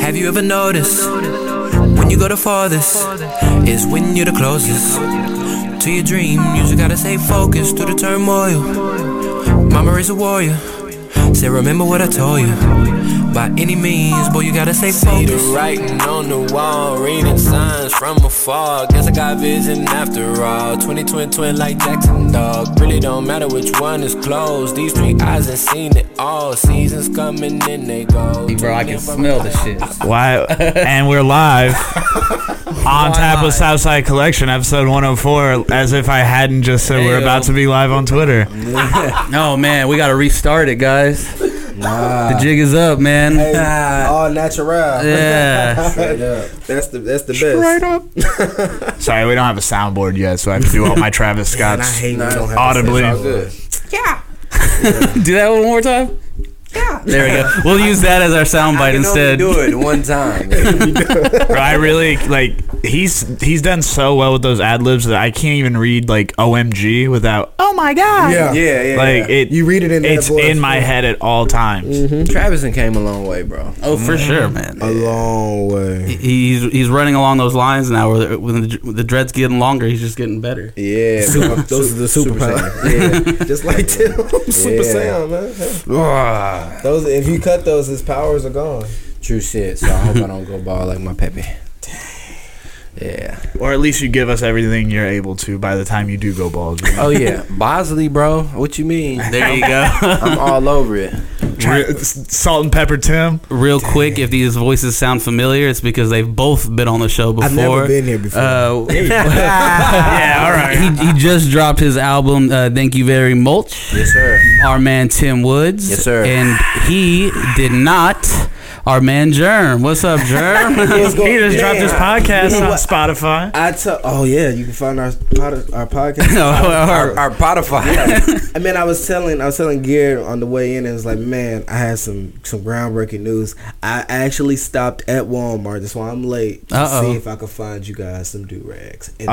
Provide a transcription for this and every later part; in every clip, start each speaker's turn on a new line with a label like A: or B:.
A: Have you ever noticed when you go the farthest is when you're the closest to your dream? You just gotta stay focused through the turmoil. Mama is a warrior. Say, remember what I told you. By any means, boy, you gotta stay
B: See the
A: focused.
B: writing on the wall, reading signs from afar. Guess I got vision after all. 20 twin twin like Jackson dog. Really don't matter which one is closed. These three eyes ain't seen it all. Seasons coming in, they go.
C: Bro, I can smell the shit.
D: Why? And we're live on Tapless Southside Collection, episode 104. As if I hadn't just said we're
C: Ayo.
D: about to be live on Twitter.
C: No, man, we got to restart it, guys. The jig is up, man.
E: Hey, all natural.
C: Yeah.
E: Straight up. That's the that's the
D: Right
E: best.
D: up. Sorry, we don't have a soundboard yet, so I have to do all my Travis Scott's audibly.
E: It's all good.
C: Do that one more time. Yeah. There we go. We'll use that as our soundbite instead.
B: do it one time.
D: Bro, I really like. He's he's done so well with those ad libs that I can't even read like OMG without. Oh my god.
E: Yeah.
B: yeah, yeah.
D: Like it.
E: You read it in Mm-hmm. that
D: It's
E: voice,
D: in my
E: yeah.
D: head at all times.
B: Travis came a long way, bro.
C: Oh, for sure, man.
E: A long way.
C: He's he's running along those lines now. Where when the, when the dread's getting longer, he's just getting better.
B: Yeah,
E: Those are the superpowers. Yeah, just like Tim. Super Sam, man. Those, if you cut those, his powers are gone.
B: true shit. So I hope I don't go ball like my Pepe. Yeah.
D: Or at least you give us everything you're able to by the time you do go balls. you know?
B: Oh yeah, Bosley, bro. What you mean?
C: There you go.
B: I'm all over it.
D: Try- s- salt and pepper Tim.
C: Real quick, if these voices sound familiar, it's because they've both been on the show before.
E: I've never been here before.
C: Uh,
D: yeah, all right.
C: he, he just dropped his album. Uh, Thank you very much.
B: Yes, sir.
C: Our man Tim Woods.
B: Yes, sir.
C: And he did not. Our man Germ. What's up, Germ?
E: Let's go.
D: He just dropped his
E: Yeah.
D: podcast
E: You know
D: on
E: what?
D: Spotify.
E: I tell. Oh yeah, you can find our pod, our podcast.
C: No, our-
B: Our, our Spotify.
E: I mean, I was telling I was telling Gear on the way in, and it's like, man, I had some some groundbreaking news. I actually stopped at Walmart. That's why I'm late to
C: Uh-oh.
E: see if I could find you guys some do rags. And they were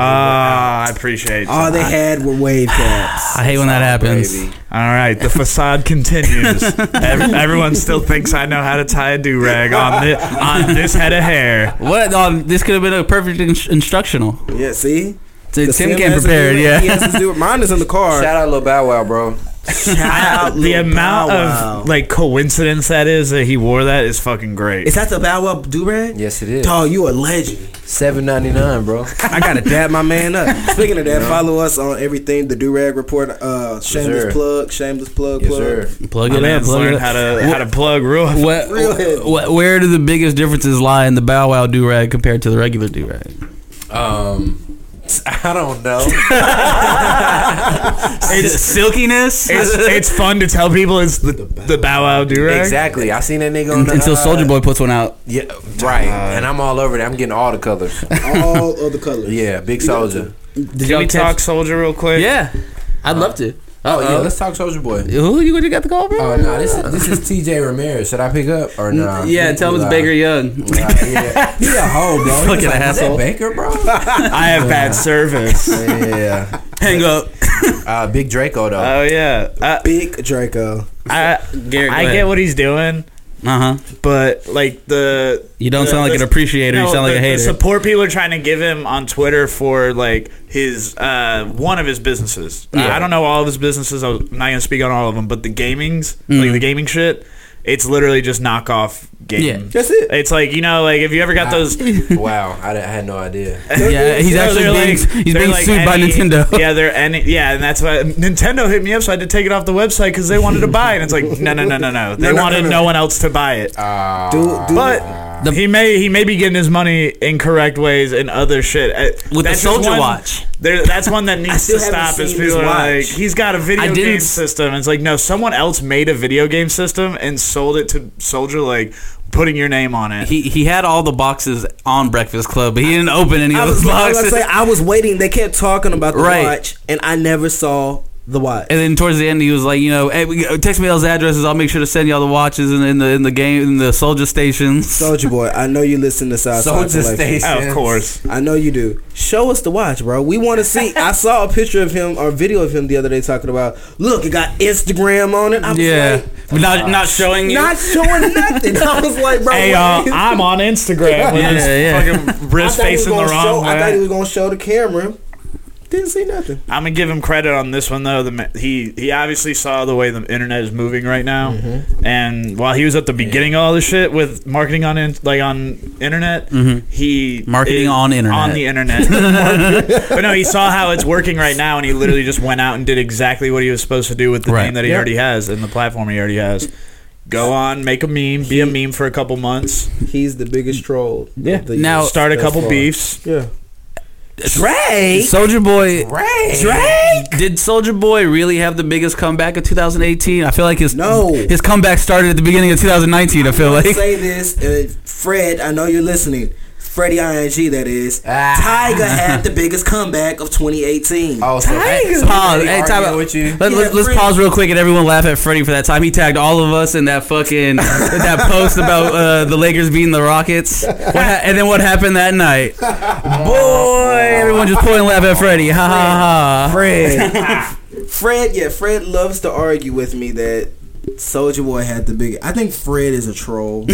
D: Ah,
E: out.
D: I appreciate it.
E: all Oh, they had were wave caps.
C: I hate when that happens.
B: baby.
D: All right, the facade continues. Ev- everyone still thinks I know how to tie a do rag on this on this head of hair.
C: What? Um, this could have been a perfect in- instructional.
E: Yeah, see,
C: Tim, Tim
E: The Sam
C: came
E: has to
C: prepared.
E: do it. He
C: Yeah.
E: has to do it. Mine is in the car.
B: Shout out Lil Bow Wow, bro.
E: out
D: the
E: Lil
D: amount
E: Bow Wow.
D: of like coincidence that is that he wore that is fucking great.
E: Is that the Bow Wow do rag?
B: Yes, it is.
E: Dog, you a legend.
B: Seven ninety nine, bro.
E: I gotta dab my man up. Speaking of that, follow us on everything. The do rag report. Uh, shameless
B: sir.
E: plug. Shameless plug.
B: Yes,
E: plug.
B: sir.
C: Plug
D: My
C: it up.
D: man's
C: Plug it
D: learned
C: up.
D: how to how to plug real.
C: What,
E: Real head.
C: what, where do the biggest differences lie in the Bow Wow do rag compared to the regular do rag?
B: Um, I don't know.
C: It's silkiness
D: It's, it's fun to tell people it's the, the Bow Wow do rag.
B: exactly. I seen that nigga on the,
C: until
B: uh,
C: Soldier Boy puts one out.
B: Yeah, right. and I'm all over that. I'm getting all the colors.
E: All other colors.
B: Yeah, big soldier.
C: Did
D: Can we talk soldier real quick?
C: Yeah, I'd love to.
B: Oh yeah, let's talk soldier boy.
C: Who you you got the call,
B: Oh
C: bro?
B: no, this is, this is T.J. Ramirez. Should I pick up or no?
C: yeah, tell him it's Baker Young.
B: yeah, he a hoe, bro. He was
C: Fucking
B: like, "Is that
C: asshole."
B: Baker, bro.
D: I have bad service.
B: yeah,
C: Hang up.
B: uh, big Draco though.
D: Oh yeah, I
E: Big Draco.
D: I,
C: Garrett, go
D: I
C: ahead.
D: get what he's doing,
C: Uh huh.
D: but like the
C: You don't sound like an appreciator. you
D: no,
C: sound like
D: the-
C: a hater.
D: The support people are trying to give him on Twitter for like his uh, one of his businesses. I-
C: Yeah.
D: I don't know all of his businesses. I'm not gonna speak on all of them, but the gamings, like the gaming shit, it's literally just knockoff game.
C: Mm-hmm. Yeah.
E: That's it.
D: It's like you know, like if you ever got those
B: wow, I, di- I had no idea.
C: yeah, he's
D: No,
C: actually
D: they're
C: being,
D: like-
C: he's
D: they're
C: being
D: like
C: sued by
D: any-
C: Nintendo.
D: Yeah, they're any, yeah, and that's why Nintendo hit me up, so I had to take it off the website because they wanted to buy it. And it's like, no, no, no, no, no. They
E: no, no,
D: wanted no,
E: no.
D: one else to buy it.
C: Ah.
B: Ah.
E: Do, do
D: but he may he may be getting his money incorrect ways and other shit. Uh,
C: With the
D: that's just
C: Soldier
D: one-
C: Watch.
D: There, that's one that needs
E: still
D: to
E: haven't
D: stop. Is
E: seen his
D: people are like,
E: watch.
D: he's got a
C: I
D: video
C: didn't
D: game
C: s-
D: system. And it's like, no, someone else made a video game system and sold it to Soldier, like putting your name on it.
C: He he had all the boxes on Breakfast Club, but he didn't open any
E: I
C: of
E: was,
C: those
E: I was
C: boxes.
E: gonna say, I was waiting. They kept talking about the
C: Right.
E: watch, and I never saw the watch.
C: And then towards the end, he was like, you know, hey, we, text me all those addresses. I'll make sure to send y'all the watches in, in the in the game in the soldier stations.
E: Soldier Boy, I know you listen to Southside
B: Soldier
E: Collection.
B: Station.
D: Oh, of course.
E: I know you do. Show us the watch, bro. We want to see. I saw a picture of him or a video of him the other day talking about. Look, it got Instagram on it. I was
C: yeah,
E: like,
D: Ah.
F: Not not showing you.
E: Not showing nothing. I was like, bro,
D: Hey,
E: what
D: uh,
E: is-
D: I'm on Instagram with
C: Yeah,
D: his
C: yeah.
D: fucking
E: I
D: wrist
E: thought he was
D: facing the
E: gonna show,
D: wrong
E: I thought he
D: way.
E: was gonna show the camera. Didn't see nothing.
D: I'm gonna give him credit on this one though. The ma- he he obviously saw the way the internet is moving right now, and while he was at the beginning of all this shit with marketing on in, like on internet, he
C: Marketing
D: it-
C: on internet.
D: Mm-hmm. on the internet. but no, he saw how it's working right now, and he literally just went out and did exactly what he was supposed to do with the
C: Right.
D: name that he already has and the platform he already has. Go on, make a meme, be a meme for a couple months,
E: He's the biggest troll. Yeah.
C: Now-
D: start a couple beefs.
E: Yeah.
F: Drake.
C: Soldier Boy.
F: Drake.
C: Did Soldier Boy really have the biggest comeback of 2018? I feel like his
E: No.
C: his comeback started at the beginning of 2019. I feel like
E: Say this, uh, Fred. I know you're listening. Freddie Ing, that is.
D: Ah.
E: Tiger had the biggest comeback of 2018.
F: Oh, so hey, so
C: pause.
F: we
C: Hey, time
F: arguing
C: out.
F: with you.
C: Let,
E: Yeah,
C: let, us
E: Freddie.
C: pause real quick and everyone laugh at Freddie for that time. He tagged all of us in that fucking that post about uh, the Lakers beating the Rockets, what ha- and then what happened that night? Boy, everyone just point and laugh at Freddie. Ha ha ha.
E: Fred. Fred, yeah, Fred loves to argue with me that Soldier Boy had the big. I think Fred is a troll.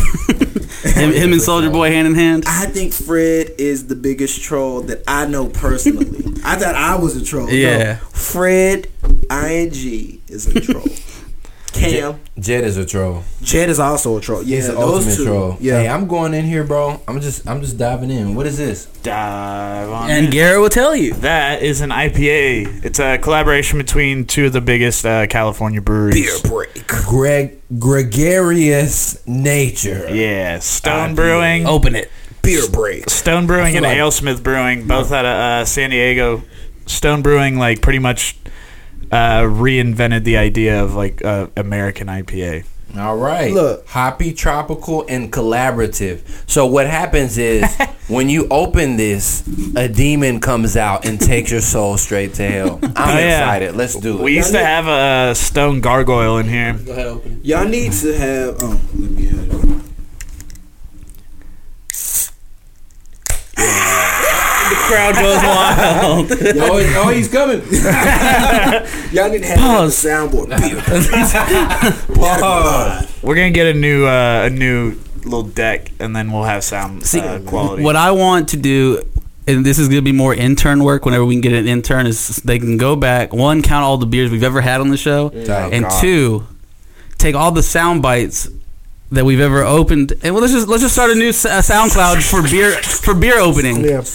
C: Him, him and Soldier Boy hand in hand.
E: I think Fred is the biggest troll that I know personally. I thought I was a troll. No,
C: Yeah.
E: Fred Ing is a troll. Cam
F: Jed is a troll.
E: Jed is also a troll. Yeah,
F: He's the
E: those
F: ultimate
E: two.
F: troll.
E: Yeah.
F: Hey, I'm going in here, bro. I'm just I'm just diving in. What is this?
D: Dive on
C: And
D: in.
C: Garrett will tell you.
D: That is an IPA. It's a collaboration between two of the biggest uh, California breweries.
E: break.
F: Greg gregarious nature.
D: Yeah, Stone Brewing,
C: Open it.
E: Beer break.
D: Stone Brewing, and AleSmith Brewing, both out of uh, San Diego. Stone Brewing, like pretty much, uh, reinvented the idea of like uh, American IPA.
F: All right.
E: Look.
F: Hoppy, tropical, and collaborative. So what happens is when you open this, a demon comes out and takes your soul straight to hell. I'm
D: Oh, yeah.
F: excited. Let's do it.
D: We used to have a uh, Stone Gargoyle in here.
E: Y'all need to have. Oh, let me have it.
C: Crowd goes wild.
F: oh, he- oh, he's coming.
E: Y'all need to have
C: Pause.
E: the soundboard. Beer break.
F: Oh.
D: We're gonna get a new uh, a new little deck, and then we'll have sound uh, quality.
C: What I want to do, and this is going to be more intern work whenever we can get an intern, is they can go back, one, count all the beers we've ever had on the show,
F: Thank
C: and
F: God.
C: two, take all the sound bites. That we've ever opened, and well, let's just let's just start a new S- uh, SoundCloud for beer for beer opening. I,
E: Yeah.
C: I
D: that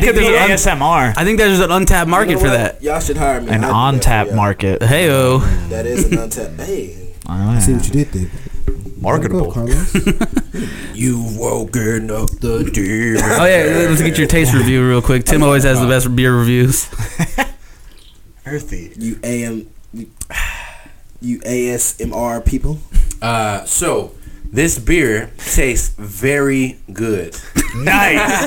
C: think
D: could be
C: there's an un-
D: ASMR,
C: I think there's an untapped market
E: You know
C: for
E: what?
C: that.
E: Y'all should hire me.
D: an
E: I'll do
D: on
E: that for
D: tap
E: y'all.
D: market. Oh,
C: Heyo,
E: That is an untapped. Hey,
G: See what you did there.
D: marketable.
G: Carlos.
F: You've woken up the demon.
C: oh yeah, let's get your taste review real quick. Tim always has the best beer reviews.
D: Earthy.
E: you AM. You, you ASMR people.
F: Uh, so this beer tastes very good.
D: Nice.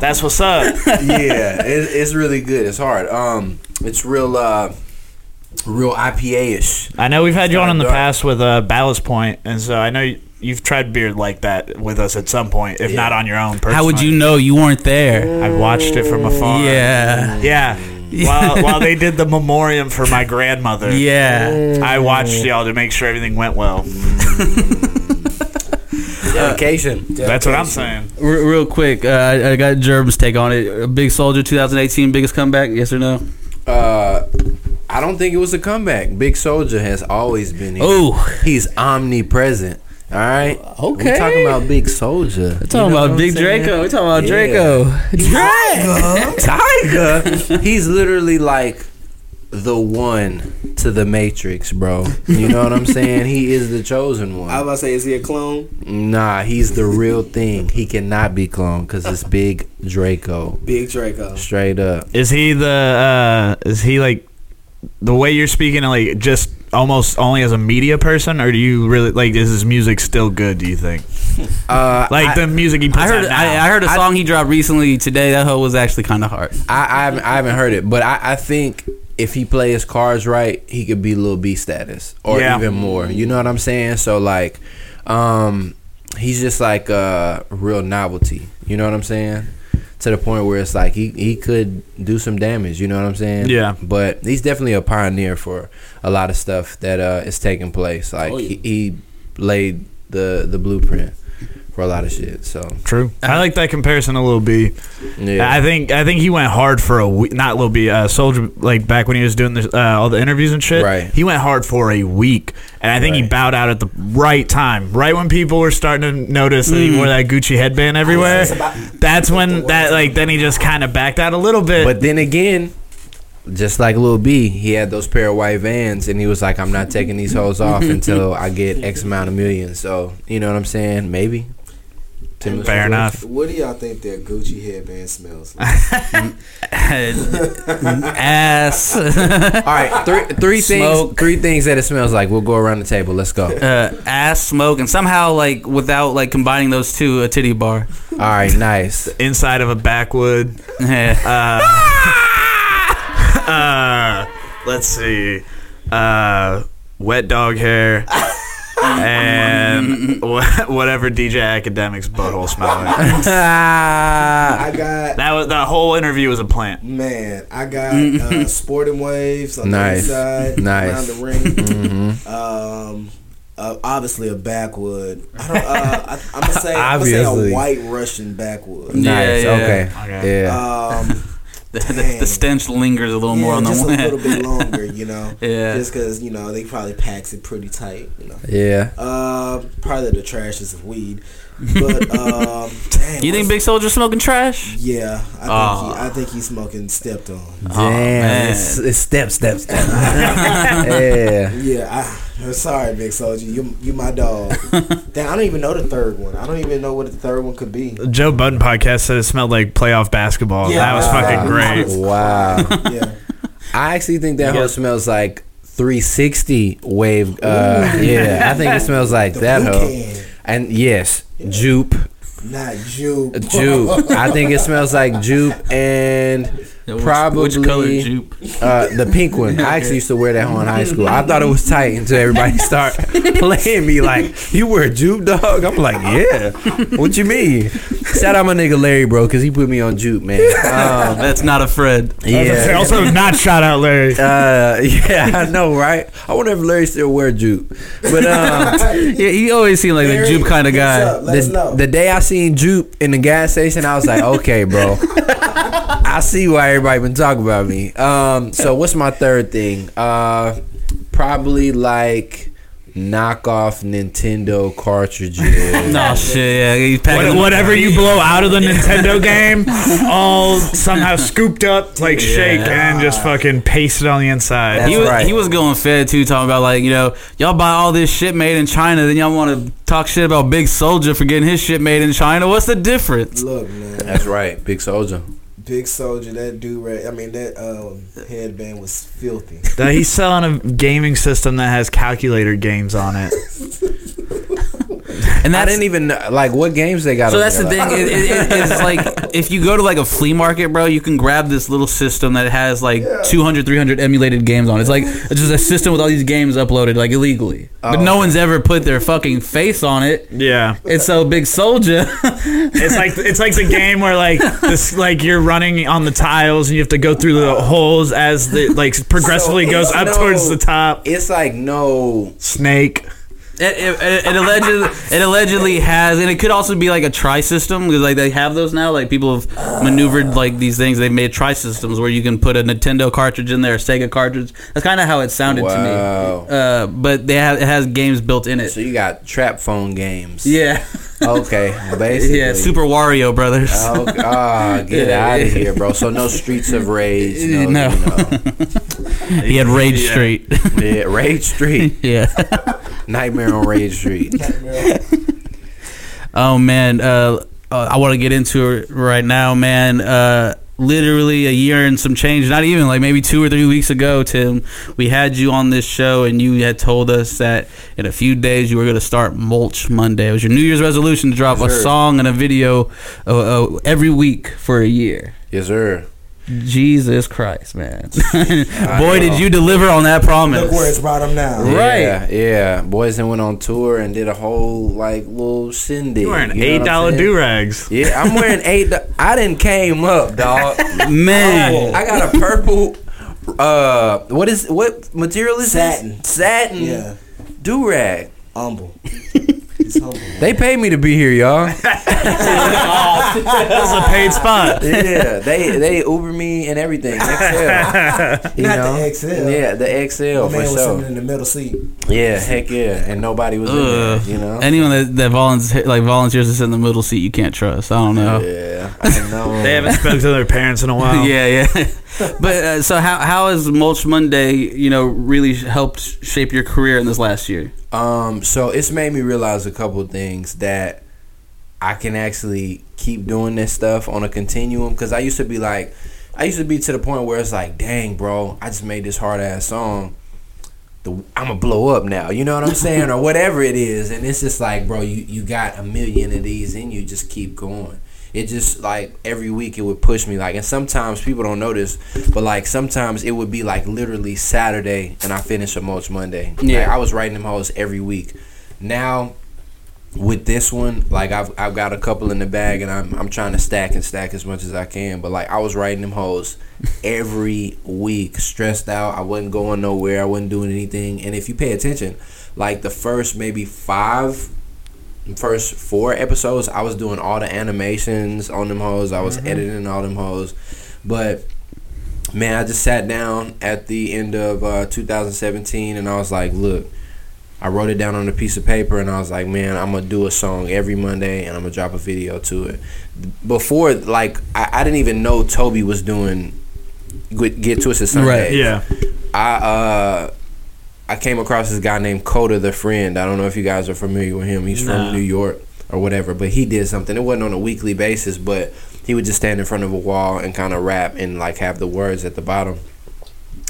D: That's what's up.
F: yeah, it, it's really good. It's hard. Um, it's real, uh, real IPA ish.
D: I know we've had you on in the
F: Dark.
D: past with uh, Ballast Point, and so I know you- you've tried beer like that with us at some point, if not on your own. Personally.
C: How would you know you weren't there?
D: I watched it from afar.
C: Yeah,
D: Yeah. while, while they did the memoriam for my grandmother,
C: yeah.
D: I watched y'all to make sure everything went well.
F: Dedication.
D: That's what I'm saying.
C: Re- real quick, uh, I I got Germ's take on it. Uh, Big Soldier 2018 biggest comeback, yes or no?
F: Uh, I don't think it was a comeback. Big Soldier has always been here.
C: Oh,
F: He's omnipresent. All right.
C: Okay.
F: We're talking about Big Soldier. We're
C: talking about Big Draco. We're talking about Draco. Draco.
F: Tiger. He's literally like the one to the Matrix, bro. You know what I'm saying? He is the chosen one.
E: I was about to say, is he a clone?
F: Nah, he's the real thing. He cannot be cloned because it's Big Draco.
E: Big Draco.
F: Straight up.
D: Is he the? Uh, is he like the way you're speaking? Like just almost only as a media person, or do you really like? Is his music still good? Do you think?
F: Uh,
D: Like
F: I,
D: the music he puts
C: I heard.
D: out now.
C: I, I heard a song he dropped recently today. That hoe was actually kind of hard.
F: I, I, haven't, I haven't heard it, but I, I think if he play his cards right, he could be Lil B status or
D: Yeah.
F: even more. You know what I'm saying? So like, um, he's just like a real novelty. You know what I'm saying? to the point where it's like he, he could do some damage. You know what I'm saying?
D: Yeah.
F: But he's definitely a pioneer for a lot of stuff that uh, is taking place. Like
E: Oh, yeah.
F: he, he laid the the blueprint for a lot of shit. So
D: True. I like that comparison a little B.
F: yeah,
D: I think I think he went hard for a week. Not Lil B, uh, Soldier. Like back when he was doing this, uh, all the interviews and shit.
F: Right.
D: He went hard for a week, and I think he
F: Right.
D: bowed out at the right time, right when people were starting to notice that
C: Hmm.
D: he wore that Gucci headband everywhere. That's when that like then he just kind of backed out a little bit.
F: But then again, just like Lil B, he had those pair of white vans and he was like, I'm not taking these hoes off until I get X amount of millions. So, you know what I'm saying? Maybe. Tim was-
D: fair enough.
E: What do y'all think their Gucci headband smells? like?
C: Ass. uh,
F: All right, three, three things.
C: Smoke.
F: Three things that it smells like. We'll go around the table. Let's go. All
C: uh, ass smoke and somehow like without like combining those two a titty bar
F: right, nice.
D: Inside of a backwood.
C: uh,
D: Uh, let's see. Uh, wet dog hair. and wha- whatever DJ Academics butthole smell. like.
E: I got
D: That was the whole interview was a plant.
E: man, I got uh, sporting waves on
F: Nice.
E: the inside
F: Nice.
E: around the ring. Um, uh, obviously a backwood. I don't. Uh, I, I'm gonna say I'm gonna say
F: Obviously.
E: a white Russian backwood.
C: Yeah,
F: Nice.
C: yeah.
F: Okay.
D: Okay.
F: Yeah.
E: Um,
C: the, the, the stench lingers a little more
E: yeah,
C: on the
E: just a little
C: one
E: bit longer, you know.
C: Yeah.
E: Just because you know they probably packs it pretty tight, you know.
F: yeah.
E: Uh, probably the trashes of weed, but um, dang,
C: you think
E: what's-
C: big Ah. soldier smoking trash
E: Yeah, I
C: Aw.
E: think he, I think he's smoking stepped on.
C: Uh-huh. Uh, oh,
F: Damn. It's, it's step, step, step. yeah.
E: Yeah, I, I'm sorry, Big Soldier. You you my dog. Damn, I don't even know the third one. I don't even know what the third one could be.
D: Joe Budden podcast said it smelled like playoff basketball.
E: Yeah.
D: that was fucking great.
F: Uh, Wow.
E: Yeah,
F: I actually think that
D: You
F: hoe
D: got-
F: smells like 360 wave. Uh, yeah, I think it smells like
E: The
F: that hoe.
E: Weeknd.
F: And yes, jupe,
E: not you.
F: jupe. I think it smells like jupe and
C: Which-
F: probably
C: which color jupe
F: uh, the pink one. I actually used to wear that hoe in high school. I thought it was tight until everybody start playing me like, "You wear jupe, dog?" I'm like, "Yeah." What you mean? Shout out my nigga Larry, bro, because he put me on jupe, man. Um,
C: that's not a fred
F: yeah.
D: Also, not shout out Larry.
F: Uh, yeah, I know, right? I wonder if Larry still wear jupe. But um,
C: yeah he always seemed like the
E: Larry,
C: jupe kind of
E: what's
C: guy
E: up? Let us
F: the,
E: know.
F: the day I seen jupe in the gas station, I was like, okay, bro, I see why everybody been talking about me. Um, so what's my third thing? Uh, probably like knockoff Nintendo cartridges.
C: no shit yeah he's packing
D: What, whatever you blow out of the Nintendo game, all somehow scooped up like shake and just fucking pasted on the inside.
F: That's
C: he was,
F: right.
C: he was going fed too, talking about like you know y'all buy all this shit made in China, then y'all want to talk shit about Big Soldier for getting his shit made in China. What's the difference?
E: Look, man,
F: That's right, big soldier.
E: Big Soldier, that dude. Right, I mean, that um, headband was filthy.
D: That he's selling a gaming system that has calculator games on it.
C: And
F: I
C: that's
F: didn't even know, like what games they got.
C: So
F: over
C: that's
F: there,
C: the
F: like-
C: thing. It, it, it- it's like if you go to like a flea market, bro, you can grab this little system that has like 200, 300 emulated games on. it. It's like it's just a system with all these games uploaded like illegally,
E: Oh,
C: but no one's ever put their fucking face on it.
D: Yeah,
C: It's so big soldier.
D: it's like it's like the game where like this like you're running on the tiles and you have to go through the holes as the like progressively
F: So,
D: goes
F: it's
D: up
F: no-
D: towards the top.
F: It's like no
D: Snake.
C: It, it, it, it allegedly it allegedly has, and it could also be like a tri system because like they have those now. Like people have maneuvered like these things. They've made tri systems where you can put a Nintendo cartridge in there, a Sega cartridge. That's kind of how it sounded
F: Wow.
C: to me. Uh, but they have it has games built in it.
F: So you got trap phone games.
C: Yeah,
F: Okay. Basically.
C: yeah. Super Wario Brothers.
F: Oh, ah, get
C: Yeah.
F: out of here, bro. So no streets of rage.
C: Uh, no.
F: No. you know.
C: he had Rage
D: Yeah.
C: Street.
F: Yeah, rage Street.
C: yeah.
F: Nightmare on Rage Street.
C: Oh man, uh, uh, I want to get into it right now, man. Uh, literally a year and some change, not even like maybe two or three weeks ago, Tim. We had you on this show, and you had told us that in a few days you were going to start Mulch Monday. It was your New Year's resolution to drop a
F: sir.
C: song and a video uh, uh, every week for a year.
F: Yes, sir.
C: Jesus Christ, man! Boy, did you deliver on that promise.
G: Look where it's brought him now.
C: Right.
F: Yeah, yeah. Boys then went on tour and did a whole like little shindig.
D: You're wearing
F: you know what
D: eight
F: I'm
D: dollar
F: saying?
D: do rags.
F: Yeah, I'm wearing eight. do- I didn't came up, dog.
C: Man,
F: I got a purple. Uh, what is what material is
G: Satin.
F: This? Satin.
G: Yeah.
F: Do rag.
G: Humble. He's humble.
F: They paid me to be here, y'all.
D: That's a paid spot.
F: yeah, they they Uber me and everything. XL, you
G: Not
F: know?
G: the XL.
F: Yeah, the XL
G: My
F: for
G: man was
F: sure.
G: sitting in the middle seat.
F: Yeah, heck yeah, and nobody was
C: Ugh.
F: in there. You know.
C: anyone that, that volunteer like volunteers that's in the middle seat, you can't trust. I don't know.
F: yeah, I know.
D: They haven't spoken to their parents in a while.
C: yeah, yeah. but uh, so how how has Mulch Monday, you know, really helped shape your career in this last year?
F: Um, so it's made me realize a couple of things that I can actually keep doing this stuff on a continuum because I used to be like, I used to be to the point where it's like, dang, bro, I just made this hard ass song. The, I'm gonna blow up now, you know what I'm saying, or whatever it is, and it's just like, bro, you you got a million of these, and you just keep going. It just like every week it would push me like, and sometimes people don't notice, but like sometimes it would be like literally Saturday, and I finish a mulch Monday. Yeah, I was writing them hoes every week. Now with this one, like I've I've got a couple in the bag, and I'm I'm trying to stack and stack as much as I can. But like I was writing them hoes every week, stressed out. I wasn't going nowhere. I wasn't doing anything. And if you pay attention, like the first maybe five first four episodes, I was doing all the animations on them hoes. I was editing all them hoes. But man, I just sat down at the end of uh, 2017 and I was like, look, I wrote it down on a piece of paper and I was like, man, I'm going to do a song every Monday and I'm going to drop a video to it. Before, like, I, I didn't even know Toby was doing Get, Get Twisted Sunday.
C: Right,
D: Yeah.
F: I uh I came across this guy named Coda the Friend. I don't know if you guys are familiar with him. He's
D: Nah.
F: from New York or whatever, but he did something. It wasn't on a weekly basis, but he would just stand in front of a wall and kind of rap and like have the words at the bottom.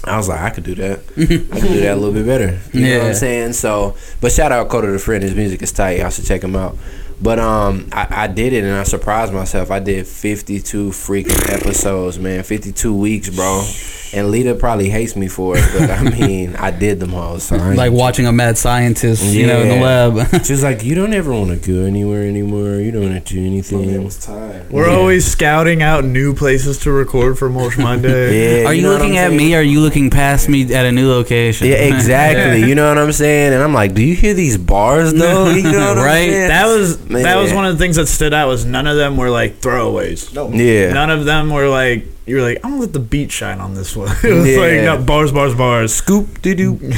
F: I was like, I could do that. I could do that a little bit better. You know what
C: Yeah.
F: I'm saying? So, but shout out Coda the Friend. His music is tight. Y'all should check him out. But um, I, I did it and I surprised myself. I did 52 freaking episodes, man. 52 weeks, bro. And Lita probably hates me for it, but I mean, I did them all. So I ain't-
C: Like watching a mad scientist, you know, in the
F: Yeah.
C: lab.
F: she was like, you don't ever want to go anywhere anymore. You don't want to do
G: My man
F: anything.
G: was tired.
D: We're always scouting out new places to record for Mulch Monday.
F: Yeah,
C: are you,
F: know what
C: looking
F: I'm
C: at
F: saying?
C: me? Or are you looking past me at a new location?
F: Yeah, exactly. You know what I'm saying? And I'm like, do you hear these bars though? You know what
C: Right?
F: I'm saying?
D: That was that was
F: Man.
D: one of the things that stood out was none of them were like throwaways.
G: No.
F: yeah.
D: None of them were like you were like I'm gonna let the beat shine on this one. it was like
F: Yeah.
D: no, bars, bars, bars
F: Scoop Oh, doo doo.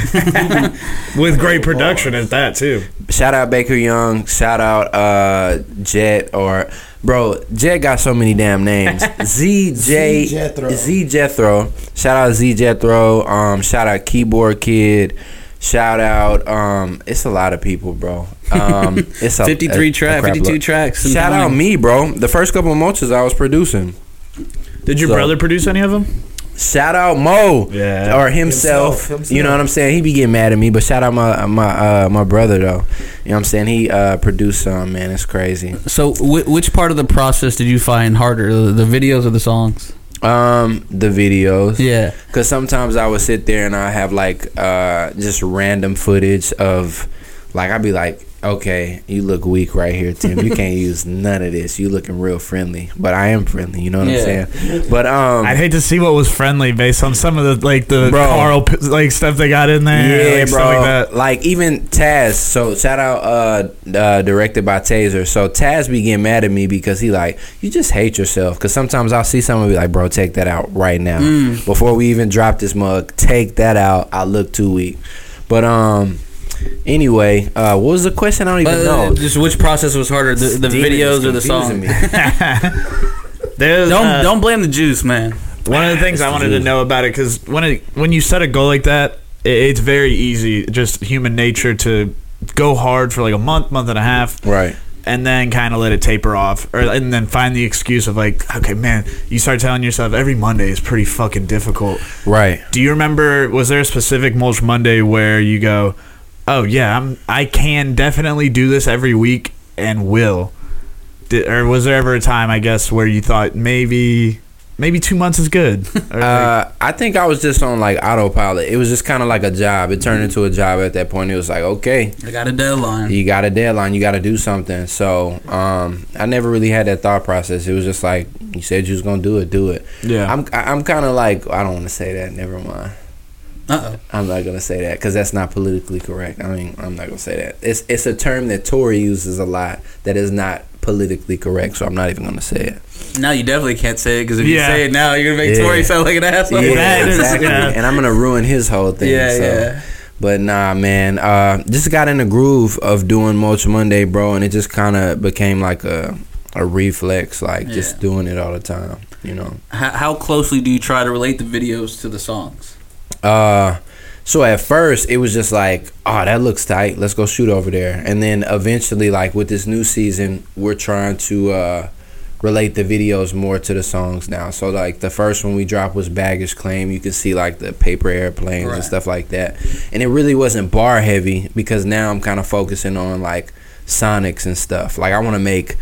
D: with great production at that too.
F: Shout out Baker Young. Shout out uh Jet or bro. Jet got so many damn names. Z J
G: Z Jethro.
F: Z Jethro. Shout out Z Jethro. Um, shout out Keyboard Kid. Shout out. Um, it's a lot of people, bro. Um, it's a,
C: 53
F: a- a
C: track,
F: crap
C: 52
F: load.
C: tracks. in
F: Shout out
C: time.
F: me, bro. The first couple of mulches I was producing.
D: Did your
F: So-
D: brother produce any of them?
F: Shout out Mo.
D: Yeah.
F: Or himself,
G: Himself, himself.
F: You know what I'm saying? He be getting mad at me, but shout out my my uh, my brother though. You know what I'm saying? He uh, produced some man. It's crazy.
C: So, whi which part of the process did you find harder, the, the videos or the songs?
F: Um, the videos.
C: Yeah.
F: Cause sometimes I would sit there and I have like uh just random footage of like I'd be like, okay, you look weak right here, Tim. You can't use none of this. You looking real friendly, but I am friendly. You know what
C: Yeah.
F: I'm saying? But um,
D: I'd hate to see what was friendly based on some of the like the
F: Bro.
D: Carl p- like stuff they got in there.
F: Yeah,
D: like,
F: bro.
D: Stuff like that.
F: Like, even Taz. So shout out uh, uh directed by Taser. So Taz be getting mad at me because he like you just hate yourself. Cause sometimes I'll see someone be like, bro, take that out right now before we even drop this mug. Take that out. I look too weak. But um, anyway, uh, what was the question? I don't
C: But,
F: even
C: uh,
F: know.
C: just which process was harder, the, the
F: Demon is
C: videos or the
F: confusing
C: songs?
F: me.
D: There's,
C: Don't
D: uh,
C: don't blame the juice, man.
D: One of the things I wanted to know about it because when it when you set a goal like that, it, it's very easy, just human nature to go hard for like a month, month and a half,
F: Right.
D: and then kind of let it taper off, or and then find the excuse of like, okay, man, you start telling yourself every Monday is pretty fucking difficult.
F: Right.
D: Do you remember? Was there a specific mulch Monday where you go, "Oh yeah, I'm I can definitely do this every week and will," Did, or was there ever a time I guess where you thought maybe maybe two months is good. Or, like,
F: Uh, I think I was just on like autopilot. It was just kind of like a job. It turned into a job at that point. It was like, okay,
C: I got a deadline.
F: you got a deadline. You got to do something. So um, I never really had that thought process. It was just like you said you was gonna do it. Do it.
D: yeah.
F: I'm I- I'm kind of like I don't want to say that. Never mind.
C: Uh oh.
F: I'm not gonna say that because that's not politically correct. I mean, I'm not gonna say that. It's it's a term that Tory uses a lot that is not politically correct. So I'm not even gonna say it.
C: Now you definitely can't say it because if you
D: Yeah.
C: say it now, you're gonna make
F: Yeah.
C: Tory sound like an asshole.
F: Yeah,
D: that is-
F: exactly.
D: yeah.
F: And I'm gonna ruin his whole thing.
C: Yeah,
F: so.
C: yeah.
F: But nah, man. Uh, just got in the groove of doing Mulch Monday, bro, and it just kind of became like a a reflex, like just
C: Yeah.
F: doing it all the time. You know.
C: How, how closely do you try to relate the videos to the songs?
F: Uh, so at first it was just like, oh, that looks tight. Let's go shoot over there. And then eventually, like with this new season, we're trying to uh, relate the videos more to the songs now. So like the first one we dropped was Baggage Claim. You can see like the paper airplanes
C: Right.
F: and stuff like that. And it really wasn't bar heavy because now I'm kind of focusing on like sonics and stuff. Like I want to make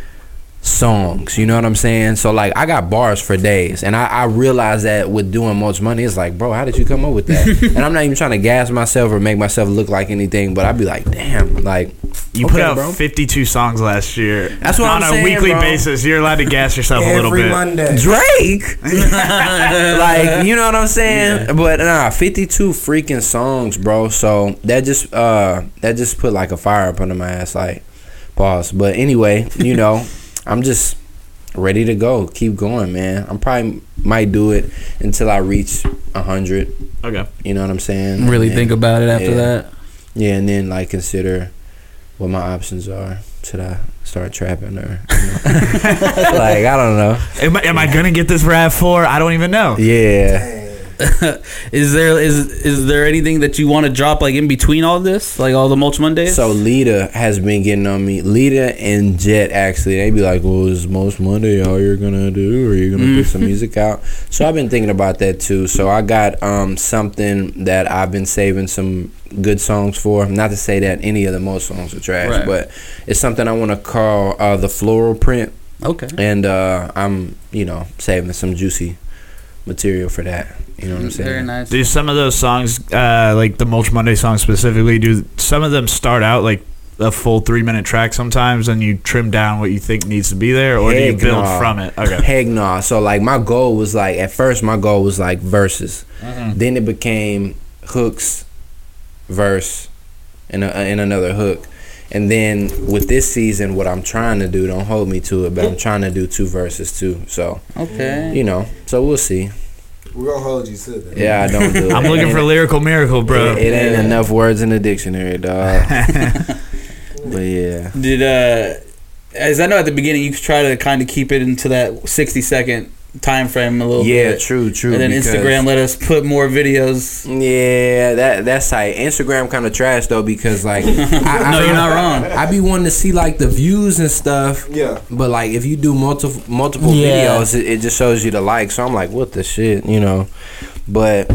F: songs. You know what I'm saying? So like I got bars for days, and I, I realized that with doing much money, it's like, bro, how did you come up with that? and I'm not even trying to gas myself or make myself look like anything, but I'd be like, damn, like
D: you
F: okay,
D: put out
F: bro.
D: 52 songs last year.
F: That's what
D: on
F: I'm
D: a
F: saying,
D: weekly
F: bro.
D: basis. You're allowed to gas yourself a little
G: Every
D: bit.
G: Monday.
F: Drake. like, you know what I'm saying? But nah, 52 freaking songs, bro. So that just uh that just put like a fire up under my ass like pause. But anyway, you know, I'm just ready to go. Keep going, man. I'm probably might do it until I reach 100,
D: Okay.
F: you know what I'm saying?
C: Really
F: And
C: think about it after
F: Yeah.
C: that.
F: Yeah, and then like consider what my options are. Should I start trapping or you know? like I don't know.
D: Am I, am I gonna get this Rav Four? I don't even know.
F: Yeah.
C: Is there is is there anything that you want to drop like in between all this, like all the mulch Mondays?
F: So Lita has been getting on me. Lita and Jet actually, they be like, "Well, it's most Monday. All you're gonna do, or you're gonna put
C: Mm-hmm.
F: some music out." So I've been thinking about that too. So I got um something that I've been saving some good songs for. Not to say that any of the most songs are trash,
C: Right.
F: but it's something I want to call uh, the floral print,
C: okay.
F: and uh, I'm you know saving some juicy material for that. You know what I'm saying?
C: Very nice.
D: Do some of those songs, uh, like the Mulch Monday song specifically, do some of them start out like a full three minute track sometimes, and you trim down what you think needs to be there, or do you
F: Heck
D: build
F: nah.
D: from it? Okay.
F: Heck nah. So like my goal was like at first my goal was like verses.
C: Mm-hmm.
F: Then it became hooks, verse, and a, and another hook. And then with this season, what I'm trying to do, don't hold me to it, but I'm trying to do two verses too. So
C: Okay.
F: you know, so we'll see.
G: We're gonna hold you to that.
F: Yeah, I don't do it.
D: I'm looking for lyrical miracle, bro.
F: It, it ain't enough words in the dictionary, dog. but yeah,
C: Did uh, as I know at the beginning, you try to kind of keep it into that sixty second time frame a little
F: yeah,
C: bit.
F: true, true.
C: and then
F: because-
C: Instagram let us put more videos.
F: Yeah, that that's tight. Instagram kind of trash though because like, I,
C: No, you're not wrong.
F: I be wanting to see like the views and stuff,
G: Yeah.
F: but like if you do multiple multiple
C: Yeah.
F: videos, it, it just shows you the likes. So I'm like, what the shit, you know? But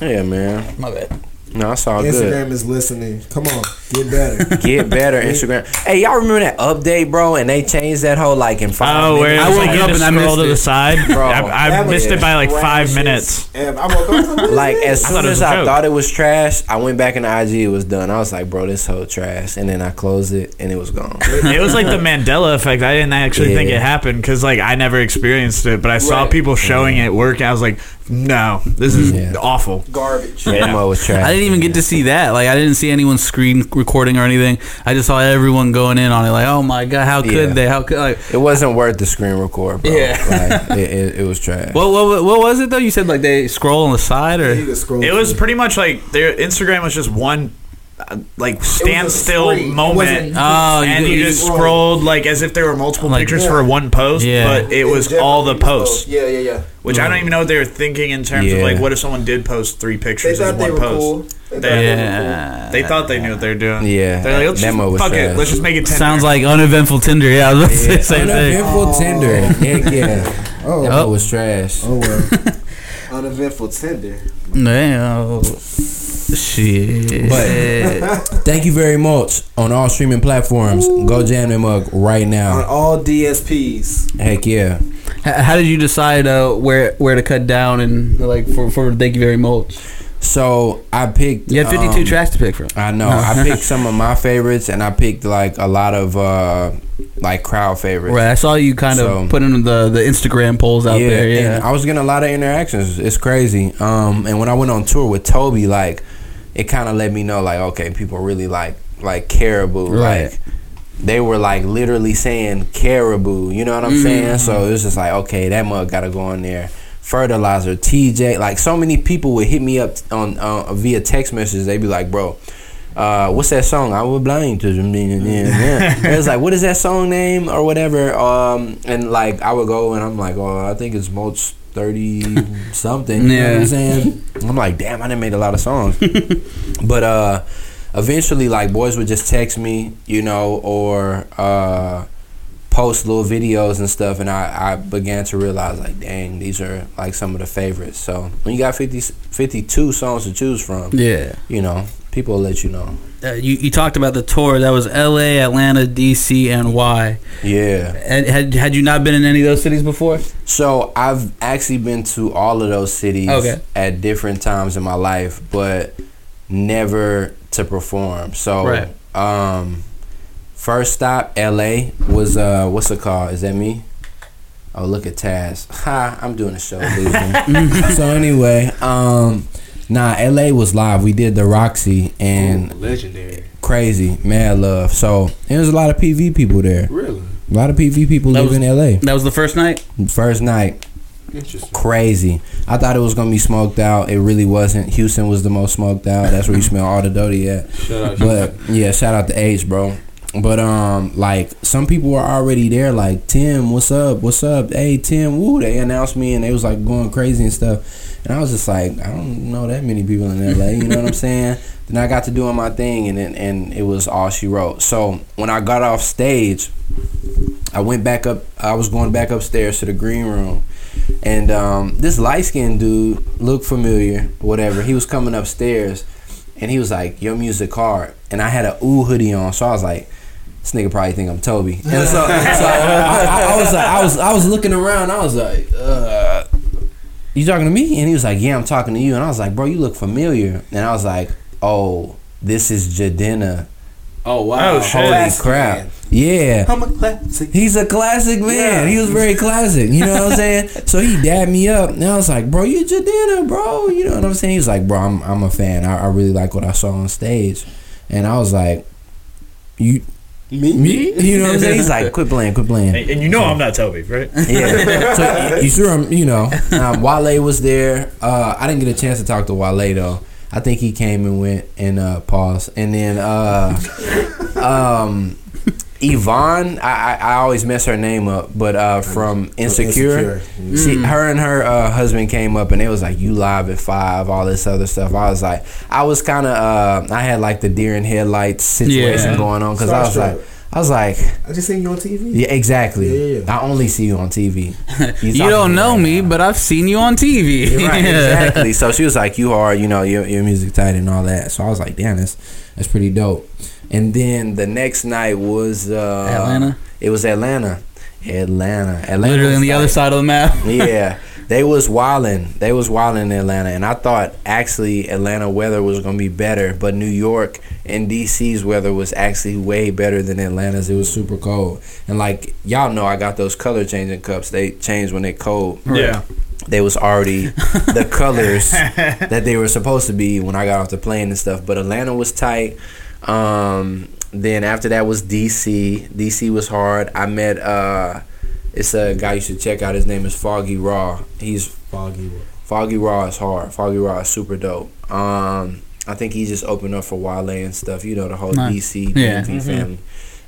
F: yeah, man,
C: My bad.
F: no, it's all good.
G: Instagram is listening. Come on, get better.
F: Get better, Instagram. Hey, y'all remember that update, bro? And they changed that whole like in five.
D: Oh, where
F: minutes,
D: I
C: woke
D: woke
C: up
D: up
C: and I missed
D: to
C: it.
D: the side.
F: Bro,
D: I, I
G: that was
D: missed it by like five
G: trashes.
D: minutes.
G: And I woke up. I was like, what is
F: Like
G: this?
F: as
D: I thought
F: soon
D: it
F: as
D: was a
F: I
D: joke.
F: thought it was trash, I went back in the IG. It was done. I was like, bro, this whole trash. And then I closed it, and it was gone.
D: it was like the Mandela effect. I didn't actually think
F: Yeah.
D: it happened because like I never experienced it, but I saw
G: Right.
D: people showing it work. And I was like, no, this is
F: Yeah.
D: awful.
G: garbage.
F: Yeah.
D: Yeah.
F: was trash.
C: I didn't even get to see that. Like, I didn't see anyone's screen recording or anything. I just saw everyone going in on it. Like, oh my god, how could
F: Yeah.
C: they? How could like?
F: It wasn't worth the screen record, bro.
C: Yeah.
F: Like, it, it, it was trash.
C: What, what what was it though? You said like they scroll on the side
G: You
C: or
G: could scroll
D: It was
G: through.
D: pretty much like their Instagram was just one uh, like standstill
G: screen. It
D: moment.
G: wasn't-
C: oh
D: and you just
G: scroll.
D: scrolled like as if there were multiple
C: Like-
D: pictures for one post,
C: Yeah.
D: but it was
G: definitely
D: all the
G: was both.
D: posts.
G: Yeah, yeah, yeah.
D: Which I don't even know what they were thinking in terms
F: Yeah.
D: of like what if someone did post three
G: They
D: pictures in
G: thought they
D: one
G: were
D: post.
G: cool. They thought they were
C: yeah.
D: They thought they knew what they were doing.
F: Yeah.
D: They're like, let's
F: That mo
D: just,
F: was
D: fuck it,
F: trash.
D: let's just make it ten.
C: Sounds like uneventful Tinder. Yeah, I was about to say the same thing.
F: Uneventful Tinder. Heck yeah.
G: cool.
F: That
G: Oh,
F: mo was trash.
G: oh well. Uneventful Tinder.
C: No. Shit.
F: But- Thank you very much on all streaming platforms. Go jam that mug right
G: On
F: now.
G: all DSPs.
F: Heck yeah.
C: H- how did you decide uh, where where to cut down and like for, for thank you very much?
F: So I picked.
C: You had fifty two
F: um,
C: tracks to pick from.
F: I know. I picked some of my favorites, and I picked like a lot of uh like crowd favorites.
C: Right, I saw you kind
F: So-
C: of putting the the Instagram polls out there. Yeah,
F: and I was getting a lot of interactions. It's crazy. Um, and when I went on tour with Toby, like, it kind of let me know, like, okay, people really like like Caribou,
C: Right.
F: like. They were like literally saying caribou, you know what I'm
C: Mm-hmm.
F: saying? So it was just like, okay, that mug gotta go in there. Fertilizer, TJ, like so many people would hit me up on uh, via text messages. They'd be like, bro, uh, what's that song? I would blind to them. Yeah, yeah. And it's like, what is that song name or whatever? Um, and like, I would go and I'm like, oh, I think it's Moch 30 something. You know what
C: Yeah.
F: I'm saying? I'm like, damn, I done made a lot of songs. but uh, eventually, like, boys would just text me, you know, or uh, post little videos and stuff. And I, I began to realize, like, dang, these are like some of the favorites. So when you got 50, 52 songs to choose from,
C: yeah.
F: you know, people will let you know.
C: Uh, you you talked about the tour that was L.A., Atlanta, D.C., and Y.
F: Yeah.
C: And had had you not been in any of those cities before?
F: So I've actually been to all of those cities
C: Okay.
F: at different times in my life, but never to perform. So
C: Right.
F: um first stop LA was uh what's it called? Is that me? Oh look at Taz. Ha, I'm doing a show losing. so anyway, um nah LA was live. We did the Roxy and
G: legendary.
F: crazy, mad love. So there was a lot of PV people there.
G: Really
F: A lot of PV people
C: That
F: live
C: was-
F: in LA.
C: That was the first night.
F: First night,
G: interesting.
F: crazy. I thought it was gonna be smoked out. It really wasn't. Houston was the most smoked out. That's where you smell all the doty at.
G: Shout out.
F: But yeah, shout out to H, bro. But um, like some people were already there. Like Tim, what's up? What's up? Hey Tim, woo! They announced me and they was like going crazy and stuff. And I was just like, I don't know that many people in LA. You know what I'm saying? Then I got to doing my thing, and then and it was all she wrote. So when I got off stage, I went back up. I was going back upstairs to the green room, and um, this light skinned dude looked familiar. Whatever. He was coming upstairs, and he was like, "Your music hard." And I had a ooh hoodie on, so I was like. This nigga probably think I'm Toby, and so, so I, I- I was like, I was I was looking around. I was like, uh, "You talking to me?" And he was like, "Yeah, I'm talking to you." And I was like, "Bro, you look familiar." And I was like, "Oh, this is Jadena."
G: Oh wow!
D: Oh, shit.
F: Holy
D: Classic
F: crap! Yeah,
G: I'm a classic.
F: He's a classic man. He was very classic. You know what I'm saying? So he dabbed me up, and I was like, "Bro, you Jadena, bro." You know what I'm saying? He's like, "Bro, I'm I'm a fan. I, I really like what I saw on stage," and I was like, "You
G: Me,
F: me?" You know what I'm saying? He's like, "Quit playing, quit playing."
D: And, and you know I'm not Toby, right?
F: Yeah. so you sure I'm, you know, um, Wale was there. Uh, I didn't get a chance to talk to Wale though. I think he came and went and uh, paused. And then uh, um, Yvonne, I, I, I always mess her name up, but uh, from Insecure, she, her and her uh, husband came up and they was like, "You live at five, all this other stuff." I was like, I was kind of, uh, I had like the deer in headlights situation
C: Yeah.
F: going on because I was
G: Starstruck.
F: like, I was like,
G: I just seen you on TV.
F: yeah, exactly.
G: Yeah, yeah, yeah.
F: I only see you on TV.
C: You, don't know me, but I've seen you on TV.
F: You're right,
C: Yeah.
F: exactly. So she was like, "You are, you know, your your music tight and all that." So I was like, "Damn, that's that's pretty dope." And then the next night was uh,
C: Atlanta?
F: It was Atlanta, Atlanta, Atlanta.
C: Literally on
F: was
C: the other
F: like-
C: side of the map.
F: yeah, they was wilding. They was wilding in Atlanta, and I thought actually Atlanta weather was gonna be better, but New York and DC's weather was actually way better than Atlanta's. It was super cold, and like y'all know, I got those color changing cups. They change when they cold.
D: Yeah.
F: They was already the colors that they were supposed to be when I got off the plane and stuff. But Atlanta was tight. Um, then after that was DC. DC was hard. I met uh, it's a guy you should check out. His name is Foggy Raw. He's
G: Foggy.
F: Foggy Raw is hard. Foggy Raw is super dope. Um, I think he just opened up for Wale and stuff. You know the whole
C: Nice.
F: DC
C: Yeah.
F: DMV family,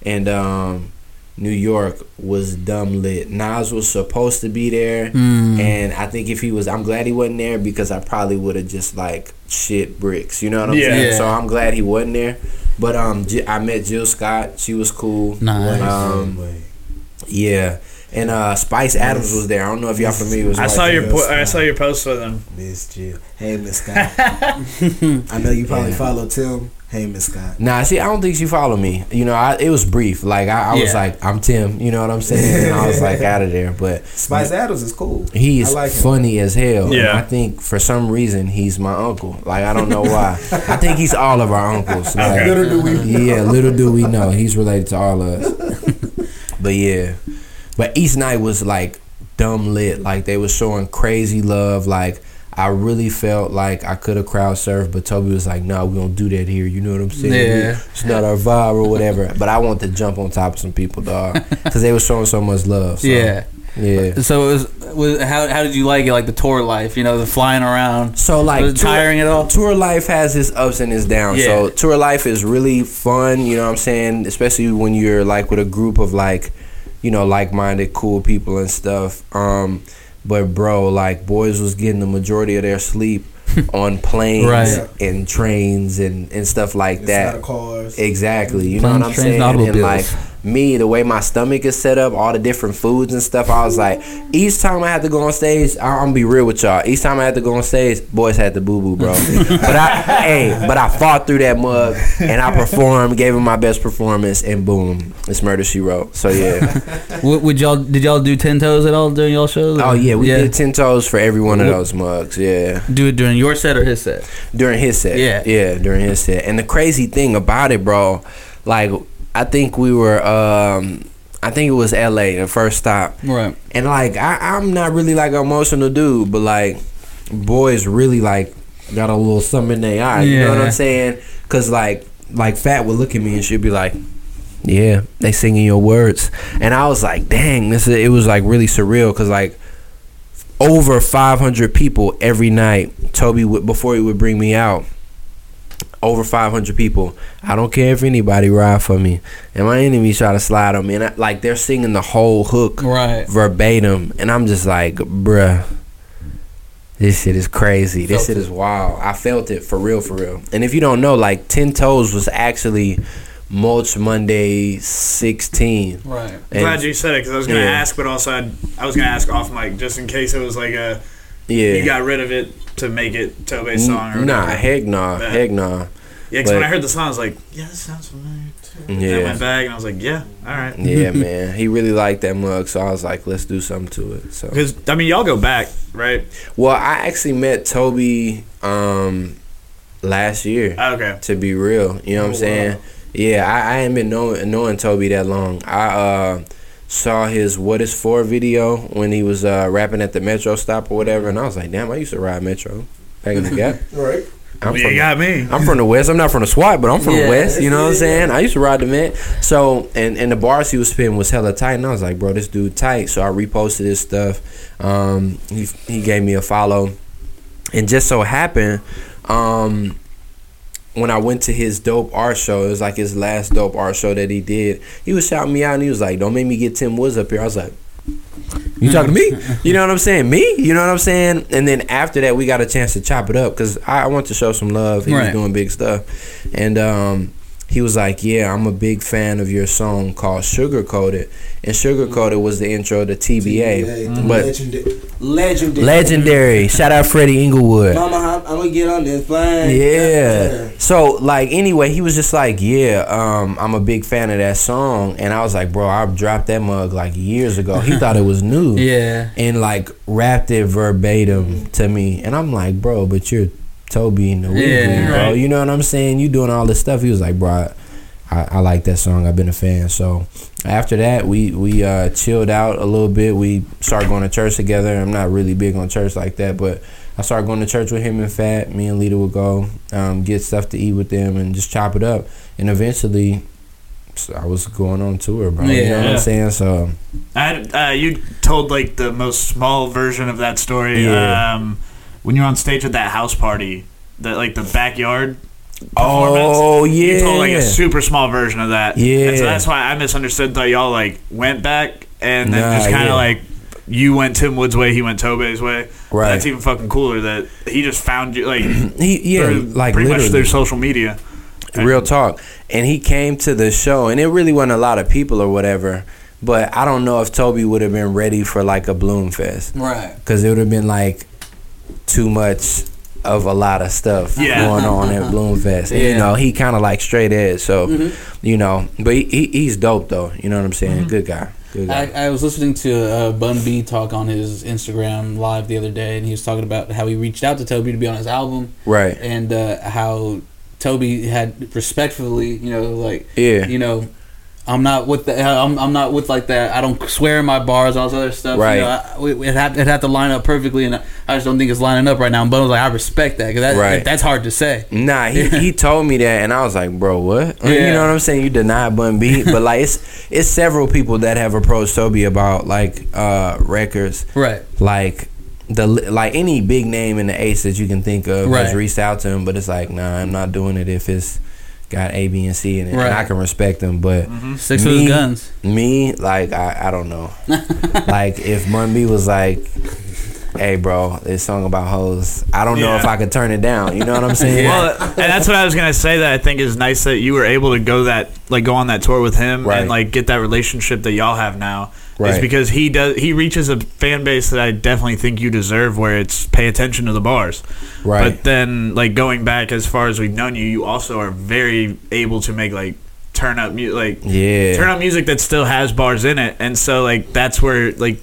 F: and um, New York was dumb lit. Nas was supposed to be there,
C: Mm.
F: and I think if he was, I'm glad he wasn't there because I probably would have just like shit bricks. You know what I'm
D: Yeah.
F: saying?
C: Yeah.
F: So I'm glad he wasn't there. But um, J- I met Jill Scott. She was cool.
C: Nice.
F: Um, yeah. And uh, Spice Adams was there. I don't know if y'all familiar with
D: I
F: Spice
D: saw your
F: Adams.
D: po- I saw your post with him.
G: Miss Jill. Hey, Miss Scott. I know you probably
F: Yeah.
G: follow Tim.
E: Heyman Scott.
F: Nah, see, I don't think she followed me. You know, I, it was brief. Like I, I was
C: Yeah.
F: like, I'm Tim. You know what I'm saying? And I was like out of there. But
E: Spice Adams is cool.
F: he is
E: I like him.
F: funny as hell. and
D: Yeah.
F: I think for some reason he's my uncle. Like I don't know why. I think he's all of our uncles. Like,
D: Okay.
G: Little do we know.
F: Yeah, little do we know he's related to all of us. but yeah, but East Night was like dumb lit. Like they was showing crazy love. Like I really felt like I could have crowd surfed, but Toby was like, "No, we don't do that here." You know what I'm saying? We-
C: Yeah.
F: it's not our vibe or whatever. but I want to jump on top of some people, dog, because they were showing so much love. So,
C: yeah.
F: yeah.
C: So it was, was how, how did you like it? Like the tour life, you know, the flying around.
F: So like
C: Was it tiring at all?
F: Tour life has its ups and its downs.
C: Yeah.
F: So tour life is really fun, you know what I'm saying? Especially when you're like with a group of like, you know, like minded cool people and stuff. Um but bro, like boys was getting the majority of their sleep on planes
C: Right.
F: and trains and, and stuff like that.
E: Inside of cars.
F: Exactly. You know
C: Planes,
F: what I'm
C: trains,
F: saying?
C: and
F: And like
C: automobiles.
F: me, the way my stomach is set up, all the different foods and stuff, I was like, each time I had to go on stage, I- I'm gonna be real with y'all. Each time I had to go on stage, boys had to boo boo, bro. but I, hey, but I fought through that mug and I performed, gave him my best performance, and boom, it's murder she wrote. So yeah,
C: W- would y'all did y'all do ten toes at all during y'all shows?
F: oh yeah, we
C: yeah.
F: did ten toes for every one of those mugs. Yeah.
C: Do it during your set or his set?
F: during his set.
C: Yeah.
F: yeah, during his set. And the crazy thing about it, bro, like I think we were, um I think it was L.A. the first stop,
C: Right.
F: and like I, I'm not really like an emotional dude, but like boys really like got a little something in their eye. You know what
C: Yeah.
F: I'm saying? Cause like like Fat would look at me and she'd be like. Yeah, they singing your words, and I was like, "Dang, this!" Is, it was like really surreal, cause like over 500 people every night. Toby would before he would bring me out. Over 500 people. I don't care if anybody ride for me, and my enemy try to slide on me, and I, like they're singing the whole hook
C: Right.
F: verbatim, and I'm just like, bruh. This shit is crazy. This shit is wild. I felt it for real, for real. And if you don't know, like Ten Toes was actually Mulch Monday 16.
C: Right.
F: And-
D: Glad you said it because I was gonna
F: Yeah.
D: ask, but also I'd, I was gonna ask off mic just in case it was like a
F: yeah.
D: you got rid of it to make it Tobe's song. Or
F: nah,
D: whatever.
F: heck nah,
D: Bet.
F: heck nah.
D: Yeah, because when
F: but-
D: I heard the song, I was like, yeah, this sounds familiar. Yeah. I
F: Yeah.
D: went back and I was like, yeah, all right.
F: Yeah, man. He really liked that mug, so I was like, let's do something to it. So,
D: Because I mean, y'all go back, right?
F: well, I actually met Toby um last year.
D: Ah, Okay.
F: To be real, you
C: Oh,
F: know what I'm saying? Yeah, I, I ain't been knowing knowing Toby that long. I uh saw his "What Is For" video when he was uh rapping at the Metro stop or whatever, and I was like, damn, I used to ride Metro back in the gap.
G: Right.
F: I'm
D: you
F: from
D: got me.
F: I'm from the West. I'm not from the SWAT, but I'm from
C: Yeah.
F: the West. You know what I'm saying? I used to ride the Met. So, and, and the bars he was spinning was hella tight. And I was like, bro, this dude tight. So I reposted his stuff. Um, he, he gave me a follow. And just so happened, um, when I went to his dope art show, it was like his last dope art show that he did. He was shouting me out and he was like, don't make me get Tim Woods up here. I was like, you talking to me? You know what I'm saying? Me? You know what I'm saying? And then after that, we got a chance to chop it up because I, I want to show some love. He was
C: Right.
F: doing big stuff, and um, he was like, "Yeah, I'm a big fan of your song called Sugar Coated," and Sugar Coated was the intro to TBA,
E: TBA, the
F: but
E: legendary. legendary.
F: legendary. Shout out Freddie Inglewood.
E: Mama, I'm, I'm gonna get on this plane.
F: Yeah. So like anyway, he was just like, yeah, um, I'm a big fan of that song, and I was like, bro, I dropped that mug like years ago. He thought it was new,
C: Yeah.
F: and like rapped it verbatim to me, and I'm like, bro, but you're Toby and the
C: Yeah,
F: Weeknd, bro.
D: right.
F: You know what I'm saying? You doing all this stuff. He was like, bro. I, I, I like that song. I've been a fan. So after that, we we uh, chilled out a little bit. We started going to church together. I'm not really big on church like that, but I started going to church with him and Fat. Me and Lita would go um, get stuff to eat with them and just chop it up. And eventually, so I was going on tour, bro. You know what
D: Yeah.
F: I'm saying? So
D: I had, uh, you told like the most small version of that story
F: Yeah.
D: um, when you were on stage at that house party, that like the backyard. performance.
F: oh yeah,
D: You told like a super small version of that. And
F: Yeah.
D: so that's why I misunderstood that y'all like went back and then
F: Nah,
D: just kind of
F: yeah.
D: like you went Tim Wood's way, he went Tobe's way.
F: Right.
D: That's even fucking cooler that he just found you like
F: he, yeah,
D: through,
F: like
D: pretty
F: literally.
D: much through social media.
F: Real talk. And he came to the show, and it really wasn't a lot of people or whatever. But I don't know if Toby would have been ready for like a Bloom Fest
C: Right.
F: because it would have been like too much of a lot of stuff
D: Yeah.
F: going on at Bloomfest. And, You
C: Yeah.
F: know, he kind of like straight edge, so
D: Mm-hmm.
F: you know, but he, he, he's dope though. You know what I'm saying?
D: Mm-hmm.
F: Good guy. Good guy.
C: I, I was listening to uh, Bun B talk on his Instagram live the other day, and he was talking about how he reached out to Toby to be on his album,
F: right.
C: and uh, how Toby had respectfully, you know, like
F: Yeah.
C: you know, I'm not with the, I'm, I'm not with like that. I don't swear in my bars, all this other stuff.
F: Right.
C: You know, I, we- we- it had it had to line up perfectly, and I, I just don't think it's lining up right now. And Bun was like, I respect that because that,
F: Right.
C: that's hard to say.
F: Nah, he, he told me that, and I was like, "Bro, what?" Like, You
C: Yeah.
F: know what I'm saying? You deny Bun B, but like it's it's several people that have approached Toby about like uh records,
C: Right.
F: like the like any big name in the ace that you can think of has
C: Right.
F: reached out to him, but it's like, nah, I'm not doing it if it's got A, B, and C in it.
C: Right. Mm-hmm.
F: And I can respect them, but
C: Six
F: Me-
C: of guns.
F: me, like, I, I don't know. like if Bun B was like. Hey bro, this song about hoes. I don't know
D: Yeah.
F: if I could turn it down. You know what I'm saying?
D: Well, and that's what I was gonna say. That I think is nice that you were able to go that like go on that tour with him
F: Right.
D: and like get that relationship that y'all have now. Is
F: Right.
D: because he does he reaches a fan base that I definitely think you deserve, where it's pay attention to the bars.
F: Right.
D: But then like going back as far as we've known you, you also are very able to make like turn up mu- like
F: Yeah.
D: turn up music that still has bars in it, and so like that's where like.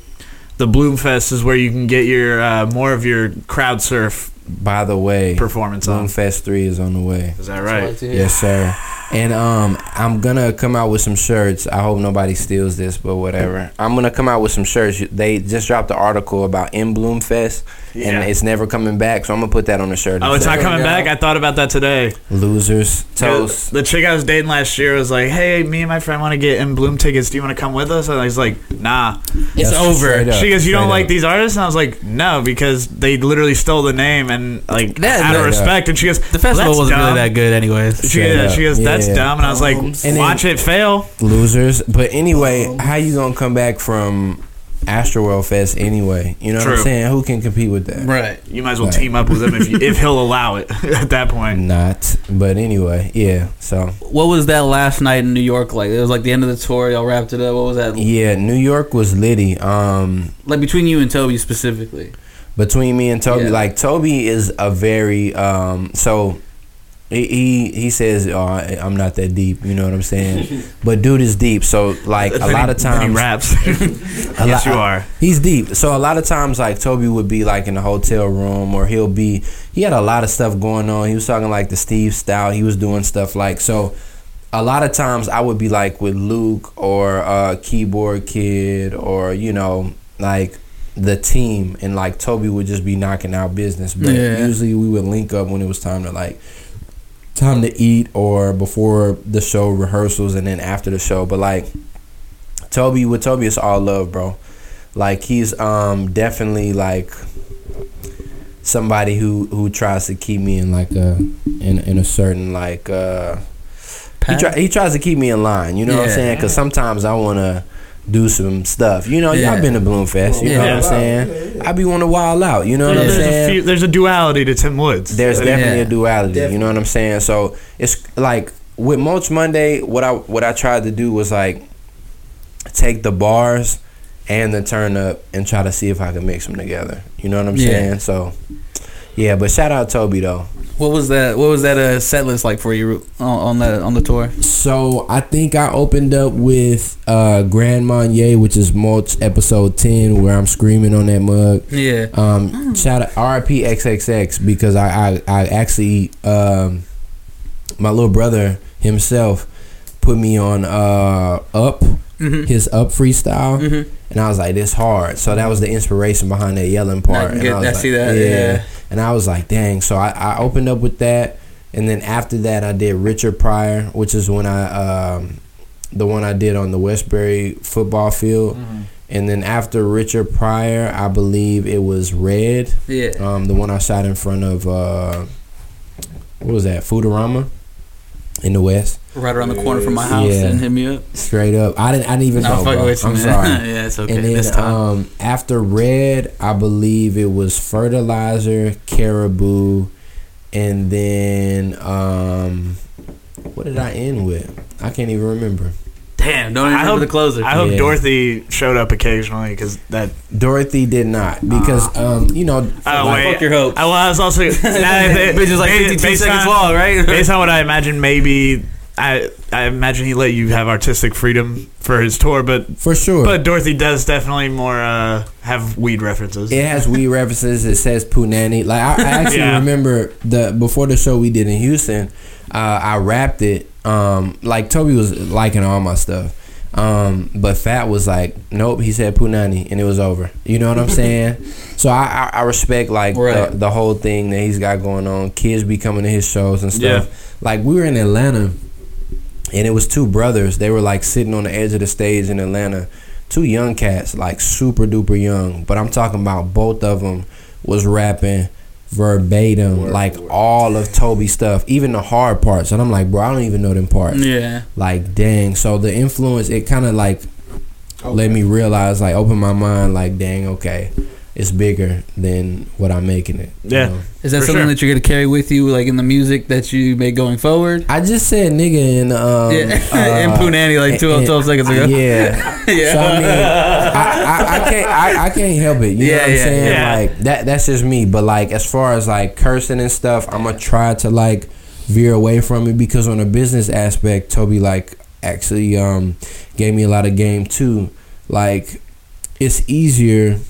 D: The Bloomfest is where you can get your uh, more of your crowd surf
F: By the way,
D: performance on.
F: Fest Three is on the way.
D: Is that right?
F: Yes, sir. And um, I'm gonna come out with some shirts. I hope nobody steals this, but whatever. I'm gonna come out with some shirts. They just dropped an article about In Bloom Fest,
D: Yeah.
F: and it's never coming back. So I'm gonna put that on the shirt.
D: Oh,
F: and
D: it's
F: say,
D: not coming back. I thought about that today.
F: Losers toast.
D: The chick I was dating last year was like, "Hey, me and my friend want to get in Bloom tickets. Do you want to come with us?" And I was like, "Nah."
C: It's
F: That's
C: over.
F: straight up.
D: she goes, "You don't
F: straight
D: like
F: up.
D: these artists?" And I was like, "No, because they literally stole the name and like
C: That-
D: out of
F: that-
D: respect." And she goes,
C: The festival wasn't really that good, anyways.
D: She,
F: Straight
D: yeah,
F: up.
D: she goes, "That's
F: Yeah.
D: dumb." And I was like,
F: then-
D: "Watch it fail."
F: losers. But anyway, how you gonna come back from Astroworld Fest anyway? You know what
D: True.
F: I'm saying? Who can compete with that?
C: Right.
D: You might as well
F: Right.
D: team up with him if, you, if he'll allow it at that
F: Mm.
D: point.
F: Not. But anyway, yeah. So
C: What was that last night in New York like? It was like the end of the tour. Y'all wrapped it up. What was that?
F: yeah, New York was litty. Um.
C: Like between you and Toby specifically.
F: between me and Toby.
C: Yeah.
F: Like Toby is a very um so he he, he says oh, I- I'm not that deep, you know what I'm saying? but dude is deep. So like a
D: Then he-
F: lot of
D: then he
F: times
D: raps.
F: a
D: yes,
F: lot-
D: you are.
F: He's deep. So a lot of times like Toby would be like in a hotel room or he'll be he had a lot of stuff going on. He was talking like the Steve style. He was doing stuff like so a lot of times I would be like with Luke or uh keyboard kid or you know like the team and like Toby would just be knocking out business but
C: Yeah.
F: usually we would link up when it was time to like time to eat or before the show rehearsals and then after the show but like Toby with Toby it's all love bro like he's um definitely like somebody who who tries to keep me in like a in in a certain like uh he,
C: Pat?
F: try, he tries to keep me in line. You know what I'm
C: Yeah.
F: saying? Because sometimes I want to do some stuff. You know,
C: Yeah.
F: y'all been to Bloomfest. You know what
C: Yeah.
F: I'm saying? I be want to wild out. You know what I'm
D: There's, a
F: saying?
D: few, there's a duality to Tim Woods.
F: There's definitely
C: Yeah.
F: a duality. You know what I'm saying? So it's like with Mulch Monday, what I what I tried to do was like take the bars and the turn up and try to see if I could mix them together. You know what I'm
C: Yeah.
F: saying? So yeah, but shout out Toby though.
C: What was that? What was that uh, set list like for you on, on that on the tour?
F: So I think I opened up with uh, Grand Marnier, which is Mulch episode ten, where I'm screaming on that mug.
C: Yeah.
F: Um, Shout out RP XXX because I I, I actually um, my little brother himself put me on uh, up
C: Mhm.
F: his up freestyle,
C: Mhm.
F: and I was like, this hard. So that was the inspiration behind that yelling
C: I
F: part.
C: can
F: And
C: get-
F: was
C: I
F: like,
C: see that, yeah.
F: and I was like, dang. So I, I opened up with that, and then after that, I did Richard Pryor, which is when I um, the one I did on the Westbury football field.
C: Mm-hmm.
F: And then after Richard Pryor, I believe it was Red,
C: Yeah.
F: um, the one I shot in front of uh, what was that Foodorama in the West.
C: Right around the corner from my house
F: Yeah.
C: and hit me up.
F: Straight up, I didn't I didn't even
C: Nah,
F: know.
C: fuck
F: bro.
C: with you,
F: I'm
C: man.
F: sorry.
C: yeah, it's okay.
F: And then
C: this time.
F: um, after red, I believe it was fertilizer, caribou, and then um, what did I end with? I can't even remember.
C: Damn, don't even
D: I
C: remember
D: hope
C: the closer.
D: I hope
F: Yeah.
D: Dorothy showed up occasionally because that.
F: Dorothy did not because um, you know
D: Oh
F: like,
D: wait,
C: fuck your hopes.
D: I, well, I was also now that they-
C: Bitch is like
D: based-
C: 52
D: based
C: seconds
D: on-
C: long, right?
D: Based on what I imagine, maybe I I imagine he let you have artistic freedom for his tour, but
F: for sure.
D: but Dorothy does definitely more uh, have weed references.
F: It has weed references. It says punani. Like I, I actually
D: Yeah.
F: remember the before the show we did in Houston, uh, I rapped it. Um, like Toby was liking all my stuff, um, but Fat was like, "Nope," he said punani, and it was over. You know what I'm saying? so I, I, I respect like
C: Right.
F: the, the whole thing that he's got going on. Kids be coming to his shows and
D: Yeah.
F: stuff. Like we were in Atlanta, and it was two brothers. They were like sitting on the edge of the stage in Atlanta two young cats, like super duper young. But I'm talking about both of them was rapping verbatim, like all of Toby's stuff, even the hard parts. And I'm like, bro, I don't even know them parts.
C: yeah.
F: Like, dang. So the influence, it kind of like let me realize, like, open my mind, like, dang, okay, it's bigger than what I'm making it. you
D: Yeah.
F: know?
C: Is that
D: For
C: something
D: sure.
C: that you're gonna carry with you, like in the music that you make going forward?
F: I just said nigga and um,
C: yeah, and
F: uh,
C: Punani like 12,
F: and-
C: 12 seconds ago.
F: Yeah.
C: yeah.
F: So I mean, I, I, I can't I, I can't help it. You
C: Yeah,
F: know what I'm
C: yeah,
F: saying?
D: yeah.
F: Like that that's just me. But like as far as like cursing and stuff, I'm gonna try to like veer away from it because on a business aspect, Toby like actually um gave me a lot of game too. Like it's easier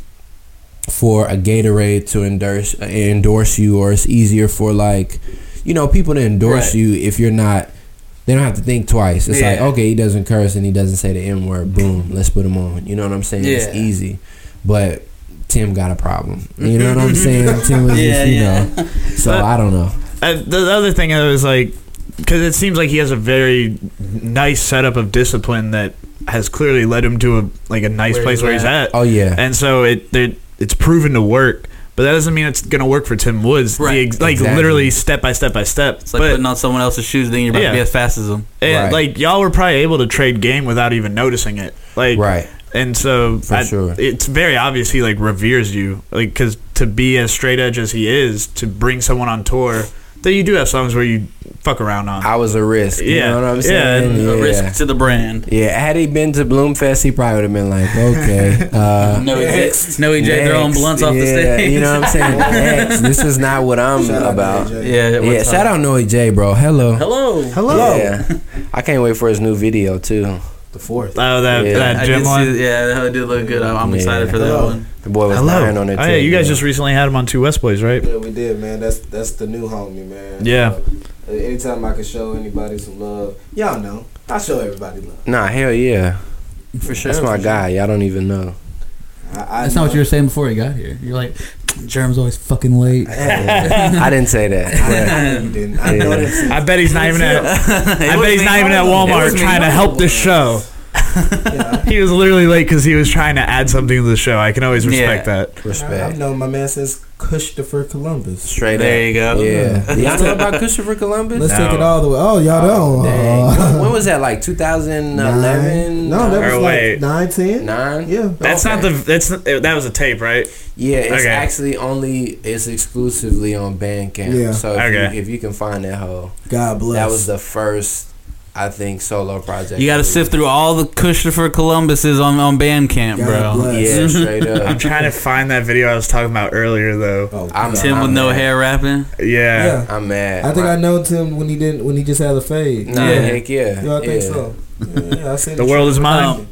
F: for a Gatorade to endorse endorse you, or it's easier for like you know people to endorse
C: Right.
F: you if you're not. They don't have to think twice. It's like
C: Yeah.
F: okay, he doesn't curse and he doesn't say the n word. Boom, let's put him on. You know what I'm saying? It's
C: Yeah.
F: easy, but Tim got a problem. You know what I'm saying? Tim was
C: Yeah,
F: just you
C: yeah.
F: know. So
D: But-
F: I don't know.
D: Uh, the the other thing I was like, because it seems like he has a very nice setup of discipline that has clearly led him to a like a nice
C: Where
D: place
C: he's
D: where he's at,
F: Oh yeah,
D: and so it there- it's proven to work. But that doesn't mean it's gonna work for Tim Woods. The
C: Right.
D: ex- like
F: Exactly.
D: literally step by step by step.
C: It's like
D: but
C: putting on someone else's shoes, thinking you're about
D: Yeah.
C: to be as fast as them.
D: and,
F: Right.
D: like y'all were probably able to trade game without even noticing it. Like
F: right.
D: and so
F: For sure.
D: it's very obvious he like reveres you, like because to be as straight edge as he is, to bring someone on tour, that you do have songs where you fuck around on.
F: I was a risk. You
D: Yeah.
F: know what I'm
D: Yeah,
F: saying?
D: and
F: Yeah.
C: The risk to the brand.
F: Yeah, had he been to Bloomfest, he probably would have been like, okay. Uh,
C: No, EJ, no, EJ, they're throwing
F: next.
C: blunts off the
F: Yeah,
C: stage.
F: You know what I'm saying? Next. This is not what I'm
E: Shout out to
F: about.
E: AJ.
C: yeah,
F: Yeah, shout out Noe J, bro. Hello.
C: Hello.
F: Hello. Yeah. I can't wait for his new video, too.
E: The fourth.
D: oh, that
F: Yeah.
D: that
C: I
D: gym
C: did
D: one.
C: see, yeah, that did look good. I'm, I'm
F: Yeah.
C: excited for that
E: Hello.
C: one.
F: The boy was lying on it,
D: Oh,
F: too.
D: yeah, you guys
F: bro.
D: just recently had him on Two West Boys, right?
E: Yeah, we did, man. That's that's the new homie, man.
D: Yeah.
E: Uh, anytime I can show anybody some love, y'all know I show everybody love.
F: Nah, hell yeah. For sure. That's my guy. Y'all don't even know.
E: I, I
H: That's not what
E: know-
H: you were saying before you got here. You're like, Germ's always fucking late.
F: I didn't say that.
E: I know you didn't. I know
F: Yeah.
E: this.
D: I bet he's not even at. I bet he's not even at
C: It was
D: Walmart
C: me.
D: trying to help this show. he was literally late because he was trying to add something to the show. I can always respect
C: Yeah.
D: that.
F: but
E: I've
F: Respect.
E: known my man since Christopher Columbus.
F: Straight
C: There
F: up.
C: you go.
F: Yeah. Y'all know about Christopher Columbus?
E: Let's take
D: No.
E: it all the way. Oh, y'all don't.
F: Dang.
E: Uh,
F: When- when was that? Like
E: nine.
F: 2011?
E: No, that was
D: Or
E: like
D: wait.
E: nine, ten.
F: nine.
E: Yeah.
D: That's
F: Okay.
D: not the. That's not, that was a tape, right?
F: Yeah, it's
D: Okay.
F: actually only it's exclusively on Bandcamp.
E: Yeah.
F: So if,
D: Okay.
F: you, if you can find that whole,
E: Oh, God bless.
F: that was the first, I think, solo project.
C: You got to sift through all the Christopher Columbuses on on Bandcamp,
E: God
C: bro.
E: bless.
F: Yeah, straight
D: I'm
F: up.
D: trying to find that video I was talking about earlier, though.
E: Oh,
F: I'm-
E: God.
C: Tim with no
F: man.
C: hair rapping.
D: Yeah.
E: Yeah.
F: I'm mad.
E: I think I know Tim when he didn't when he just had a fade.
F: Nah,
C: Yeah.
F: heck yeah.
E: Yeah, I think
F: yeah.
E: so. Yeah, yeah, I seen
D: The world is mine.
C: Um,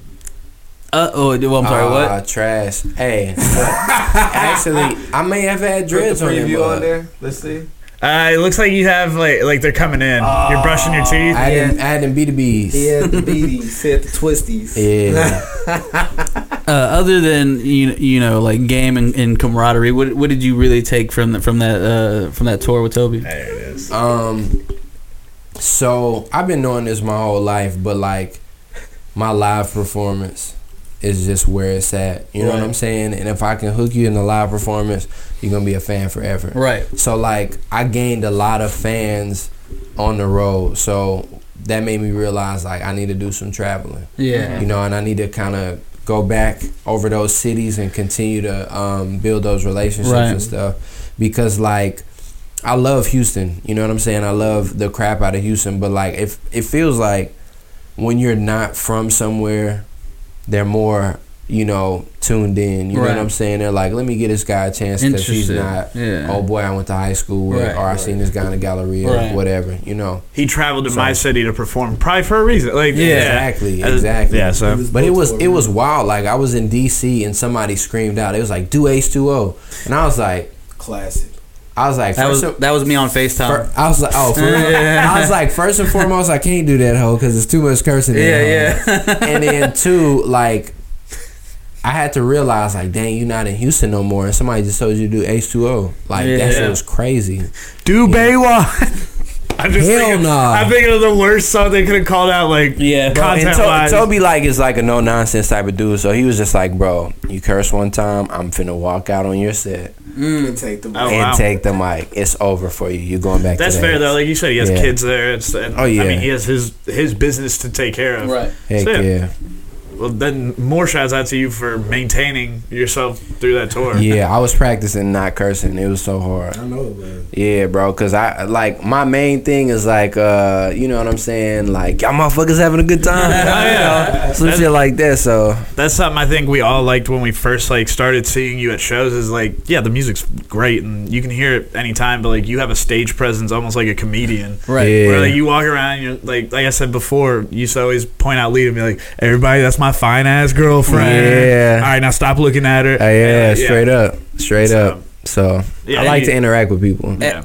C: Uh oh, I'm sorry.
F: Ah,
C: what?
F: Trash. Hey, but actually, I may have had dreads on him. but
E: there. Let's see.
D: Uh, it looks like you have like like they're coming in. You're brushing your teeth.
F: I didn't. I didn't beat the bees.
E: He had the beaties. He had the twisties.
F: Yeah. Ah.
C: Uh, other than you, you know, like game and, and camaraderie, what what did you really take from the, from that uh, from that tour with Toby?
D: there it is.
F: um. So I've been knowing this my whole life, but like, my live performance is just where it's at. You know what I'm saying? And if I can hook you in the live performance, you're gonna be a fan forever.
C: Right.
F: So like I gained a lot of fans on the road. So that made me realize like I need to do some traveling.
C: Yeah.
F: You know, and I need to kind of go back over those cities and continue to um, build those relationships
C: Right.
F: and stuff because like I love Houston. You know what I'm saying? I love the crap out of Houston, but like if it feels like when you're not from somewhere, they're more you know tuned in. You know
C: Right.
F: what I'm saying? They're like, let me get this guy a chance because he's
C: Interested.
F: not.
C: Yeah.
F: Oh boy, I went to high school with,
C: Right.
F: or I seen this guy in the gallery or
C: Right.
F: whatever. You know.
D: He traveled to my city to perform, probably for a reason. Like
C: Yeah.
F: Exactly,
D: As-
F: exactly.
D: Yeah, so
F: But it was it was wild. Like I was in DC and somebody screamed out. It was like do H two O, and I was like,
G: Classic.
F: I was like,
C: That was
F: first of-
C: that was me on Facetime.
F: fir- I was like, oh, for real? I was like, first and foremost, I can't do that hoe because it's too much cursing. in
C: Yeah,
F: that hoe.
C: yeah.
F: and then two, like, I had to realize like, dang, you're not in Houston no more, and somebody just told you to do H two O. Like
C: Yeah.
F: that shit was crazy.
D: do Baywatch. I'm just
F: Hell
D: thinking,
F: nah.
D: I'm thinking of the worst song they could have called out. Like
C: Yeah, bro,
F: And
D: content
F: To-
D: wise.
F: Toby like is like a no nonsense type of dude, so he was just like, bro, you curse one time, I'm finna walk out on your set.
G: Take the
D: Oh,
F: and
D: wow.
F: take the mic. It's over for you. You're going back.
D: That's
F: to
D: fair though. Like you said, he has
F: Yeah.
D: kids there. It's, and,
F: Oh, yeah.
D: I mean, he has his his business to take care of.
H: Right.
F: Heck
D: So,
F: yeah.
D: Well, then more shouts out to you for maintaining yourself through that tour.
F: Yeah, I was practicing not cursing. It was so hard.
E: I know it was.
F: Yeah, bro. Cause I like my main thing is like, uh, you know what I'm saying? Like y'all motherfuckers having a good time.
D: Oh, yeah.
F: Some shit like that. So
D: That's something I think we all liked when we first like started seeing you at shows. Is like, yeah, the music's great and you can hear it anytime, but like you have a stage presence, almost like a comedian.
F: right.
D: Where like you walk around, you're like, like I said before, you used to always point out Lee and be like, "Everybody, that's my fine ass girlfriend."
F: Yeah.
D: All right, now stop looking at her.
F: Uh, yeah,
D: And, like,
F: straight up, straight
D: So-
F: up. So
D: Yeah,
F: I like
D: you-
F: to interact with people.
D: Yeah.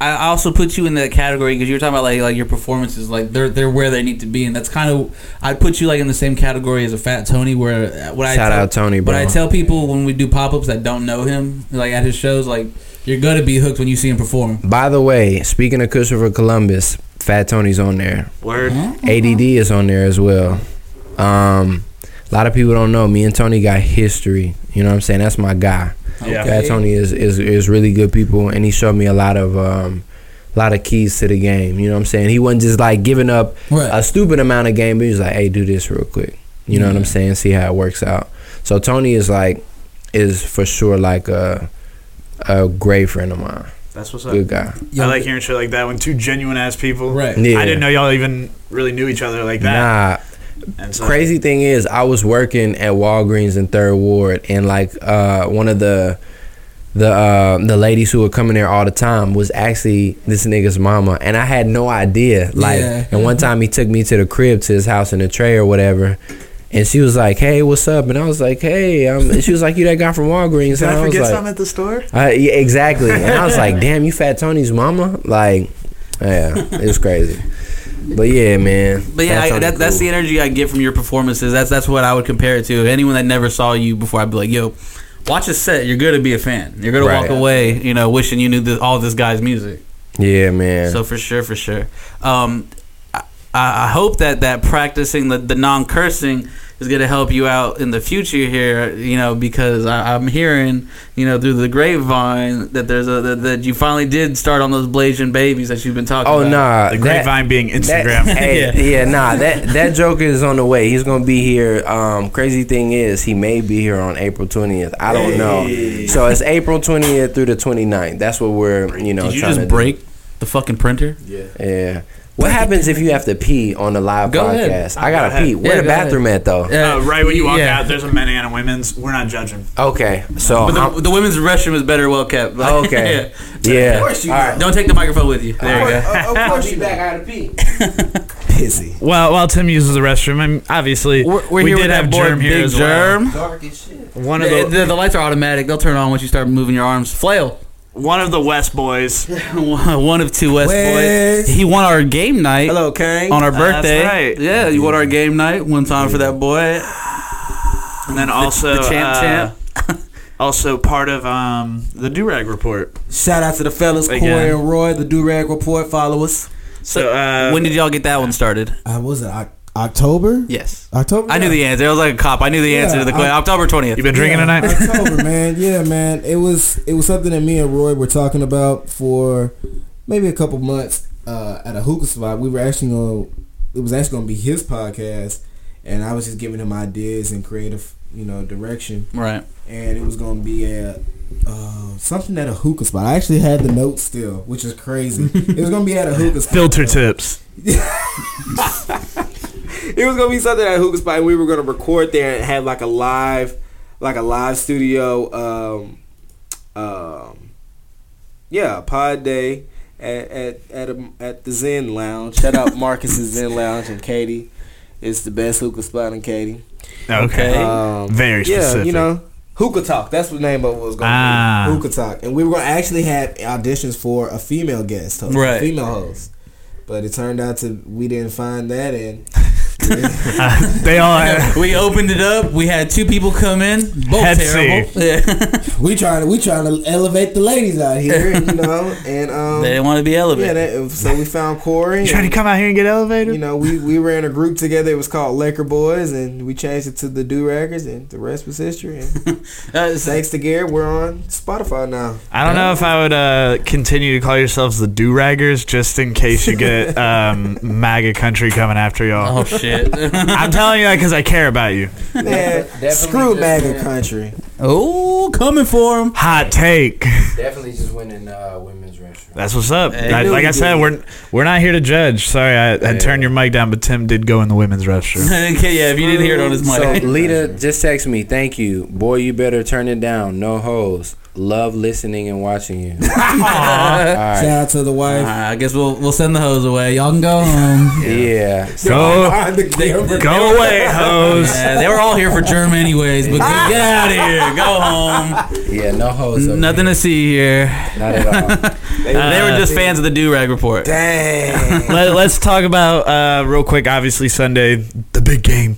C: I also put you in that category because you were talking about like like your performances, like they're they're where they need to be, and that's kind of I'd put you like in the same category as a Fat Tony, where uh, what I
F: Shout
C: tell-
F: out Tony, bro.
C: But I tell people when we do pop ups that don't know him, like at his shows, like you're gonna be hooked when you see him perform.
F: By the way, speaking of Christopher Columbus, Fat Tony's on there.
D: Word.
F: ADD is on there as well. Um, a lot of people don't know. Me and Tony got history. You know what I'm saying? That's my guy.
D: Yeah.
F: Fat Tony is, is is really good people, and he showed me a lot of um, a lot of keys to the game. You know what I'm saying? He wasn't just like giving up
C: Right.
F: a stupid amount of game, but he was like, "Hey, do this real quick." You know what I'm saying? See how it works out. So Tony is like is for sure like a a great friend of mine.
D: That's what's up.
F: Good guy.
D: I like hearing shit like that when two genuine ass people.
C: Right.
F: Yeah.
D: I didn't know y'all even really knew each other like that.
F: Nah,
D: And so,
F: crazy thing is I was working at Walgreens in Third Ward and like uh one of the the uh the ladies who were coming there all the time was actually this nigga's mama and I had no idea. Like
C: Yeah.
F: and one time he took me to the crib to his house in a tray or whatever and she was like, "Hey, what's up?" And I was like, "Hey," um, and she was like, "You that guy from Walgreens?"
D: Did
F: and
D: I
F: was
D: forget
F: like,
D: something at the store?
F: uh, yeah, exactly. And I was like, damn, you Fat Tony's mama? Like, yeah, it was crazy. But yeah, man.
C: But yeah,
F: Fat
C: I,
F: Tony
C: that, that's
F: cool.
C: the energy I get from your performances. That's that's what I would compare it to. Anyone that never saw you before, I'd be like, yo. Watch a set. You're gonna be a fan. You're gonna
F: Right.
C: walk away, you know, wishing you knew this, all this guy's music.
F: Yeah, man.
C: So for sure, for sure. Um, I, I hope that that practicing the, the non cursing is going to help you out in the future here. You know, because I, I'm hearing you know through the grapevine that there's a that, that you finally did start on those blazing babies that you've been talking.
F: oh,
C: about.
F: nah.
D: The
F: that-
D: grapevine being
F: That-
D: Instagram.
F: hey, yeah. nah. That that Joker is on the way. He's gonna be here. Um, crazy thing is, he may be here on April twentieth. I don't know. So it's April twentieth through the 29th. That's what we're you know.
C: Did you
F: trying to
C: just
F: do.
C: break the fucking printer?
F: Yeah. What happens if you have to pee on the live
C: Go ahead.
F: podcast? I gotta
D: Go ahead.
F: pee. Where
C: Yeah,
F: the
C: go ahead.
F: bathroom at though?
D: Uh,
C: Oh,
D: right when you walk
C: yeah.
D: out, there's a men and a women's. We're not judging.
F: Okay. So
C: But
F: I'm-
C: the, the women's restroom is better well kept. Like,
F: Okay. Yeah.
G: course you
F: All
G: are.
F: right.
C: Don't take the microphone with you. There you go.
G: Of course you back.
F: out of pee.
E: Pissy.
D: Well, while Tim uses the restroom, I'm, obviously
C: We're, we're
D: we
C: here
D: did
C: with
D: have
C: that boy,
D: Germ here
C: Big
D: as well.
C: Germ.
F: Dark as shit.
D: One of
C: The,
D: the
C: the, the lights are automatic. They'll turn on once you start moving your arms. Flail.
D: one of the West boys.
C: one of two West
E: Wes.
C: boys. He won our game night
E: Hello, Kang.
C: on our
D: Uh, That's
C: birthday.
D: right.
C: Yeah, you won our game night one time for that boy.
D: And then also
C: the champ,
D: uh,
C: champ.
D: Also part of um, the Durag report.
E: Shout out to the fellas,
D: Again.
E: Corey and Roy, the Durag Report followers.
D: So uh,
C: when did y'all get that one started?
G: I Uh, was it Oc- October.
C: Yes.
G: October.
C: I knew
G: yeah.
C: the answer. I was like a cop. I knew the answer
G: Yeah,
C: to the question.
G: I-
C: October 20th.
D: you been drinking
G: Yeah,
D: tonight?
G: October, man. Yeah, man. It was it was something that me and Roy were talking about for maybe a couple months uh, at a hookah spot. We were actually going it was actually going to be his podcast, and I was just giving him ideas and creative, you know, direction.
C: Right.
G: And it was going to be at uh, something at a hookah spot. I actually had the notes still, which is crazy. it was going to be at a hookah spot.
D: Filter tips.
E: It was gonna be something at Hookah Spot. and We were gonna record there and have like a live, like a live studio. Um, um, yeah, pod day at at at, a, at the Zen Lounge. Shout out Marcus's Zen Lounge and Katie. It's the best hookah spot in Katie.
D: Okay.
E: Um,
D: Very specific.
E: yeah, you know, hookah talk. That's what the name of it was going to
C: Ah.
G: Hookah Talk, and we were gonna actually have auditions for a female guest host, a
C: Right.
G: female host. But it turned out to we didn't find that in.
D: they all have.
C: we opened it up. We had two people come in. Both
D: Head
C: terrible. Yeah.
G: We trying to we trying to elevate the ladies out here, you know, and um,
C: they didn't want to be
G: yeah,
C: elevated.
G: that, so we found Corey.
D: You trying to come out here and get elevated?
G: you know, we, we were in a group together. It was called Liquor Boys, and we changed it to the Do Raggers, and the rest was history. And
C: Uh, so-
G: thanks to Garrett, we're on Spotify now.
D: I don't know if I would uh, continue to call yourselves the do raggers just in case you get um, MAGA country coming after y'all.
C: oh shit.
D: I'm telling you that because I care about you.
G: Man, screw MAGA country.
C: oh, coming for him.
D: Hot take.
F: Definitely just winning uh, women's restroom.
D: That's what's up.
C: Hey.
D: I- like I said, we're we're not here to judge. Sorry, I, I turned your mic down, but Tim did go in the women's restroom.
C: okay, yeah. If you didn't hear it on his
F: So
C: mic.
F: Lita just text me, thank you, boy. You better turn it down. No hoes. Love listening and watching you. All
G: Shout
F: right.
G: out to the wife.
C: Ah, I guess we'll we'll send the hose away. Y'all can go home.
F: Yeah.
D: go
G: Behind the camera.
D: go away, hoes.
C: Yeah, they were all here for Germ anyways, but go- get out of here. Go home.
F: Yeah. No hoes. up
C: Nothing to see here.
F: here. Not at all.
C: they were
G: Uh,
C: just fans of the Do Rag Report.
G: Dang.
D: Let, let's talk about uh, real quick. Obviously, Sunday, the big game.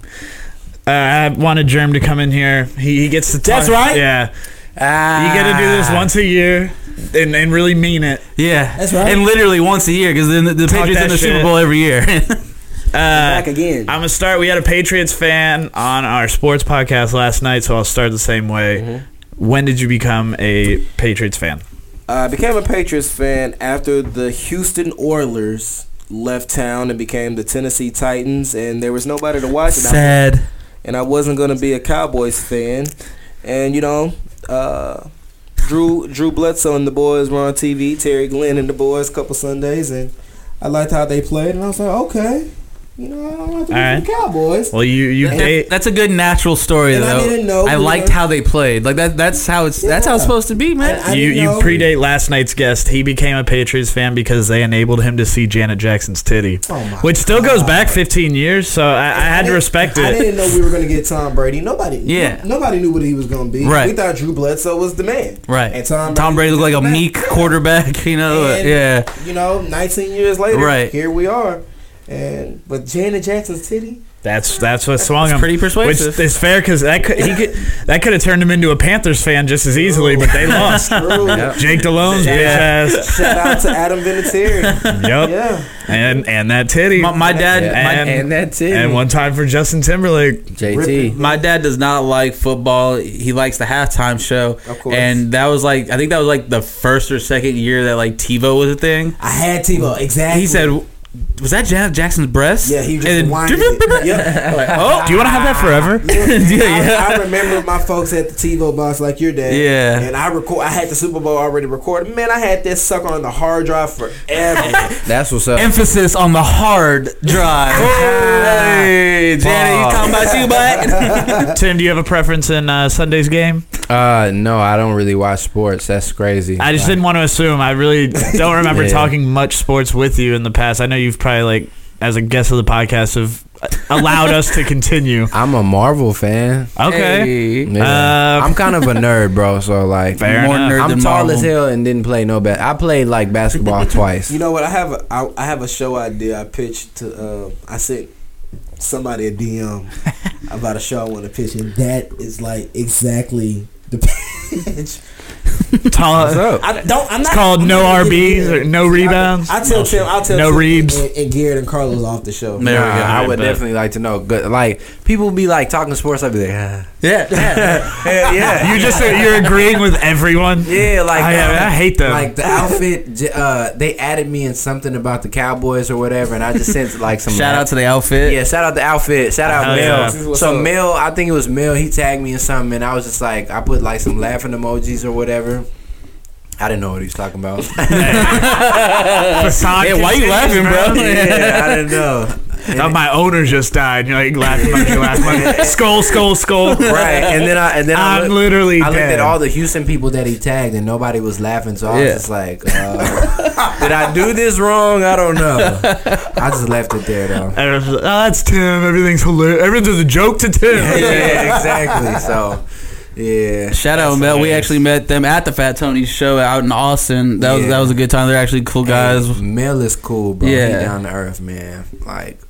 D: Uh, I wanted Germ to come in here. He, he gets to talk.
F: That's right.
D: Yeah, you got to do this once a year and, and really mean it.
C: Yeah,
G: That's right.
C: And literally once a year because then the, the
D: Talk
C: Patriots
D: that
C: in the
D: shit.
C: Super Bowl every year.
D: Uh,
E: Back again.
D: I'm gonna start. We had a Patriots fan on our sports podcast last night, so I'll start the same way. When did you become a Patriots fan?
E: I Uh, became a Patriots fan after the Houston Oilers left town and became the Tennessee Titans, and there was nobody to watch. And I,
C: Sad.
E: and I wasn't going to be a Cowboys fan, and you know, uh, Drew Drew Bledsoe and the boys were on TV. Terry Glenn and the boys a couple Sundays, and I liked how they played, and I was like, okay, you know, I don't have to be
D: Alright.
E: for the Cowboys.
D: Well, you you
C: That-
D: date.
C: that's a good natural story
G: And I
C: though.
G: didn't know
C: I
G: who
C: liked
G: the-
C: how they played. Like that. That's how it's. That's how it's
G: Yeah.
C: supposed to be, man.
G: And I
D: you
G: didn't
D: you
G: know-
D: predate last night's guest. He became a Patriots fan because they enabled him to see Janet Jackson's titty,
G: Oh my
D: which still goes
G: God.
D: back 15 years. So I, I had to
G: didn't-
D: respect
G: I
D: it.
G: didn't know we were gonna get Tom Brady. Nobody,
C: Yeah.
G: no- nobody knew what he was gonna be.
C: Right.
G: we thought Drew Bledsoe was the man.
C: right.
G: and Tom
C: Tom Brady
G: Brady
C: looked like a
G: was the
C: meek quarterback. You know.
G: And-
C: yeah.
G: You know, 19 years later,
C: Right.
G: here we are. And but Janet Jackson's titty,
D: That's that's what swung him.
C: pretty persuasive.
D: Which is fair because that could he could that could have turned him into a Panthers fan just as easily, but they lost.
G: Drew.
D: Jake DeLone's bitch ass.
E: Shout out to Adam Vinatieri.
D: Yep.
G: Yeah,
D: And and that titty.
C: My, my dad. my,
D: And-
F: And, and that's it.
D: and one time for Justin Timberlake.
F: JT.
C: My dad does not like football. He likes the halftime show.
E: Of course.
C: And that was like I think that was like the first or second year that like TiVo was a thing.
G: I had TiVo exactly.
C: He said, "Was that Janet Jackson's breast?"
G: "Yeah, he just
C: And-
G: winded it. Yep.
D: Oh, do you want to have that forever?
C: yeah, yeah.
G: I, I remember my folks at the TiVo box like your dad.
C: Yeah.
G: and I record. I had the Super Bowl already recorded. Man, I had this sucker on the hard drive forever.
F: That's what's up.
C: Emphasis on the hard drive. hey, Janet, you talking about you, bud?
D: Tim, do you have a preference in uh, Sunday's game?
F: Uh, no, I don't really watch sports. That's crazy.
D: I just
F: Like,
D: didn't want to assume. I really don't remember
F: Yeah.
D: talking much sports with you in the past. I know you've probably like, as a guest of the podcast, have allowed us to continue.
F: I'm a Marvel fan.
C: Hey.
D: Okay,
F: Yeah.
D: Uh,
F: I'm kind of a nerd, bro. So like,
D: Fair
C: More
D: enough.
C: nerd
F: I'm
C: than
F: tall
C: Marvel.
F: as hell and didn't play no bad. I played like basketball twice.
E: you know what? I have a I, I have a show idea. I pitched
G: um,
E: to uh, I sent somebody a DM about a show I want to pitch.
G: and that is like exactly the pitch.
D: tall.
F: What's up?
E: I don't. I'm
D: It's
E: not.
D: called no
G: I'm not
D: RBs or no rebounds.
E: I tell Tim. I'll tell
D: No
E: Tim
D: reads.
G: And, and Garrett and Carlos off the show.
C: There we
F: Nah,
C: go.
F: I would
D: But-
F: definitely like to know. Good, like people be like talking sports. I'd be like, ah.
C: Yeah, yeah.
D: You just you're agreeing with everyone.
F: yeah, like uh,
D: I, I hate them.
F: Like the outfit, j- uh, they added me in something about the Cowboys or whatever, and I just sent like some
C: Shout out to the outfit.
F: Yeah, shout out the outfit. Shout out
D: Hell
F: Mel.
D: yeah.
E: This is what's
F: So
E: up.
F: Mel, I think it was Mel. He tagged me in something, and I was just like, I put like some laughing emojis or whatever. I didn't know what he was talking about.
D: Facade
C: Yeah, why you
D: continues,
C: laughing, bro?
F: yeah, I didn't know.
D: Now Oh, my owner just died. You're like laughing, monkey, laugh monkey. Skull, skull, skull.
F: right, and then I and then I
D: I'm
F: look-
D: literally
F: I looked
D: dead.
F: at all the Houston people that he tagged, and nobody was laughing. So I
C: Yeah.
F: was just like, uh, "Did I do this wrong? I don't know." I just left it there though.
D: And I was like, oh, that's Tim. Everything's hilarious. Everything's just a joke to Tim.
F: yeah, exactly. So, yeah.
C: Shout out, Mel. We actually met them at the Fat Tony show out in Austin. That was
F: Yeah.
C: that was a good time. They're actually cool guys.
F: Hey, Mel is cool, bro.
C: Yeah.
F: He down to earth, man. Like,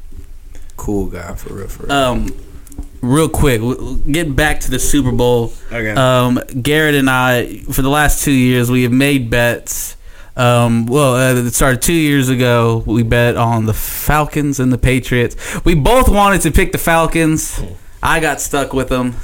F: cool guy for real, for real.
C: Um, real quick, w- w- get back to the Super Bowl.
D: Okay.
C: Um, Garrett and I, for the last two years, we have made bets. Um, well, uh, it started two years ago. We bet on the Falcons and the Patriots. We both wanted to pick the Falcons. I got stuck with them,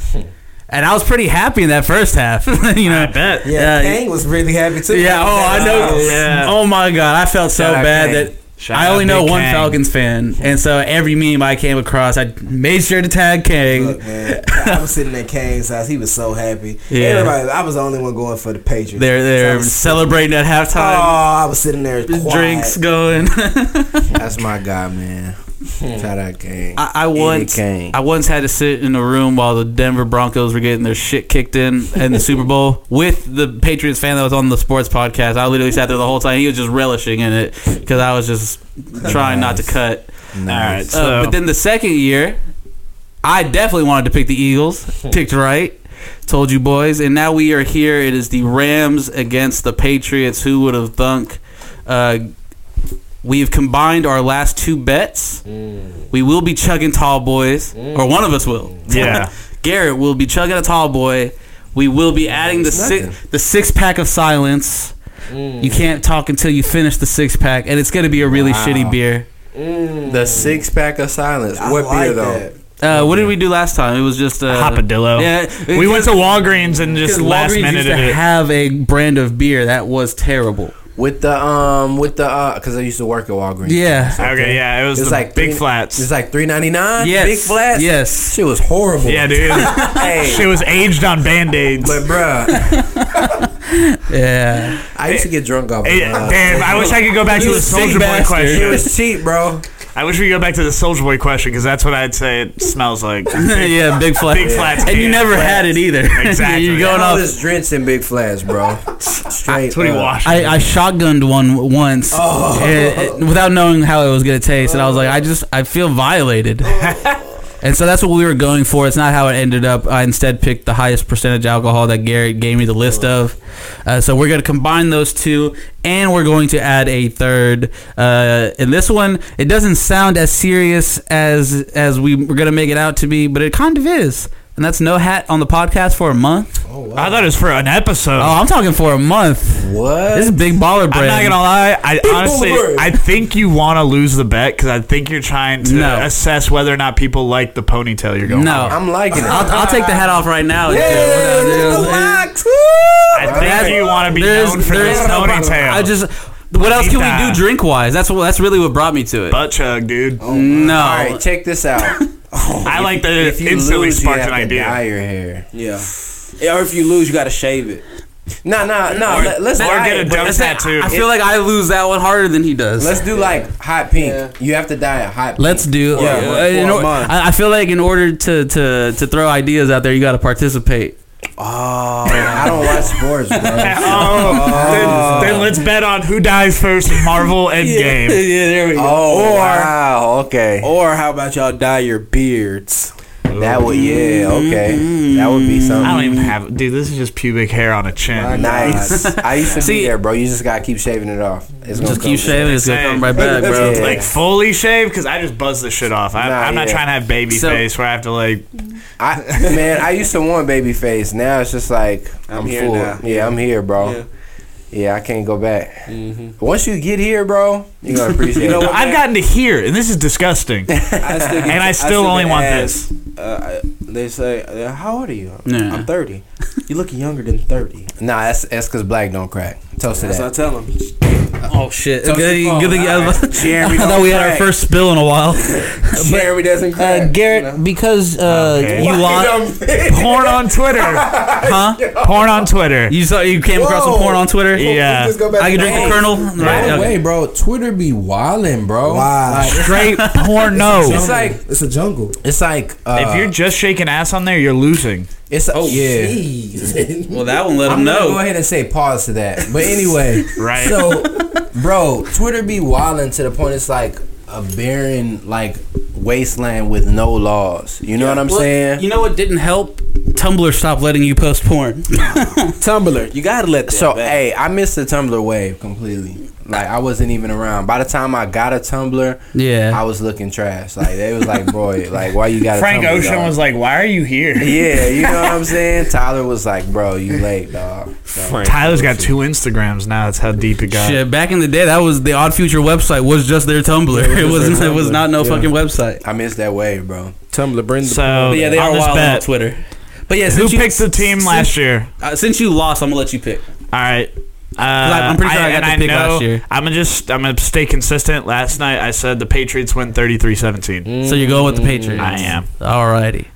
C: and I was pretty happy in that first half. you know,
D: I bet.
C: Yeah,
F: Kang was really happy too.
C: Yeah. Oh, I know.
D: Yeah.
C: Oh my God, I felt so
F: Shout out
C: bad
F: Kang.
C: that
D: Shout
C: I
D: out
C: only know
D: Big
C: one
D: Kang.
C: Falcons fan, and so every meme I came across, I made sure to tag Kang.
G: Look, man, I was sitting at Kane's house. He was so happy.
C: Yeah.
G: Everybody, I was the only one going for the Patriots.
C: They're
G: So I
C: they're
G: was-
C: celebrating at
G: Oh,
C: halftime.
G: I was sitting there. Oh, Quiet.
C: Drinks going.
F: That's my guy, man.
G: Hmm.
F: Shout out Kang.
C: I, I once
F: Kang.
C: I once had to sit in a room while the Denver Broncos were getting their shit kicked in in the Super Bowl with the Patriots fan that was on the sports podcast. I literally sat there the whole time. He was just relishing in it because I was just trying not to cut.
D: All right. So,
C: Uh, but then the second year, I definitely wanted to pick the Eagles. Picked right. Told you boys. And now we are here. It is the Rams against the Patriots. Who would have thunk? Uh, we've combined our last two bets.
D: Mm.
C: We will be chugging tall boys, or one of us will.
D: yeah.
C: Garrett will be chugging a tall boy. We will be adding the six, the six pack of silence.
D: Mm.
C: You can't talk until you finish the six pack, and it's going to be a really shitty beer.
F: the six pack of silence.
G: I
F: what
G: like
F: beer though?
G: that.
C: Uh, what did we do last time? It was just uh,
D: Hopadillo.
C: Yeah,
D: We went to Walgreens and just last
C: Walgreens
D: minute
C: used to
D: of it.
C: have a brand of beer that was terrible.
F: With the um, with the uh, because I used to work at Walgreens.
C: Yeah,
D: okay. Yeah. It was
F: It's
D: the
F: like
D: big
F: three-
D: flats.
F: It's like three ninety nine.
C: yes,
F: Big flats.
C: Yes,
F: Shit was horrible.
D: yeah, dude.
F: Hey.
D: Shit was aged on band aids.
F: But bruh,
C: yeah.
F: I used to get drunk off. of, uh,
D: Damn, I wish I could go back to
C: You
D: the
C: sick
D: Soldier Boy
C: bastard.
F: It
D: question.
F: was cheap, bro.
D: I wish we could go back to the Soldier Boy question because that's what I'd say it smells like.
C: yeah, big flats.
D: Big flats
C: and you
D: can.
C: never had it either.
D: Exactly.
C: You're going
F: All
C: off.
F: this drinks in big flats, bro. Straight.
D: Oh. That's what he
F: up.
D: washed.
C: I, I shotgunned one once
D: Oh.
C: eh, eh, without knowing how it was gonna taste, and I was like, I just I feel violated. And so that's what we were going for. It's not how it ended up. I instead picked the highest percentage alcohol that Garrett gave me the list of. Uh, so we're going to combine those two, and we're going to add a third. Uh, and this one, it doesn't sound as serious as as we were going to make it out to be, but it kind of is. And that's no hat on the podcast for a month. Oh,
D: I thought it was for an episode.
C: I'm talking for a month.
F: What?
C: This is big baller brand.
D: I'm not gonna lie. I honestly,
F: Boulevard.
D: I think you want to lose the bet because I think you're trying to
C: No.
D: assess whether or not people like the ponytail you're going.
C: No,
F: I'm liking it.
C: I'll, I'll take the hat off right now. Yeah,
D: I think you want to be known for this ponytail.
C: I just. What else can we do drink wise? That's what. That's really what brought me to it.
D: butt chug, dude.
F: Oh
C: no,
F: All right, check this out.
D: I like that
F: If
D: it
F: you
D: instantly
F: lose, you
D: sparked
F: have
D: an
F: to
D: idea.
F: dye your hair.
E: Yeah. Yeah, Or if you lose, you got to shave it.
F: Nah, nah, nah.
D: Or-
F: let, us
D: or get a dumb
C: That's it.
D: tattoo.
C: I feel like I lose that one harder than he does.
F: Let's do like hot pink. You have to dye it hot. Pink.
C: Let's do.
F: Yeah,
C: uh,
F: for
C: in
F: a
C: or-
F: month.
C: I, I feel like in order to, to, to throw ideas out there, you got to participate.
F: Oh, I don't watch sports, bro.
D: oh, then, then let's bet on who dies first in Marvel Endgame.
C: there we
F: Oh, wow. Okay.
E: Or how about y'all dye your beards?
F: That would yeah. Okay. That would be something.
D: I don't even have, dude. This is just pubic hair on a chin.
F: Nice. I used to
C: See-
F: be there, bro. You just gotta keep shaving it off. It's gonna
C: Just
F: come-
C: keep shaving. It's gonna come right back, bro.
F: Yeah.
D: Like fully shaved because I just buzz this shit off. I,
F: Nah,
D: I'm not
F: yeah.
D: trying to have baby
C: So-
D: face where I have to like.
F: I man, I used to want baby face. Now it's just like I'm,
E: I'm here
F: full.
E: now.
F: Yeah, I'm here, bro.
E: Yeah.
F: Yeah. Mm-hmm. I can't go back. Once you get here, bro, you're gonna appreciate.
E: know
F: it.
E: what?
D: I've gotten to here, and this is disgusting.
E: I still get-
D: And I still only
E: get
D: want
E: asked, Uh, I- they say, uh, "How old are you?" I'm,
C: Yeah.
E: I'm 30. You look younger than 30.
F: Nah, that's that's cause black don't crack. Toast to
E: That's what I
F: that.
E: tell them.
C: Oh shit!
F: Toast
C: good,
F: the phone.
C: good thing you
F: All
C: have-
F: right. Jeremy
C: I thought
F: don't
C: we had our
F: crack.
C: first spill in a while.
F: Jeremy doesn't crack.
I: Uh, Garrett, because uh,
C: You lost,
D: Porn on Twitter.
C: huh?
D: Porn on Twitter.
C: You saw you came across some
G: Whoa.
C: porn on Twitter.
D: Yeah.
G: Just go back
C: Uh, I
G: to
C: can drink
G: the-
C: the Colonel.
F: By
C: Right.
F: the
C: okay.
F: way, bro, Twitter be wildin', bro.
G: Wow.
F: Like,
D: Straight porno.
F: it's like
G: It's a jungle.
F: it's like uh,
D: If you're just shaking ass on there, you're losing.
F: it's oh yeah.
G: Jeez.
C: Well, that one let
F: I'm
C: him
F: gonna go
C: know.
F: ahead and say pause to that. But anyway,
D: Right.
F: So, bro, Twitter be wilding to the point it's like a barren like wasteland with no laws. You know what I'm
C: Well,
F: saying?
C: You know what didn't help? Tumblr stopped letting you post porn.
E: Tumblr. You gotta let that.
F: so
E: back.
F: hey, I missed the Tumblr wave completely. Like I wasn't even around. By the time I got a Tumblr, I
C: Yeah.
F: was looking trash. Like they was like, bro, like why you got a
D: Frank
F: Tumblr,
D: Ocean
F: dog?
D: was like, "Why are you here?"
F: Yeah, you know what I'm saying? Tyler was like, bro, you late, dog. So,
D: Tyler's got two Instagrams now. That's how deep it got.
C: Shit, back in the day, that was the Odd Future website was just their Tumblr. it
G: was
C: wasn't.
G: their
C: It was
G: Tumblr.
C: not no
G: Yeah.
C: fucking website.
F: I missed that wave, bro.
E: Tumblr, bring the
D: So
C: But yeah, they
D: on
C: are
D: this
C: wild on
D: bet,
C: Twitter. But yeah,
D: who
C: since you,
D: picked the team
C: since-
D: last year?
C: uh, since you lost, I'm gonna let you pick.
D: All right. Uh,
C: I'm pretty sure I got
D: and
C: to pick last year.
D: I'm gonna just I'm gonna stay consistent. Last night I said the Patriots win 33-17.
C: So you're going with the Patriots.
D: I am.
C: Alrighty.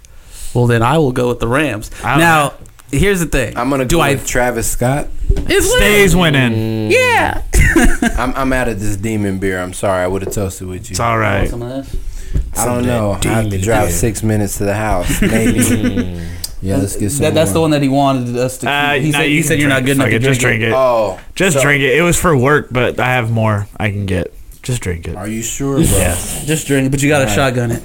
C: Well, then I will go with the Rams.
D: I'm-
C: now, here's the thing.
F: I'm gonna
C: do
F: go
C: I?
F: with Travis Scott.
C: It's Liz.
D: Stays winning.
C: Yeah.
F: I'm, I'm out of this demon beer. I'm sorry. I would have toasted with you.
D: It's all right.
C: Some of this.
F: I don't know. I have to drive six minutes to the house. Maybe. yeah, let's get some.
C: That, that's the
F: more.
C: one that he wanted us to.
D: Uh,
C: he
D: no,
C: said,
D: you
C: he
D: can
C: said you're
D: drink
C: not
D: it.
C: good enough
D: Fuck
C: to
D: it,
C: drink
D: just drink
C: it.
D: it.
F: Oh,
D: Just
F: so-
D: drink it. It was for work, but I have more I can get. Just drink it.
F: Are you sure, bro?
C: Just drink it, but you got to
F: Alright.
C: shotgun it.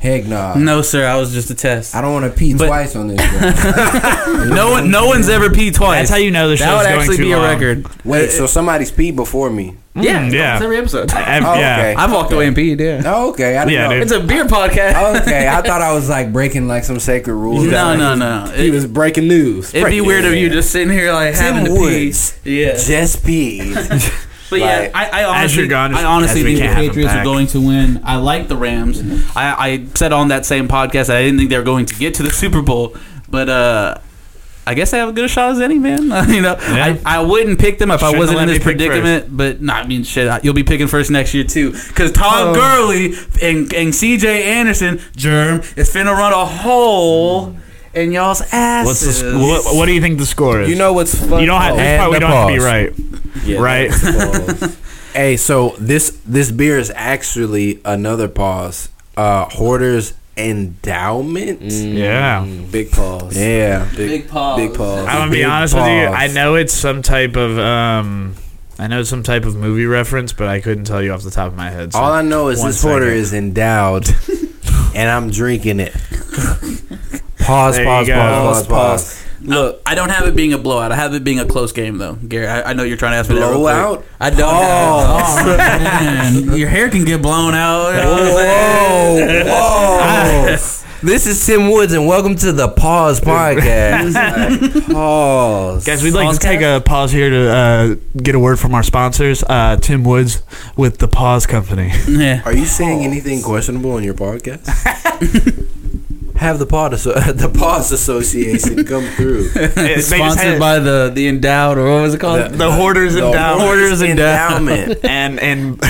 F: Heck nah.
C: No, sir. I was just a test.
F: I don't want to pee
C: But-
F: twice on this. Bro.
C: No one, no one's ever peed twice.
D: That's how you know the show's
C: that would
D: going
C: actually
D: too
C: be a
D: long.
C: record.
F: Wait, so somebody's peed before me?
D: Mm, yeah.
C: It's every episode.
D: I-
F: Oh,
D: Um, yeah.
F: okay.
C: I've walked away and peed. Yeah.
F: Oh, okay. I don't
D: Yeah,
F: know.
D: dude.
C: It's a beer podcast.
F: Okay, I thought I was like breaking like some sacred rules.
C: No,
F: Like,
C: no, no.
E: he
C: It,
E: was breaking news.
C: it'd be weird if you just sitting here like having to pee.
F: Woods.
C: Yeah.
F: Just peed.
C: But yeah,
F: Like,
C: I, I
D: as
C: honestly,
D: you're gone,
C: I honestly
D: as we
C: think the
D: can't have them
C: Patriots are
D: back.
C: going to win. I like the Rams. I, I said on that same podcast that I didn't think they were going to get to the Super Bowl, but uh, I guess they have as good a shot as any man. you know,
D: Yeah.
C: I, I wouldn't pick them if I
D: Shouldn't
C: wasn't
D: have
C: in
D: let
C: this
D: me pick
C: predicament. But not I mean shit. I- You'll be picking first next year too, because Tom Gurley and and C.J. Anderson, Germ, is finna run a hole in y'all's
D: What's the,
C: asses.
D: sc- what, what do you think the score is?
E: You know what's fun?
D: you don't have, this
F: And
D: part we
F: the
D: don't have to be
F: pause.
D: right. right?
F: hey, so this this beer is actually another pause. Uh, Hoarders Endowment.
D: Mm. Yeah.
E: Big pause.
F: Yeah.
C: Big pause.
E: Big pause.
D: I'm gonna be
F: Big
D: honest with you.
F: pause.
D: I know it's some type of um, I know it's some type of movie reference, but I couldn't tell you off the top of my head. So.
F: All I know is
D: One
F: this hoarder
D: second.
F: is endowed, and I'm drinking it. Pause.
D: There you
F: pause. Pause.
D: go.
F: Pause. Pause.
C: Look, I don't have it being a blowout. I have it being a close game, though, Gary. I, I know you're trying to ask me that. real quick.
F: Blowout?
C: I don't.
F: Pause.
C: Have, man, your hair can get blown out. you know what I'm saying?
F: Whoa! Whoa! this is Tim Woods, and welcome to the Pause Podcast. Like, pause.
D: Guys, we'd like to take a pause here to uh, get a word from our sponsors, uh, Tim Woods with the Pause Company.
C: Yeah.
F: Are you saying anything questionable on your podcast? Have the pod asso- the pause association come through.
D: They just
C: Sponsored
D: had
C: by the the endowed or what was it called?
D: the Hoarders
F: The
D: Endowment.
F: Hoarders Endowment.
D: and and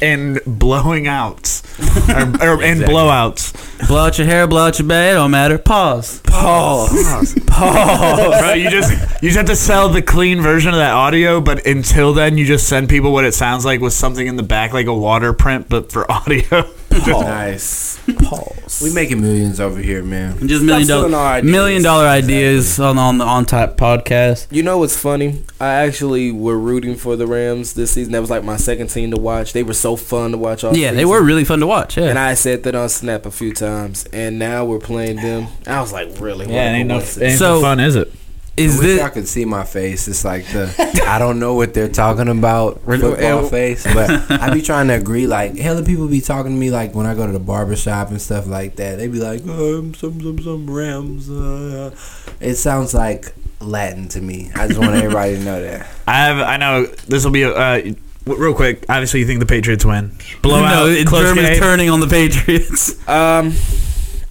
D: and blowing outs or, or and blowouts.
C: blow out your hair, blow out your bed. Don't matter. Pause.
F: Pause.
D: Bro, you just you just have to sell the clean version of that audio, but until then, you just send people what it sounds like with something in the back, like a water print, but for audio.
F: Nice. Pause. We making millions over here, man.
C: Just million
E: Stop stealing our
C: dollar
E: ideas.
C: million dollar ideas on on the on top podcast.
E: You know what's funny? I actually were rooting for the Rams this season. That was like my second team to watch. They were so fun to watch all
C: Yeah, they
E: season.
C: were really fun to watch. Yeah.
E: And I said that on Snap a few times, and now we're playing them. I was like, really? What a coincidence.
C: ain't no So- fun,
D: is it?
C: is
F: I wish
C: this
F: y'all could see my face. It's like the I don't know what they're talking about football face, but I be trying to agree. Like hella people be talking to me like when I go to the barber shop and stuff like that. They be like, um, some some some Rams. Uh. It sounds like Latin to me. I just want everybody to know that.
D: I have. I know this will be a. Uh, w- Real quick, obviously you think the Patriots win.
C: no,
D: Blowout,
C: it-
D: close
C: German's
D: game.
C: turning on the Patriots.
E: Um,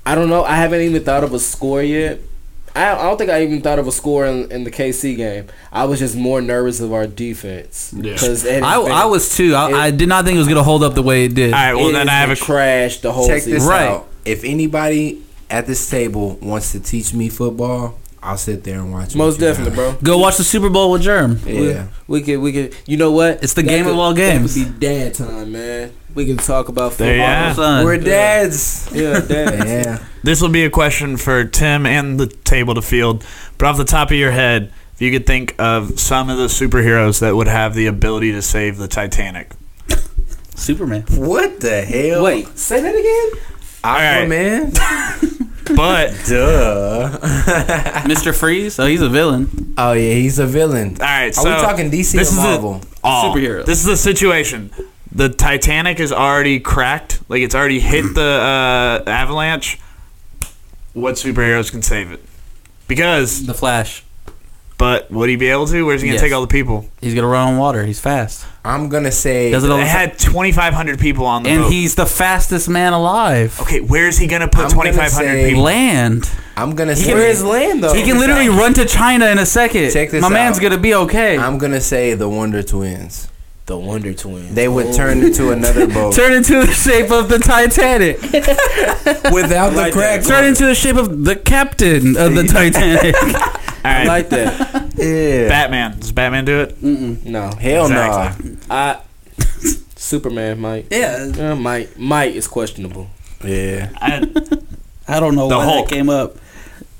E: I don't know. I haven't even thought of a score yet. I, I don't think I even thought of a score in, in the KC game. I was just more nervous of our defense. Yeah.
C: I, I was too. I, I did not think it was going to hold up the way it did.
D: All right, well then I have a
E: crash the whole
F: Check
E: season.
F: this
C: Right.
F: out. If anybody at this table wants to teach me football, I'll sit there and watch.
E: Most
F: with you
E: definitely, bro.
C: Go watch the Super Bowl with Germ.
F: guys. Yeah.
E: We could, we could. You know what?
C: It's the game of all games.
E: That could be dad time, man. We can talk about
D: There you
E: football.
D: are.
C: Son.
F: We're dads.
E: Yeah, dad.
F: Yeah.
D: This will be a question for Tim and the table to field. But off the top of your head, if you could think of some of the superheroes that would have the ability to save the Titanic.
C: Superman.
F: What the hell?
E: Wait, say that again.
F: Aquaman.
D: But
F: Duh.
C: Mr. Freeze. Oh, he's a villain.
F: oh yeah, he's a villain.
D: all right,
F: Are
D: so
F: we talking DC
D: this
F: or
D: is a-
F: Marvel?
D: all.
C: Superhero.
D: This is the situation. The Titanic is already cracked. Like it's already hit the uh, avalanche. What superheroes can save it? Because,
C: The Flash.
D: but would he be able to? Where's he gonna
C: Yes.
D: take all the people?
C: He's gonna run on water. He's fast.
F: I'm gonna say
C: Does it all
D: They
C: the time.
D: had 2,500 people on the
C: And
D: boat.
C: he's the fastest man alive.
D: okay, where's he gonna
F: I'm
D: put
F: gonna
D: 2,500
F: say-
D: people?
C: Land.
F: I'm gonna
C: He
F: say
C: can- Where is
F: land though?
C: he can literally run to China in a second.
F: Check this
C: My man's
F: out.
C: gonna be okay.
F: I'm gonna say the Wonder Twins.
E: The Wonder Twins.
F: They would turn into another boat
C: Turn into the shape of the Titanic.
F: without the crack.
C: Turn into the shape of the captain of the Titanic.
D: All right,
E: like that.
F: Yeah.
D: Batman. Does Batman do it?
E: No,
F: Hell no.
D: Exactly.
E: I. Superman, Mike.
C: yeah.
E: Uh, Mike, Mike is questionable.
F: Yeah.
C: I don't know
D: The
C: why
D: Hulk.
C: that came up.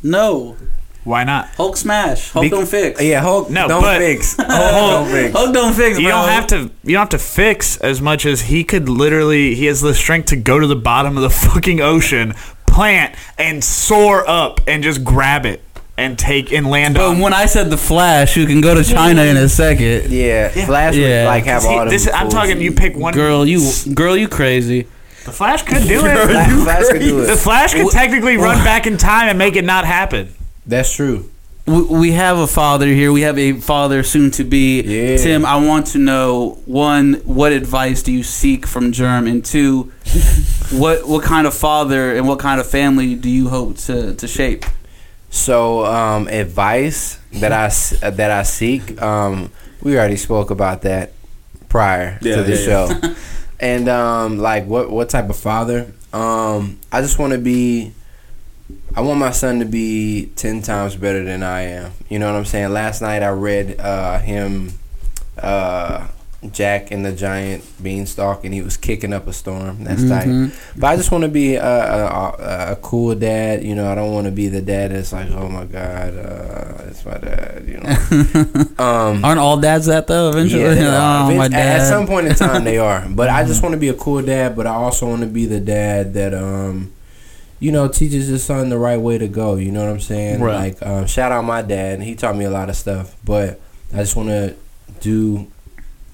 C: No.
D: Why not?
C: Hulk smash. Hulk
F: Be-
C: don't fix.
F: Yeah, Hulk.
D: No,
F: don't
D: but-
F: fix. Hulk, don't fix.
C: Hulk don't fix,
D: You
C: bro.
D: don't have to. You don't have to fix as much as he could. Literally, he has the strength to go to the bottom of the fucking ocean, plant, and soar up, and just grab it and take and land
C: But
D: on.
C: Um, when I said the Flash, who can go to China in a second,
F: Yeah, Flash
C: Yeah.
F: would like have
D: See,
F: all the.
D: this is- I'm talking. You pick one.
C: girl, you girl, you crazy.
D: The Flash could do
F: Flash,
D: it.
F: Flash could do
D: The
F: it.
D: Flash could technically run back in time and make it not happen.
F: That's true.
C: we we have a father here. We have a father soon to be.
F: Yeah.
C: Tim, I want to know one, what advice do you seek from Germ, and two, what what kind of father and what kind of family do you hope to, to shape?
F: So, um, advice that I s- that I seek. Um, we already spoke about that prior
J: Yeah,
F: to the
J: yeah,
F: show, and um, like what what type of father? Um, I just want to be. I want my son to be ten times better than I am. You know what I'm saying? Last night I read uh, him, uh, Jack and the Giant Beanstalk, and he was kicking up a storm. That's tight. But I just want to be a, a, a, a cool dad. You know, I don't want to be the dad that's like, oh my god, uh, it's my dad. You know, um,
C: Aren't all dads that though? Eventually,
F: yeah, they are.
C: oh,
F: Event-
C: my
F: at-
C: dad.
F: At some point in time, they are. But I just want to be a cool dad. But I also want to be the dad that, um, you know, teaches his son the right way to go. You know what I'm saying?
C: Right.
F: Like, um, shout out my dad. He taught me a lot of stuff. But I just want to do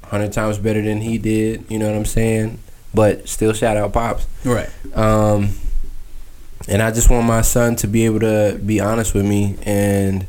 F: hundred times better than he did. You know what I'm saying? But still, shout out pops.
C: right.
F: Um, and I just want my son to be able to be honest with me, and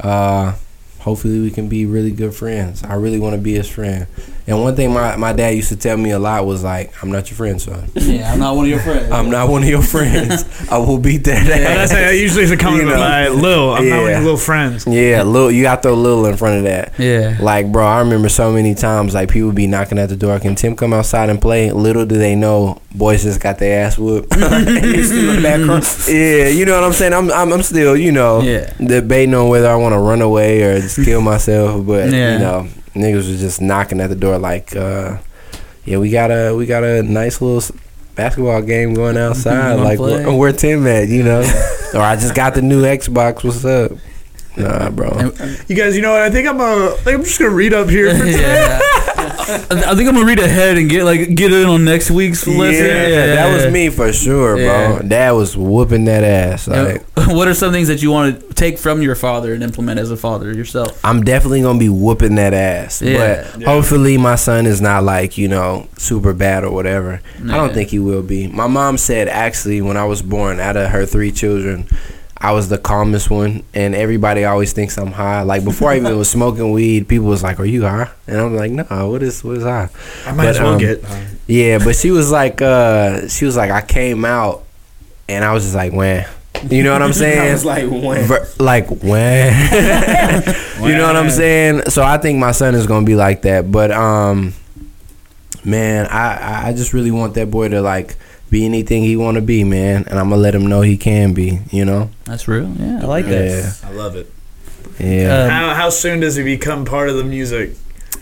F: uh, hopefully we can be really good friends. I really want to be his friend. And one thing my, my dad used to tell me a lot was like, "I'm not your friend, son.
C: Yeah, I'm not one of your friends.
F: I'm not one of your friends. I will beat that ass."
D: That's usually the comment
F: You know.
D: of my Lil. I'm not one of
F: Yeah.
D: your little friends.
F: yeah, little. You got to throw little in front of that.
C: Yeah.
F: Like, bro, I remember so many times like people be knocking at the door. Can Tim come outside and play? Little do they know, boys just got their ass whooped. You still in the background. yeah, you know what I'm saying. I'm, I'm, I'm still, you know,
C: Yeah.
F: debating on whether I want to run away or just kill myself. But
C: Yeah.
F: you know, niggas was just knocking at the door like, uh, yeah, we got a we got a nice little s- basketball game going outside.
C: wanna
F: like,
C: play?
F: where, where Tim at? You know, or I just got the new Xbox. What's up? Nah, bro.
D: You guys, you know what? I think I'm uh, I think I'm just gonna read up here. For
C: yeah. I I think I'm gonna read ahead and get like get in on next week's lesson.
F: Yeah, that was me for sure,
C: Yeah.
F: bro. Dad was whooping that ass.
C: Now,
F: Like,
C: what are some things that you want to take from your father and implement as a father yourself?
F: I'm definitely gonna be whooping that ass.
C: Yeah.
F: But hopefully, my son is not like you know super bad or whatever. I don't think he will be. My mom said actually when I was born, out of her three children, I was the calmest one, and everybody always thinks I'm high. Like before I even was smoking weed, people was like, "Are you high?" And I'm like, "No, what is what is high?"
D: I might
F: But,
D: as well
F: um,
D: get.
F: Yeah, but she was like, uh she was like, I came out, and I was just like, man, You know what I'm saying?
E: I was like, when?
F: Ver- like when? you know what I'm saying? So I think my son is gonna be like that. But um, man, I- I I just really want that boy to like be anything he want to be, man. And I'm gonna let him know he can be. You know?
C: That's real. Yeah, I like that.
G: I love it.
F: Yeah.
D: How, how soon does he become part of the music?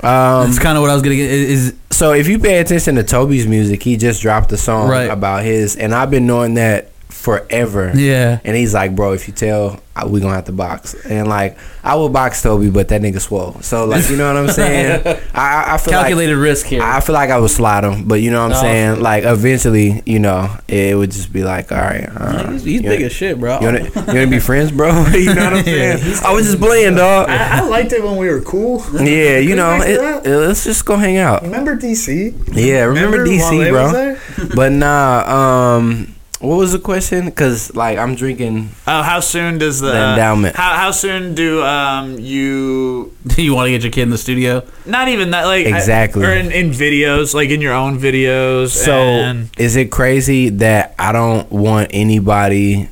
F: Um.
C: Uh, That's kind of what I was gonna get. Is, is
F: So if you pay attention to Toby's music, he just dropped a song
C: Right.
F: about his, and I've been knowing that forever.
C: yeah.
F: And he's like, bro, if you tell, I- we gonna have to box. And like, I would box Toby, but that nigga swole. So like, you know what I'm saying? I- I, I feel
C: Calculated risk here.
F: Like, I feel like I would slide him, but you know what I'm
C: Oh.
F: saying? Like, eventually, you know, it would just be like, all right, uh,
C: he's he's
F: you
C: big
F: wanna-
C: as shit, bro.
F: You wanna, you wanna be friends, bro? you know what I'm saying? I was just playing, dog.
D: I, I liked it when we were cool.
F: yeah, you know,
D: back to
F: it, it- let's just go hang out.
D: Remember DC?
F: Yeah, remember, DC,
D: Wale
F: bro?
D: was there?
F: But nah, um, what was the question? Cause like I'm drinking.
D: Oh, how soon does the, uh,
F: The endowment.
D: How, how soon do um you
C: Do you want to get your kid in the studio?
D: not even that like I-
F: Exactly.
D: or in, in videos like in your own videos?
F: So
D: and-
F: is it crazy that I don't want anybody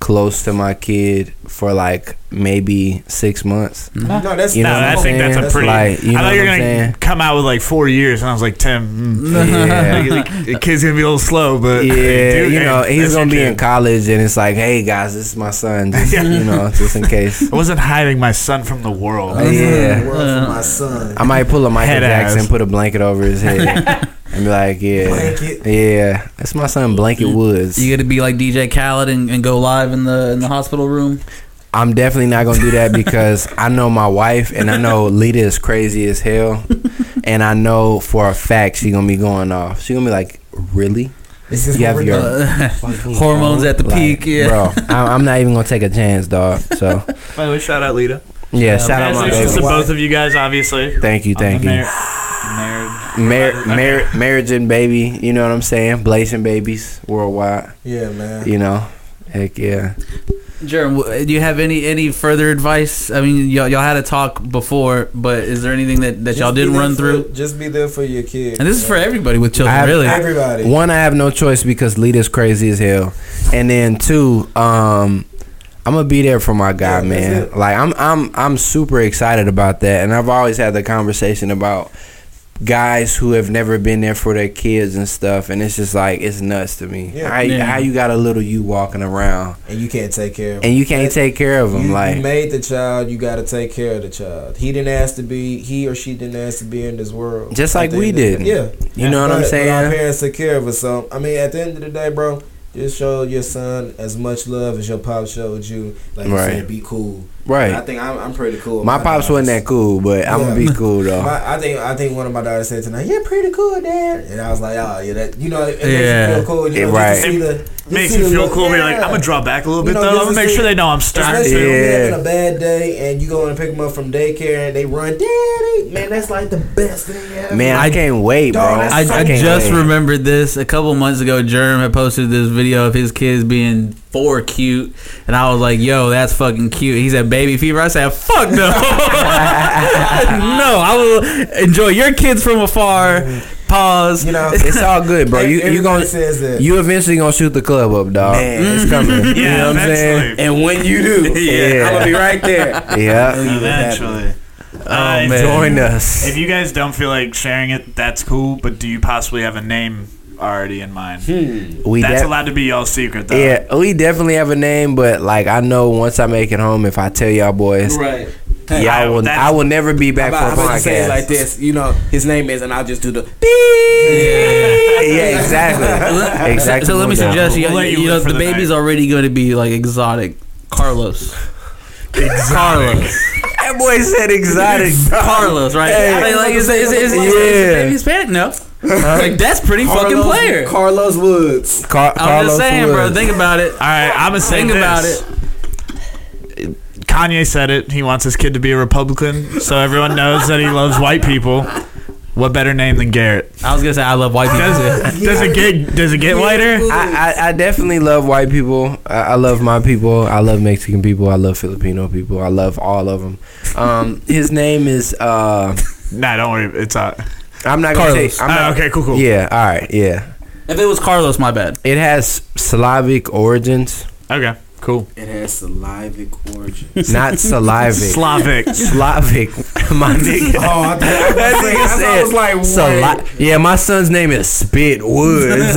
F: close to my kid for like maybe six months?
G: No, that's
F: You know
D: no,
F: what
D: I
F: I'm
D: think that's a
F: saying?
D: pretty.
F: Like, you
D: I
F: know
D: thought you were
F: what I'm
D: gonna
F: saying?
D: come out with like four years, and I was like, Tim, mm,
F: Yeah.
D: the- the kid's gonna be a little slow, but
F: Yeah,
D: dude,
F: you
D: hey,
F: know he's
D: that's
F: gonna be
D: your
F: in
D: kid.
F: college, and it's like, hey guys, this is my son. Just, You know, just in case.
D: I wasn't hiding my son from the world.
F: Yeah.
G: World for my son.
E: Uh,
F: I might pull a Michael
D: Head ass.
F: Jackson, put a blanket over his head, and be like, yeah,
G: Blanket.
F: yeah, that's my son, Blanket Woods.
C: You got to be like DJ Khaled and, and go live in the in the hospital room.
F: I'm definitely not gonna do that because I know my wife and I know Lita is crazy as hell, and I know for a fact she gonna be going off. She gonna be like, really?
G: This is
F: You have
G: what
F: your-
G: we're
C: Uh,
G: doing.
C: hormones at the
F: Like,
C: peak. Yeah.
F: bro, I, I'm not even gonna take a chance, dog. So
D: By the way, shout out Lita.
F: yeah, shout out my
D: Congratulations to
F: baby.
D: both of you guys, obviously.
F: Thank you, thank
D: I'm
F: you.
D: mar- married.
F: Mar- mar- marriage and baby, you know what I'm saying? Blazing babies worldwide,
G: Yeah, man.
F: you know. Heck yeah.
C: Jerem, w- do you have any any further advice? I mean, y'all, y'all had a talk before, but is there anything that, that y'all
G: Just be
C: didn't
G: there
C: run
G: for-
C: through?
G: Just be there for your kids.
C: And this is for everybody with children,
F: I have-
C: really.
G: everybody.
F: One, I have no choice because Lita's crazy as hell, and then two, um, I'm gonna be there for my
G: Yeah,
F: guy,
G: that's
F: man.
G: it.
F: Like I'm, I'm, I'm super excited about that, and I've always had the conversation about guys who have never been there for their kids and stuff, and it's just like it's nuts to me.
G: Yeah.
F: How,
C: Yeah.
F: how you got a little you walking around
G: and you can't take care of
F: and you can't take care of
G: You,
F: them,
G: you
F: like.
G: made the child, you got to take care of the child. He didn't ask to be, he or she didn't ask to be in this world.
F: Just
G: At
F: like
G: the
F: we
G: end of the-
F: did.
G: Yeah.
F: You know what I'm
G: But- but our
F: saying?
G: parents took care of us. So, I mean, at the end of the day, bro, just show your son as much love as your pop showed you. Like you
F: Right.
G: said, be cool. I
F: Right.
G: think I'm, I'm pretty cool. with
F: My pops wasn't
G: daughters.
F: that cool, but I'm gonna
G: Yeah.
F: be cool though.
G: My, I think I think one of my daughters said tonight, "You're pretty cool, Dad," and I was like, "Oh, yeah, that you know, it, it
C: Yeah.
G: makes you feel cool, you
F: Yeah,
G: know, just
F: right.
G: to see
D: It
G: the- just
D: Makes
G: see
D: you
G: the
D: feel
G: look-
D: cool. Be like,
G: Yeah.
D: I'm gonna draw back a little
G: You
D: bit
G: know,
D: though.
G: just
D: I'm gonna
G: to
D: make
G: see-
D: sure they know I'm starting
G: Especially
D: to.
G: when
F: Yeah.
G: you're having a bad day and you go and pick them up from daycare and they run, Daddy, man, that's like the best thing ever.
F: Man, I,
C: I-
F: can't wait, bro.
G: Dog, that's
C: I,
G: so
C: I
F: can't
C: just
F: wait.
C: remembered this a couple months ago. Jerem had posted this video of his kids being four cute, and I was like, "Yo, that's fucking cute." He said, "Baby fever." I said, "Fuck no, no." I will enjoy your kids from afar. Pause.
G: You know,
F: It's all good, bro. You you
G: everybody
F: gonna
G: says that.
F: you eventually gonna shoot the club up, dog. It's coming.
D: Yeah,
F: you know what I'm saying?
D: eventually.
F: And when you do, yeah, I'm gonna be right there. Yeah,
D: Eventually. Oh,
F: join us.
D: If you guys don't feel like sharing it, that's cool. But do you possibly have a name already in mind?
F: We
D: That's
F: de-
D: allowed to be y'all's secret, though.
F: yeah, we definitely have a name, but like I know once I make it home, if I tell y'all boys,
E: Right.
D: I-
F: y'all will.
D: that's-
F: I will never be back
E: I'm
F: for a
E: about to say
F: podcast.
E: it like this. You know, his name is, and I'll just do the.
F: yeah, exactly. exactly.
C: So let me
F: what I'm
C: suggest you,
D: We'll let you
C: you know,
D: live for
C: the
D: the night.
C: baby's already going to be like exotic. Carlos. Carlos.
F: doing. That boy said exotic.
C: Carlos, right?
F: Hey.
C: I mean, like, is, is, is, is, is the
F: Yeah.
C: baby Hispanic? No. Like, that's pretty fucking
E: Carlos-
C: player.
E: Carlos Woods.
F: Car-
C: I'm
F: Carlos
C: just saying, bro.
F: Woods.
C: Think about it.
D: All right, I'm gonna say
C: Think
D: this.
C: about it.
D: Kanye said it. He wants his kid to be a Republican, so everyone knows that he loves white people. What better name than Garrett?
C: I was gonna say I love white people.
D: Does, does it get does it get whiter?
F: I, I, I definitely love white people. I, I love my people. I love Mexican people. I love Filipino people. I love all of them. Um, his name is. Uh,
D: Nah, don't worry. It's uh,
F: I'm not gonna
C: Carlos.
F: say. I'm not,
D: ah, okay, cool, cool.
F: Yeah. All right. Yeah.
C: if it was Carlos, my bad.
F: It has Slavic origins.
D: Okay.
B: Cool.
E: It has salivic origins.
F: Not salivic.
D: Slavic.
F: Slavic, my nigga.
G: Oh, I, thought-
F: That nigga
G: I
F: said,
G: was like, what?
F: "Sali-" Yeah, my son's name is Spit Woods.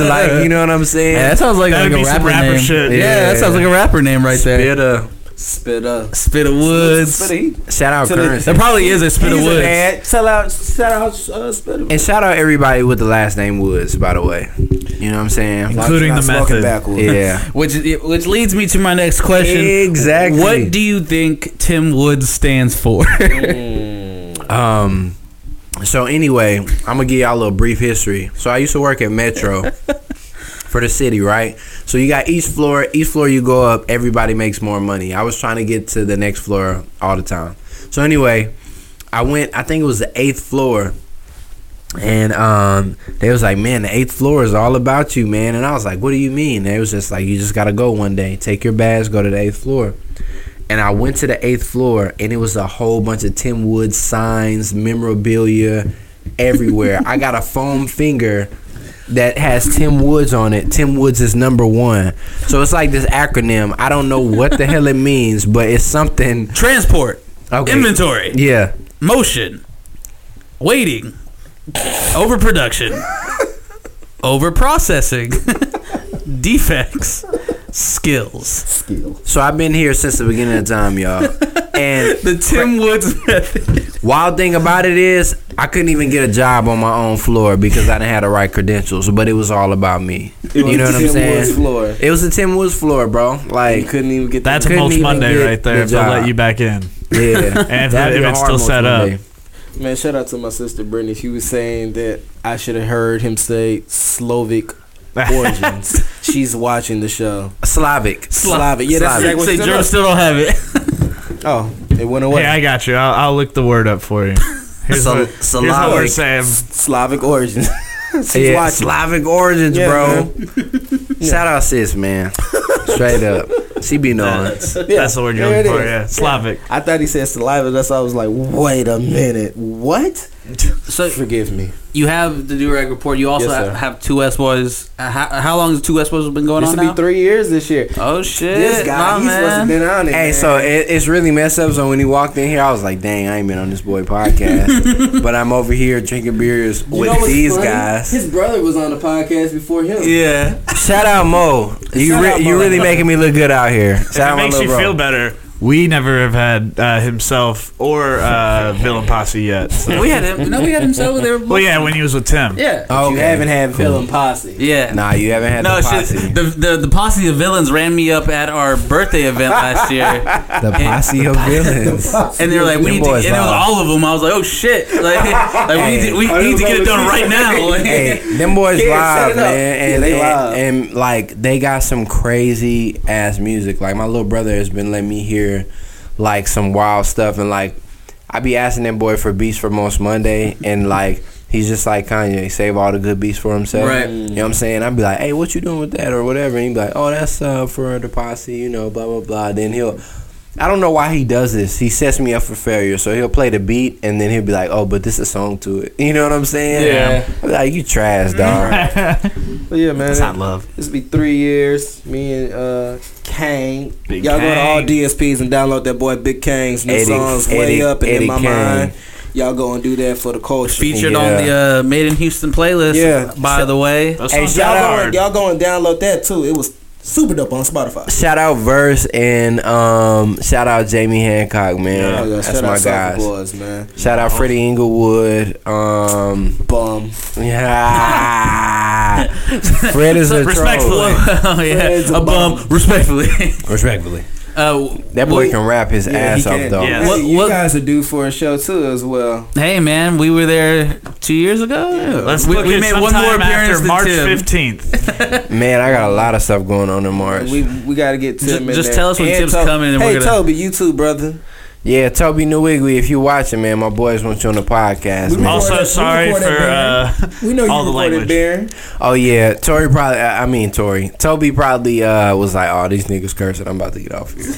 F: Like, you know what I'm saying?
C: Yeah, that sounds like,
D: That'd
C: like
D: be
C: a
D: some
C: rapper,
D: rapper
C: name.
D: shit.
C: Yeah, that sounds like a rapper name right there.
F: Spitter.
E: Spit up.
C: Spit of Woods.
E: Spit
F: Shout out
E: To the-
F: Currency.
C: There probably is a Spit of Woods.
E: up. Sell out. Shout out. Uh, spit up.
F: And shout out everybody with the last name Woods, by the way. You know what I'm saying?
D: Including the method.
E: Backwards.
F: Yeah.
C: Which which leads me to my next question.
F: Exactly.
C: What do you think Tim Woods stands for?
F: Um. So anyway, I'm gonna give y'all a little brief history. So I used to work at Metro for the city, right? So you got each floor. Each floor you go up, everybody makes more money. I was trying to get to the next floor all the time. So anyway, I went. I think it was the eighth floor, and um, they was like, "Man, the eighth floor is all about you, man." And I was like, "What do you mean?" They was just like, "You just gotta go one day. Take your bags, go to the eighth floor." And I went to the eighth floor, and it was a whole bunch of Tim Woods signs, memorabilia, everywhere. I got a foam finger that has Tim Woods on it. Tim Woods is number one. So it's like this acronym. I don't know what the hell it means, but it's something.
C: Transport,
F: Okay.
C: inventory,
F: Yeah.
C: motion, waiting, overproduction, overprocessing, defects, skills.
F: So I've been here since the beginning of time, y'all. And
C: The Tim Woods method.
F: Wild thing about it is, I couldn't even get a job on my own floor because I didn't have the right credentials. But it was all about me. You know what I'm
E: Tim Woods
F: saying?
E: floor.
F: It was a Tim Woods floor, bro.
E: You
F: Like,
E: couldn't even get
D: That's
E: the-
F: Couldn't
D: Mulch
F: even
D: Monday
F: get
D: right there.
F: the
D: If they'll let
F: job.
D: you back in.
F: yeah.
D: And if,
F: That'd
D: if
F: be a
D: it's
F: hard
D: still
F: most
D: set
F: one
D: up.
F: day.
E: Man, shout out to my sister Brittany. She was saying that I should have heard him say Slovak origins. She's watching the show.
F: Slavic.
E: Slavic. Yeah, that's
F: Slavic.
E: exactly what
C: Say
E: she
C: Joe
E: said.
C: still don't have it.
E: Oh, it went away.
D: Hey, I got you. I'll, I'll look the word up for you. Here's,
F: Sol-
D: what, here's what we're
F: Slavic.
D: saying.
E: Slavic origins. She's
F: Yeah,
E: watching.
F: Slavic origins,
E: Yeah,
F: bro. Shout out sis, man. Straight up, she be knowing.
E: Yeah,
D: That's the word you're
E: there
D: looking
E: it
D: for.
E: is.
D: Yeah, Slavic.
E: I thought he said saliva. That's why I was like, wait a minute. What? So forgive me.
C: You have the Durag report. You also
E: Yes,
C: have,
E: sir.
C: have two S boys. Uh, How, how long has two S boys been going
E: This
C: on
E: will
C: now?
E: be three years this year.
C: Oh shit!
E: This guy,
C: my
E: he must
C: man.
E: have been on it.
F: Hey,
E: man.
F: so it, it's really messed up. So when he walked in here, I was like, "Dang, I ain't been on this boy podcast," but I'm over here drinking beers
E: You know
F: with
E: what's
F: these
E: funny?
F: guys.
E: His brother was on the podcast before him.
F: Yeah. Shout out Mo. You
E: Shout
F: re-
E: out
F: you
E: Mo.
F: really making me look good out here. Shout
D: If
F: out
D: it
F: my
D: makes
F: little
D: you
F: bro.
D: feel better, we never have had uh, himself or uh, Villain Posse yet. so-
C: We had him. No, we had him. So they were.
D: Well, yeah, when he was with Tim.
C: yeah.
E: But
F: Okay.
E: Oh, You haven't had villain posse.
C: Yeah.
F: Nah, you haven't had
C: no,
F: the
C: the,
F: posse.
C: Shit, the, the the posse of villains ran me up at our birthday event last year,
F: the posse of villains.
C: and they were like,
F: Them
C: "We need to."
F: boys
C: And it was
F: live.
C: all of them. I was like, "Oh shit! Like, like we need to, we
E: Hey.
C: need to get it done right now." Like,
F: hey, them boys
E: Kids, set
F: live,
E: it up.
F: man, and,
E: Yeah, they
F: and-
E: live.
F: and, like they got some crazy ass music. Like my little brother has been letting me hear like some wild stuff, and like I be asking them boy for beats for most Monday, and like. He's just like Kanye, save all the good beats for himself.
C: Right.
F: You know what I'm saying? I'd be like, hey, what you doing with that or whatever? And he'd be like, oh, that's uh, for the posse, you know, blah, blah, blah. Then he'll, I don't know why he does this. He sets me up for failure. So he'll play the beat and then he'll be like, oh, but this is a song to it. You know what I'm saying?
E: Yeah.
F: I'll be Like you trash, dog.
E: But yeah, man.
F: That's not love.
E: This be three years. Me and uh, Kang.
D: Big
E: Y'all go to all
D: Kang.
E: DSPs and download that boy Big Kang's new
F: Eddie-
E: songs way
F: Eddie-
E: up and
F: Eddie
E: in my
F: Kang.
E: mind. Y'all go and do that for the culture.
C: featured on the uh, Made in Houston playlist.
E: Yeah.
C: By the way,
D: Those
F: Hey,
D: songs
F: shout
D: are
E: y'all, go
D: hard.
E: and, y'all go and download that too. It was super dope on Spotify.
F: Shout out Verse and um shout out Jamie Hancock, man.
E: Oh, yeah,
F: That's
E: shout
F: my
E: out Soulja
F: guys.
E: Boys, man.
F: Shout out Freddie Inglewood. Um
E: Bum.
F: Yeah Fred is a
C: respectfully,
F: troll.
C: oh, yeah,
E: Fred's
C: a,
E: a
C: bum. Respectfully,
F: Respectfully.
C: uh,
F: That boy can rap his ass
E: he
F: off
E: can.
F: though.
D: Yeah.
E: Hey,
C: What-
E: you
C: what-
E: guys are due for a show too as well.
C: Hey man, we were there two years ago.
D: Let's
C: we,
D: book
C: we
D: it
C: made one
D: sometime
C: more appearance
D: after
C: than
D: March
C: Tim.
D: 15th.
F: Man, I got a lot of stuff going on in March.
E: We we gotta get Tim.
C: Just-
E: in
C: just
E: there.
C: tell us when
E: And
C: Tim's
E: Toby-
C: coming and
E: hey
C: we're gonna-
E: Toby, you too, brother.
F: yeah, Toby Newigwe, if you watching, man, my boys want you on the podcast, man.
G: recorded-
D: Also,
G: we
D: sorry for
G: recorded
D: uh,
G: that. We know you
D: all the
E: Recorded
D: language.
E: there.
F: Oh yeah, Tori probably. I I mean Tori. Toby probably uh, was like, "Oh, these niggas cursing. I'm about to get off here.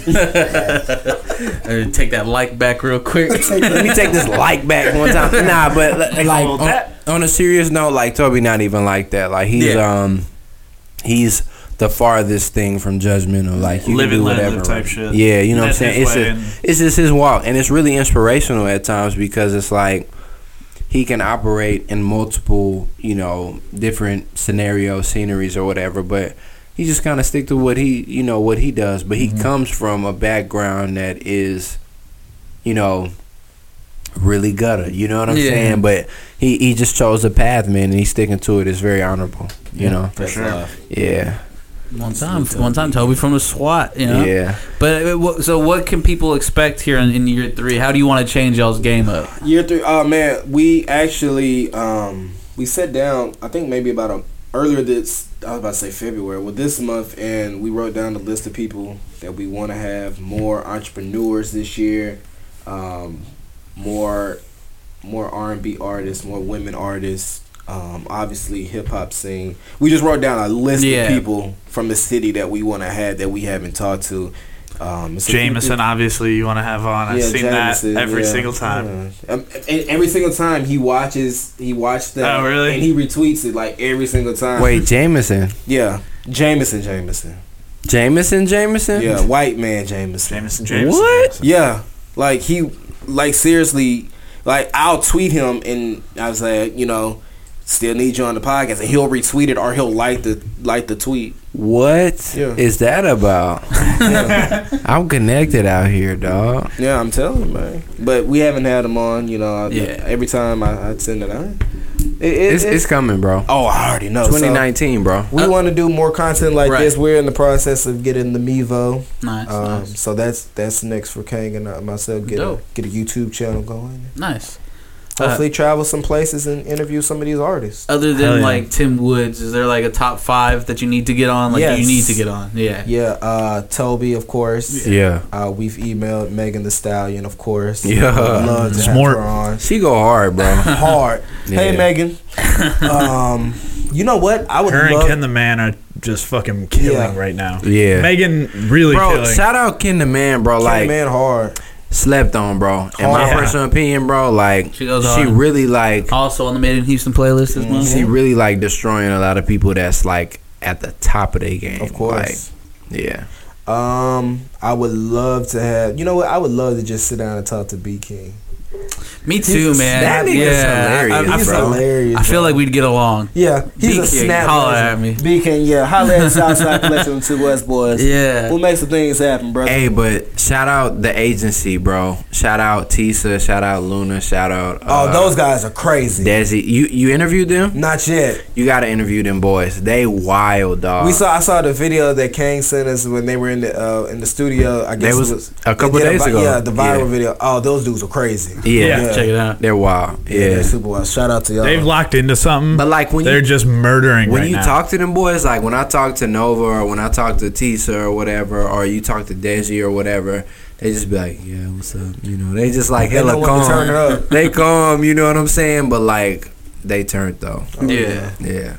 C: Uh, take that like back real quick.
F: Let me take this like back one time." Nah, but li- like
D: Hold
F: on,
D: that.
F: on a serious note, like Toby not even like that. Like he's um, he's the farthest thing from judgment or like you
D: Live
F: can
D: and
F: do
D: let live
F: whatever.
D: type shit.
F: Yeah, you know what I'm
D: That's his
F: saying. It's
D: way
F: a,
D: and-
F: it's just his walk, and it's really inspirational at times because it's like he can operate in multiple, you know, different scenarios, sceneries, or whatever. But he just kind of stick to what he, you know, what he does. But he comes from a background that is, you know, really gutter. You know what I'm
C: Yeah.
F: saying? But he he just chose a path, man, and he's sticking to it. It's very honorable. You know?
D: for sure.
F: Yeah.
C: One time, one time, Toby from the SWAT. You know.
F: Yeah.
C: But uh, what- so, what can people expect here in, in year three? How do you want to change y'all's game up?
E: Year three. Oh man, we actually um we sat down. I think maybe about a earlier this. I was about to say February. Well, this month, and we wrote down the list of people that we want to have more entrepreneurs this year, um, more more R and B artists, more women artists. Um, obviously, hip hop scene. We just wrote down a list
C: Yeah.
E: of people from the city that we want to have that we haven't talked to. Um, it's a few
D: Jameson, obviously, you want to have on. I've
E: yeah,
D: seen
E: Jameson,
D: that every
E: yeah.
D: single time.
E: Yeah. Um, and every single time he watches, he watched that.
D: Oh, really?
E: And he retweets it like every single time.
F: Wait, Jameson.
E: yeah, Jameson, Jameson.
F: Jameson. Jameson.
E: Yeah, white man, Jameson.
D: Jameson, Jameson.
F: What?
D: Jameson.
E: Yeah, like he, like seriously, like I'll tweet him and I was like, you know, still need you on the podcast, and he'll retweet it or he'll like the like the tweet.
F: What is
E: Yeah.
F: that about? I'm connected out here, dog.
E: Yeah, I'm telling you, man. But we haven't had him on. You know, I-
C: Yeah.
E: every time I, I send it on, it, it,
F: It's, it's coming, bro.
E: oh, I already know. so-
F: 2019, bro.
E: We
C: Uh,
E: want to do more content like
C: right.
E: this. We're in the process of getting the Mevo,
C: Nice,
E: um,
C: nice,
E: so that's that's next for Kang and uh, myself. Get a,
C: Dope.
E: get a YouTube channel going.
C: nice. Uh,
E: Hopefully, travel some places and interview some of these artists.
C: Other
D: Hell
C: than
D: yeah.
C: like Tim Woods, is there like a top five that you need to get on? Like you
E: Yes.
C: need to get on. Yeah.
E: Yeah, uh, Toby, of course.
F: Yeah.
E: Uh, we've emailed Megan the Stallion, of course.
F: Yeah.
E: Would love to
D: Smart.
E: have her on.
F: She go hard, bro.
E: Hard. Hey,
F: Yeah.
E: Megan. Um, you know what? I would
D: Her and
E: love.
D: Ken the Man are just fucking killing
E: Yeah.
D: right now.
F: Yeah.
D: Megan really
F: bro,
D: killing.
F: shout out Ken the Man, bro.
E: Ken
F: Like
E: man, Oh, hard.
F: slept on, bro. In my
D: Yeah.
F: personal opinion, bro, like
C: She
F: she,
C: goes hard.
F: really like
E: Oh,
C: Also on the Made in Houston playlist this month.
F: she really like destroying a lot of people that's like at the top of their game.
E: Of course.
F: Like, yeah.
E: Um, I would love to have. You know what? I would love to just sit down and talk to B King.
C: Me too, man.
F: that nigga's
C: yeah.
F: hilarious,
C: I, I,
E: He's
F: bro.
C: feel,
E: hilarious.
C: I feel like we'd get along.
E: Yeah, he's a
C: B-King,
E: snap.
C: holla
E: legend.
C: at me.
E: B-King, yeah, holla at Southside Collection to us boys.
C: Yeah.
E: We'll make some things happen, brother.
F: Hey, but shout out the agency, bro. Shout out Tisa. Shout out Luna. Shout out.
E: oh,
F: uh,
E: those guys are crazy.
F: Desi. You you interviewed them.
E: Not yet.
F: You gotta interview them boys. They wild dog.
E: we saw. I saw the video that Kane sent us when they were in the uh, in the studio. I
F: They
E: guess
F: was
E: it was
F: a couple
E: they did
F: days
E: vi-
F: ago.
E: Yeah, the viral
F: Yeah.
E: video. Oh, those dudes are crazy.
F: Yeah,
D: Yeah.
C: Check it out.
F: they're wild. Yeah.
E: they're super wild. Shout out to y'all.
D: They've locked into something.
F: But like when
D: they're
F: you
D: just murdering
F: when
D: right
F: you
D: now.
F: talk to them boys, like when I talk to Nova or when I talk to Tisa or whatever, or you talk to Desi or whatever, they just be like, yeah, what's up? You know, they just like
E: They know
F: hella
E: when to turn it
F: calm.
E: up.
F: they calm. You know what I'm saying? But like they turned though.
C: yeah.
F: Yeah.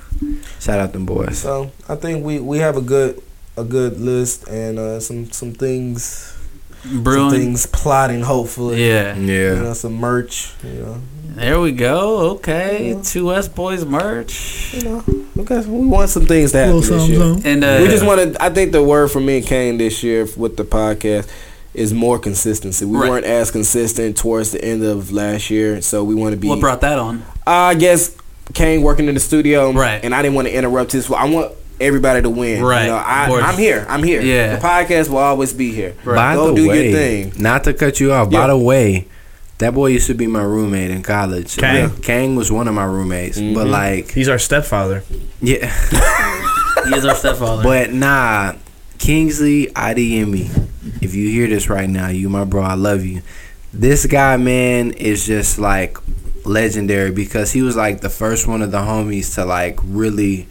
F: Shout out them boys.
E: Oh, So I think we we have a good a good list and uh, some some things some
C: Brewing.
E: things plotting. Hopefully,
C: Yeah.
E: You
F: Yeah.
E: know, some merch. You know.
C: There we go. Okay. Two West Boys merch.
E: Because we want some things to happen
H: Little
E: this
H: something,
E: year.
H: something.
C: And uh,
E: We just want to. I think the word for me and Kane this year with the podcast is more consistency. We
C: Right.
E: weren't as consistent towards the end of last year, so we want to be.
C: what brought that on?
E: I guess Kane working in the studio,
C: Right.
E: And I didn't want to interrupt his. I want everybody to win,
C: Right.
E: You know, I,
C: Of course.
E: I'm here. I'm here.
C: Yeah.
E: the podcast will always be here.
F: By
E: Go
F: the
E: do
F: way,
E: your thing.
F: not to cut you off. By
E: Yeah.
F: the way, that boy used to be my roommate in college.
D: Kang?
F: Like, Kang was one of my roommates,
E: Mm-hmm.
F: but like,
D: He's our stepfather.
F: yeah,
C: He is our stepfather.
F: but nah, Kingsley IDME. If you hear this right now, you my bro. I love you. This guy, man, is just like legendary because he was like the first one of the homies to like really,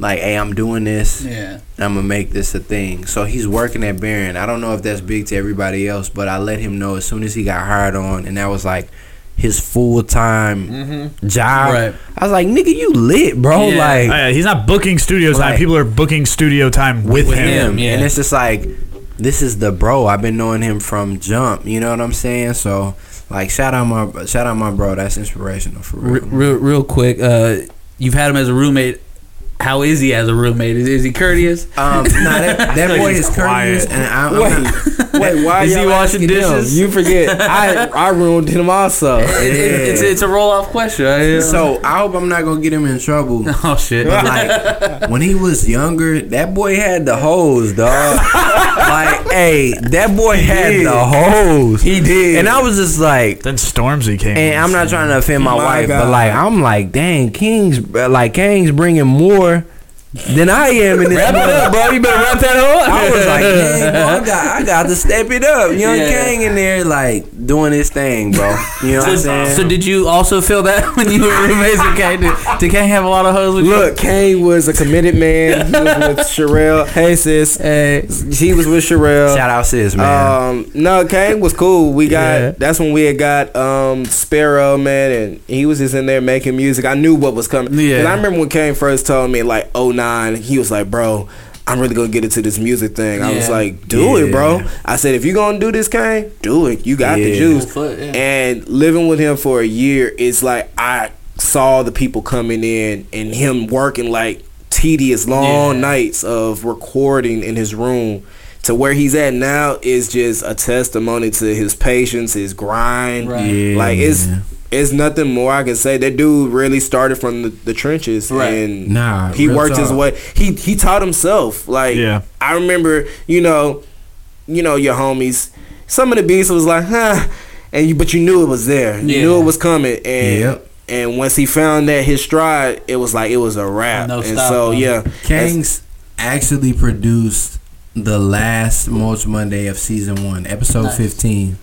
F: like, hey, I'm doing this.
C: yeah.
F: I'm gonna make this a thing. So he's working at Barron. I don't know if that's big to everybody else, but I let him know as soon as he got hired on, and that was like his full time job.
C: Right.
F: I was like, nigga, you lit, bro.
C: Yeah.
F: Like
D: Oh, yeah, he's not booking studio time.
F: Right.
D: People are booking studio time with,
F: with
D: him.
F: him,
C: yeah.
F: and it's just like this is the bro. I've been knowing him from jump. You know what I'm saying? So like, shout out my shout out my bro. That's inspirational for
C: Re-
F: real.
C: real, real quick, uh, you've had him as a roommate How is he as a roommate? Is, is he courteous?
F: Um, no, that, that boy is courteous, and I, I'm
E: Wait,
F: not-
E: wait, why
C: Is he
E: y'all
C: washing
E: asking him?
C: dishes?
E: You forget, I I ruined him also.
C: It- it- it's, it's a roll off question. I-
F: So I hope I'm not gonna get him in trouble.
C: oh shit.
F: But like when he was younger, that boy had the hose, dog. like, hey, that boy had the hose. He did. And I was just like,
D: Then Stormzy came.
F: and I'm not trying to offend my,
G: My
F: wife, but
G: God.
F: like, I'm like, dang, King's like King's bringing more than I am in this.
C: Wrap it
F: mother-
C: up, bro. You better wrap that up.
F: I was like, dang, bro, I got, I got to step it up. Young
C: Yeah.
F: Kang in there, like, doing his thing, bro. You know what I'm
C: So,
F: saying?
C: so did you also feel that when you were roommates with Kane? Did, did Kane have a lot of hoes with
E: Look, Kane was a committed man. He was with Sherelle. Hey sis,
C: you? Hey.
E: he was with Sherelle.
F: Shout out, sis, man.
E: Um, no, Kang was cool. We got
C: Yeah.
E: that's when we had got um Sparrow man, and he was just in there making music. I knew what was coming.
C: Yeah.
E: 'Cause I remember when Kang first told me like '09, he was like, "Bro, I'm really gonna get into this music thing." I was
C: Yeah.
E: like, "Do it, bro." I said, "If you gonna do this, Kang, do it. You got the
F: Yeah.
E: juice." And living with him for a year, it's like I saw the people coming in and him working like tedious long
C: Yeah.
E: nights of recording in his room to where he's at now is just a testimony to his patience, his grind.
C: Right.
E: Like it's it's nothing more I can say. That dude really started from the, the trenches
C: Right.
E: and
F: Nah,
E: he
F: real
E: worked his
F: talk.
E: way. He he taught himself. Like
D: Yeah.
E: I remember, you know, you know your homies. Some of the beats was like, huh, and you but you knew it was there. You
C: Yeah.
E: knew it was coming, and
F: Yep.
E: and once he found that his stride, it was like it was a wrap.
C: No
E: and
C: stop,
E: so
C: huh?
E: yeah,
F: Kang's actually produced the last Mulch Monday of season one, episode
H: Nice.
F: 15.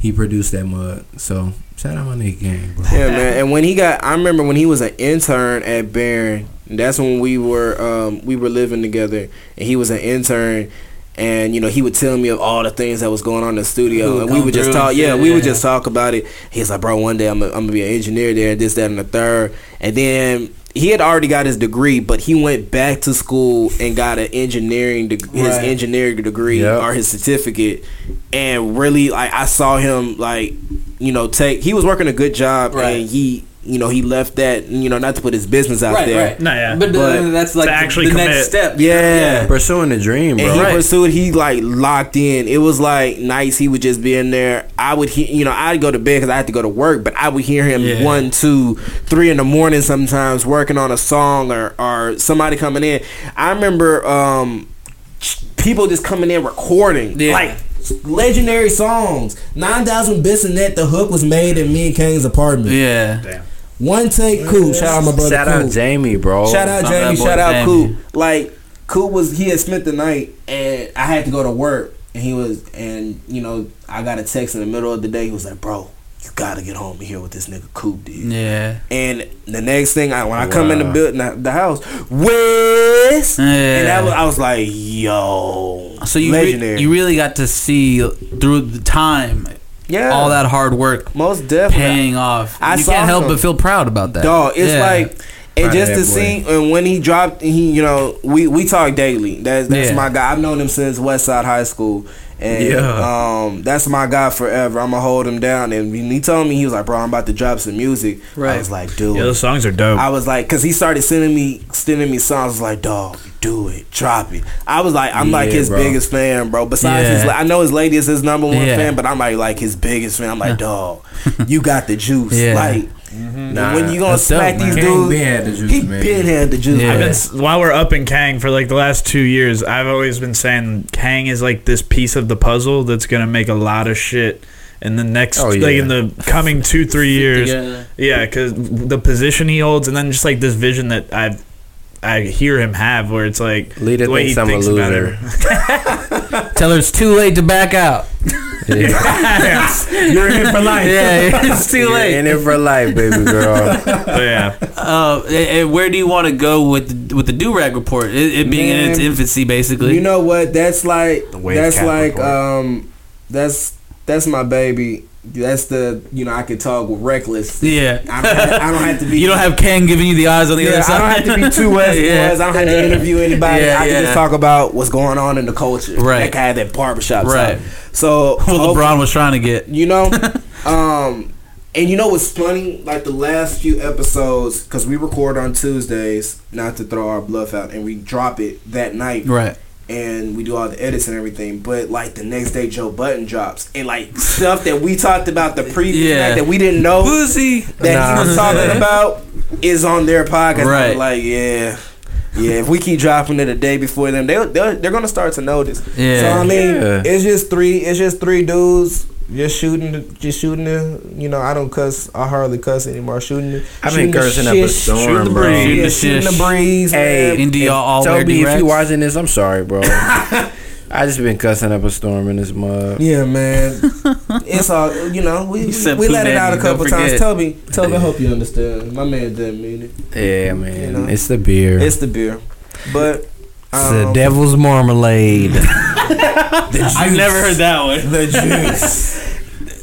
F: He produced that mug. So, shout out my nigga Kang, bro.
E: Yeah, man. And when he got, I remember when he was an intern at Barron. That's when we were um, we were living together, and he was an intern. And you know he would tell me of all the things that was going on in the
C: Who
E: studio,
C: would
E: and we
C: come
E: would just
C: through
E: talk.
C: and
E: Yeah,
C: shit,
E: we would
C: yeah.
E: just talk about it. He's like, bro, one day I'm gonna, I'm gonna be an engineer there, and this, that, and the third. And then he had already got his degree, but he went back to school and got an engineering deg his
H: Right.
E: engineering degree
F: Yep.
E: or his certificate. And really, like I saw him like you know take. He was working a good job,
C: Right.
E: and he you know he left that you know not to put his business out
C: Right,
E: there.
C: right.
D: Nah, yeah.
C: But, uh,
E: But
C: that's like
D: to
C: the,
D: actually
C: the next
D: commit.
C: step.
E: Yeah.
F: Pursuing the dream,
E: And
F: bro.
E: he
C: Right.
E: pursued. He like locked in. It was like nights. He would just be in there. I would, he, you know, I'd go to bed because I had to go to work. But I would hear him
C: Yeah.
E: one, two, three in the morning sometimes working on a song or or somebody coming in. I remember um people just coming in recording
C: Yeah.
E: like
G: Legendary songs. 9,000 bits and that the hook was made in me and Kang's apartment.
C: Yeah.
G: One take, cool. Shout out my brother.
F: shout out
G: Coop.
F: Jamie, bro.
E: Shout out
C: Shout out
E: Jamie.
C: that Oh, boy
E: Shout out
C: Jamie.
E: Coop. Like Coop was he had spent the night, and I had to go to work, and he was, and you know, I got a text in the middle of the day. He was like, "Bro, you gotta get home and hear what this nigga Coop did."
C: Yeah.
E: And the next thing, I when I come in the building, the house, Wes,
C: Yeah.
E: and that was, I was like, "Yo,
C: So you re- you really got to see through the time
E: yeah,
C: all that hard work
E: most definitely."
C: paying off.
E: I
C: you
E: saw
C: can't help
E: him.
C: but feel proud about that.
E: Dog, it's
C: Yeah.
E: like and
F: Proud of
E: just
F: that
E: to
F: boy.
E: see and when he dropped he you know, we we talk daily. That's that's
C: Yeah.
E: my guy. I've known him since Westside High School. And
F: Yeah.
E: um that's my guy forever. I'ma hold him down. And when he told me he was like, Bro, I'm about to drop some music. I
C: Right.
E: was like, dude.
D: Yeah, those songs are dope.
E: I was like, cause he started sending me sending me songs. I was like, dog, do it, drop it. I was like, I'm like
F: Yeah,
E: his
F: bro.
E: biggest fan, bro. Besides, his,
C: Yeah.
E: la- I know his lady is his number one
C: Yeah.
E: fan, but I'm like, like his biggest fan. I'm like, dog, you got the juice.
C: Yeah.
E: Like,
F: Nah,
E: when you gonna
C: that's dope,
E: smack
C: man.
E: these
F: Kang
E: dudes,
F: been Mm-hmm. had the juice,
E: he
F: man.
E: been had the juice.
C: Yeah.
E: man.
D: I've been, s- while we're up in Kang for like the last two years, I've always been saying Kang is like this piece of the puzzle that's gonna make a lot of shit in the next,
F: Oh,
D: like
F: yeah.
D: in the coming two three years.
C: Together.
D: Yeah, because the position he holds, and then just like this vision that I've. I hear him have where it's like
F: Lita thinks I'm a loser.
C: Tell her it's too late to back out.
D: You're in for life.
C: yeah, it's too
F: You're
C: late.
F: in it for life, baby girl.
D: But yeah,
C: Uh, and- and where do you want to go with the, with the do rag report? It, it being in
E: Man,
C: its infancy, basically.
E: You know what? That's like
B: wave
E: that's
B: cap
E: like
B: report.
E: um that's that's my baby. That's the you know I could talk with reckless.
C: yeah.
E: I don't, I don't have to be.
C: You don't have Kang giving you the eyes on the
E: Yeah,
C: other
E: I
C: side.
E: don't have to be too West
C: Yeah.
E: I don't have to interview anybody.
C: Yeah,
E: I can
C: yeah.
E: just talk about what's going on in the culture.
C: Right.
E: Like I had that barbershop.
C: Right.
E: Right. So
C: What
E: hope-
C: LeBron was trying to get.
E: you know, um, And you know what's funny? Like the last few episodes, because we record on Tuesdays, not to throw our bluff out, and we drop it that night,
C: Right.
E: And we do all the edits and everything. But like the next day, Joe Button drops, and like stuff that we talked about the previous
C: Yeah.
E: night that we didn't know
C: Pussy.
E: that he was talking about is on their podcast.
C: Right.
E: Right. Like, yeah. Yeah, if we keep dropping it a day before them, they they're, they're gonna start to notice.
C: Yeah.
E: So um, I mean,
F: Yeah.
E: it's just three. It's just three dudes just shooting, the- just shooting. The, you know, I don't cuss. I hardly cuss anymore. Shooting. the-
F: I've
E: shooting
F: been
E: the
F: cursing up a
E: shish.
F: storm,
C: Shoot the
F: bro.
C: breeze. Shooting
E: Yeah,
C: the
E: shooting
C: shish.
E: the breeze.
F: Hey,
E: man.
C: India all wear
F: Toby, if
C: D-Rex.
F: you watching this, I'm sorry, bro. I just been cussing up a storm in this mug.
E: Yeah, man. it's all you know. We
C: said
E: we let
C: Pooh
E: it out a
C: Daddy, don't
E: couple times.
C: forget.
E: Toby, Toby, I hope you understand. My man didn't mean it.
F: Yeah, man.
E: You know.
F: It's the beer.
E: It's the beer, but
F: It's
E: um,
F: the devil's marmalade.
C: I've never heard that one.
E: The juice.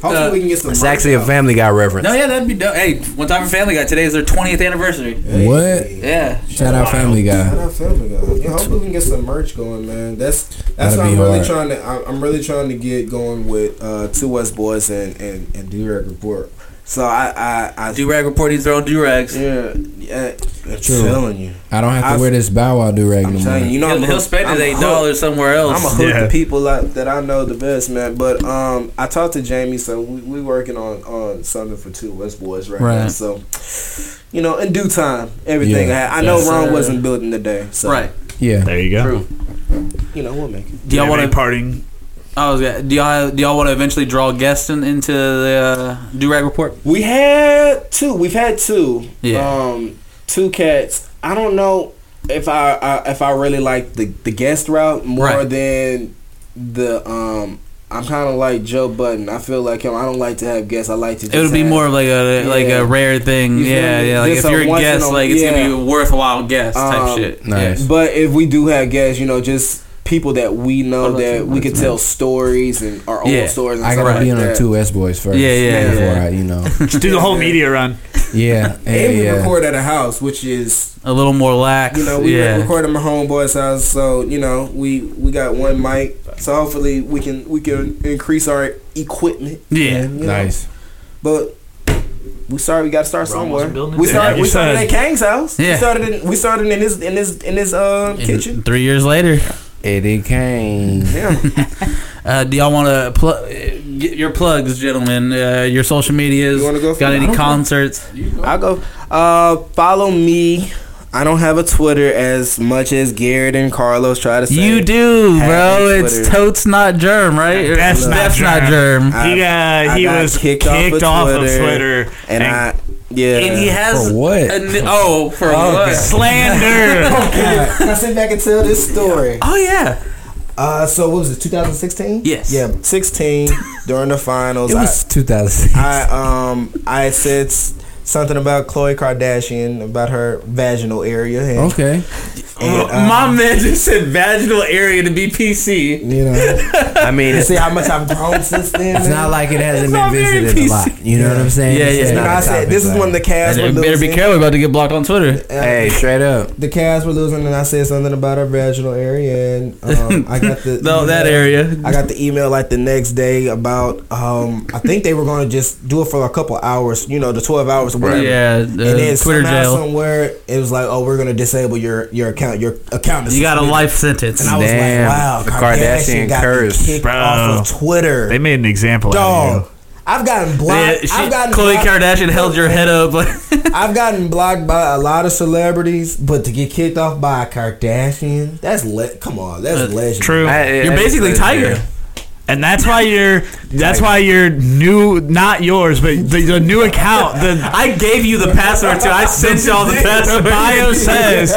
E: Hopefully
C: Uh,
E: we can get some.
F: It's
E: merch
F: actually a
E: out.
F: Family Guy reference.
C: No, yeah, that'd be dope. Hey, one time for Family Guy. Today is their 20th anniversary.
G: What?
C: Yeah.
F: Shout out Family
G: Shout
F: Guy.
G: out Family Guy. Yeah, hopefully we can get some merch going, man. That's that's
F: That'd
G: what
F: be
G: I'm really
F: hard.
G: trying to. I'm, I'm really trying to get going with uh, Two West Boys and and and D-Reg Report.
E: So I, I, I
C: Do rag report. He's throwing do rags.
E: Yeah, yeah. I'm
G: True.
E: telling you.
F: I don't have to
E: I've-
F: wear this Bow Wow do rag
E: I'm
F: no
E: telling you.
F: more.
E: You know,
C: He'll,
E: I'm
C: he'll
E: hooked.
C: spend his
E: I'm
C: eight
E: hooked.
C: dollars somewhere else.
E: I'm a hook
D: Yeah.
E: to people out that I know the best, man. But um, I talked to Jamie, so we, we working on on something for two West Boys right, now.
C: Right.
E: So, you know, in due time, everything.
F: Yeah.
E: I, I know
C: Yes,
E: Ron
C: sir.
E: wasn't building today, so
C: right.
F: Yeah.
D: There you go.
C: True.
E: You know, we'll make it.
C: Do y'all
D: want
C: want to?
D: parting?
C: I was. gonna- Do y'all do y'all want to eventually draw guests in, into the uh, do rag report?
E: We had two. We've had two.
C: Yeah.
E: Um, two cats. I don't know if I, I if I really like the the guest route more
C: Right.
E: than the um. I'm kind of like Joe Button. I feel like him. I don't like to have guests. I like to. Just
C: It would be
E: have-
C: more of like a like
E: Yeah.
C: a rare thing.
E: You feel
C: yeah,
E: me?
C: yeah. Like if
E: Just a
C: you're a
E: once
C: guest,
E: in a-
C: like it's gonna
E: yeah.
C: be a worthwhile guest type
E: Um,
C: shit.
F: Nice.
E: But if we do have guests, you know, just people that we know
C: Oh, that's
E: that we could tell stories and our
C: Yeah.
E: old stories. And
F: I
E: stuff
F: gotta
E: like
F: be on the
E: that.
F: two S boys first.
C: Yeah, yeah,
F: Before
C: yeah.
F: I, you know.
D: Just do the whole media run.
F: Yeah.
G: And
F: yeah,
G: we
F: yeah.
G: record at a house, which is
C: Yeah. A little more lax.
E: You know, we
C: yeah.
E: record at my homeboy's house, so you know, we we got one mic, so hopefully we can we can increase our equipment.
C: yeah.
E: you know.
F: Nice.
E: But we started. We got to start somewhere.
I: building
E: We
D: it.
E: started.
D: Yeah,
E: we
D: you
E: started
D: said-
E: at Kang's house.
C: Yeah.
E: We started. In, we started in his in his in his um
C: And
E: kitchen.
C: Three years later,
F: Eddie Kane.
E: Yeah.
C: uh, do y'all want to pl- get your plugs, gentlemen? Uh, your social medias.
E: You wanna go
C: got
E: first? I
C: any
E: don't-
C: concerts?
E: I go. Uh, follow me. I don't have a Twitter as much as Garrett and Carlos try to say.
C: You do,
E: Happy
C: bro. It's
E: Twitter.
C: totes not germ, right? Or
D: That's not
C: That's
D: germ.
C: germ.
E: I-
D: he uh,
E: I
D: he
E: got
D: was kicked,
E: kicked off of
D: off, of
E: Twitter,
D: Twitter,
E: and I yeah.
C: And he has
F: For what?
C: a ni- oh, for what?
D: slander.
G: Can I sit back and tell this story?
C: Oh yeah,
G: Uh, so what was it? 2016?
C: yes.
E: yeah, sixteen during the finals.
F: It was 2006.
E: I, I um I said s- something about Khloe Kardashian about her vaginal area. And,
F: okay.
E: and, uh,
C: My man just said vaginal area to be PC.
G: You know,
F: I mean, it's,
E: See how much I've grown since then.
F: it's
E: man?
F: not like it hasn't
C: not
F: been
C: very
F: visited a lot. You know what I'm saying?
C: Yeah,
F: It's
C: yeah.
F: just
E: You
F: not
E: know,
F: a
E: I said
F: topic,
E: this is
F: like-
E: when the Cavs
C: And
E: were
C: better
E: losing.
C: be careful about to get blocked on Twitter.
F: Hey, straight up.
G: the Cavs were losing, and I said something about her vaginal area, and um, I got the
C: No, that
G: email.
C: area.
E: I got the email like the next day about um I think they were going to just do it for a couple hours, you know, the 12 hours or whatever.
C: Yeah,
E: And
C: uh,
E: then
C: Twitter
E: somehow,
C: jail.
E: somewhere it was like, oh, we're gonna disable your your account. Your account is
C: You got a
E: suspended.
C: life sentence.
E: And I was
F: Damn,
E: like,
F: the
E: wow, Kardashian,
F: Kardashian
E: got
F: curse.
E: me kicked
D: Bro.
E: off of Twitter.
D: they made an example out of
E: Dog, I've gotten
C: Yeah,
E: blocked.
C: she,
E: I've gotten
C: Khloe
E: blocked.
C: Kardashian held your head up. Like,
E: I've gotten blocked by a lot of celebrities, but to get kicked off by a Kardashian, that's le- come on, that's
C: Uh,
D: you.
E: legendary.
D: True.
C: you're basically Tiger.
D: And that's why your that's why your new not yours but the, the new account the
C: I gave you the password too. I sent you all the
D: the
C: password.
D: bio says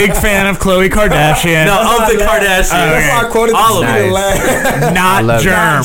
D: big fan of Khloe Kardashian.
C: no, of the
D: That's why
C: Kardashians.
D: I
E: quoted
C: all of
E: the
C: it.
D: not
F: love it.
D: germ,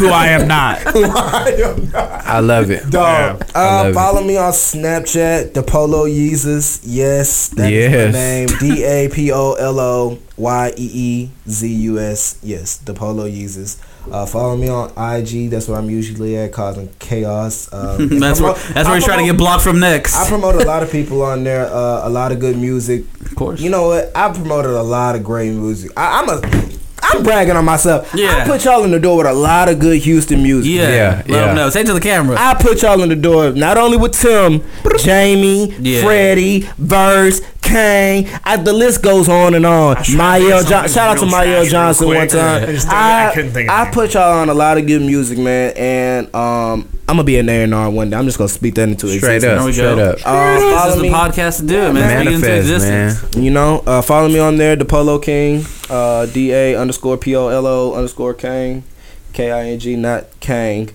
D: who I am not.
F: I love it.
E: Dog,
F: I love
E: uh,
F: it.
E: follow me on Snapchat, the Polo Yeezus. Yes, that's my
F: Yes.
E: name. D A P O L O Y E E Z U S. Yes, the Polo Yeezus. Uh, follow me on IG. That's where I'm usually at, causing chaos. Um,
C: That's where that's where he's trying to get blocked from next.
E: I promote a lot of people on there. Uh, a lot of good music.
C: Of course.
E: You know what? I promoted a lot of great music. I, I'm a. I I'm bragging on myself.
C: Yeah.
E: I put y'all in the door with a lot of good Houston music.
C: Yeah,
K: Yeah,
C: yeah.
K: yeah.
C: Love no. Say it to the camera.
E: I put y'all in the door not only with Tim, Jamie,
C: Yeah.
E: Freddie, Verse, Kane. I, the list goes on and on. Myel John,
D: something
E: shout out to
D: real
E: Myel
D: trash real
E: Johnson one
D: quick.
E: time.
D: I just didn't- I
E: I,
D: couldn't think of
E: I
D: anything.
E: put y'all on a lot of good music, man, and um, I'm gonna be an A and R one day. I'm just gonna speak that into
K: Straight
E: existence.
C: There
K: up,
C: we
K: straight
C: go.
K: up.
E: Uh,
C: this
E: follow
C: is the
E: me.
C: podcast to do it, man. Speaking into
K: Manifest, man.
C: existence.
E: You know, uh, follow me on there, DePolo King, uh, D A underscore P O L O underscore Kang, K I N G, not Kang.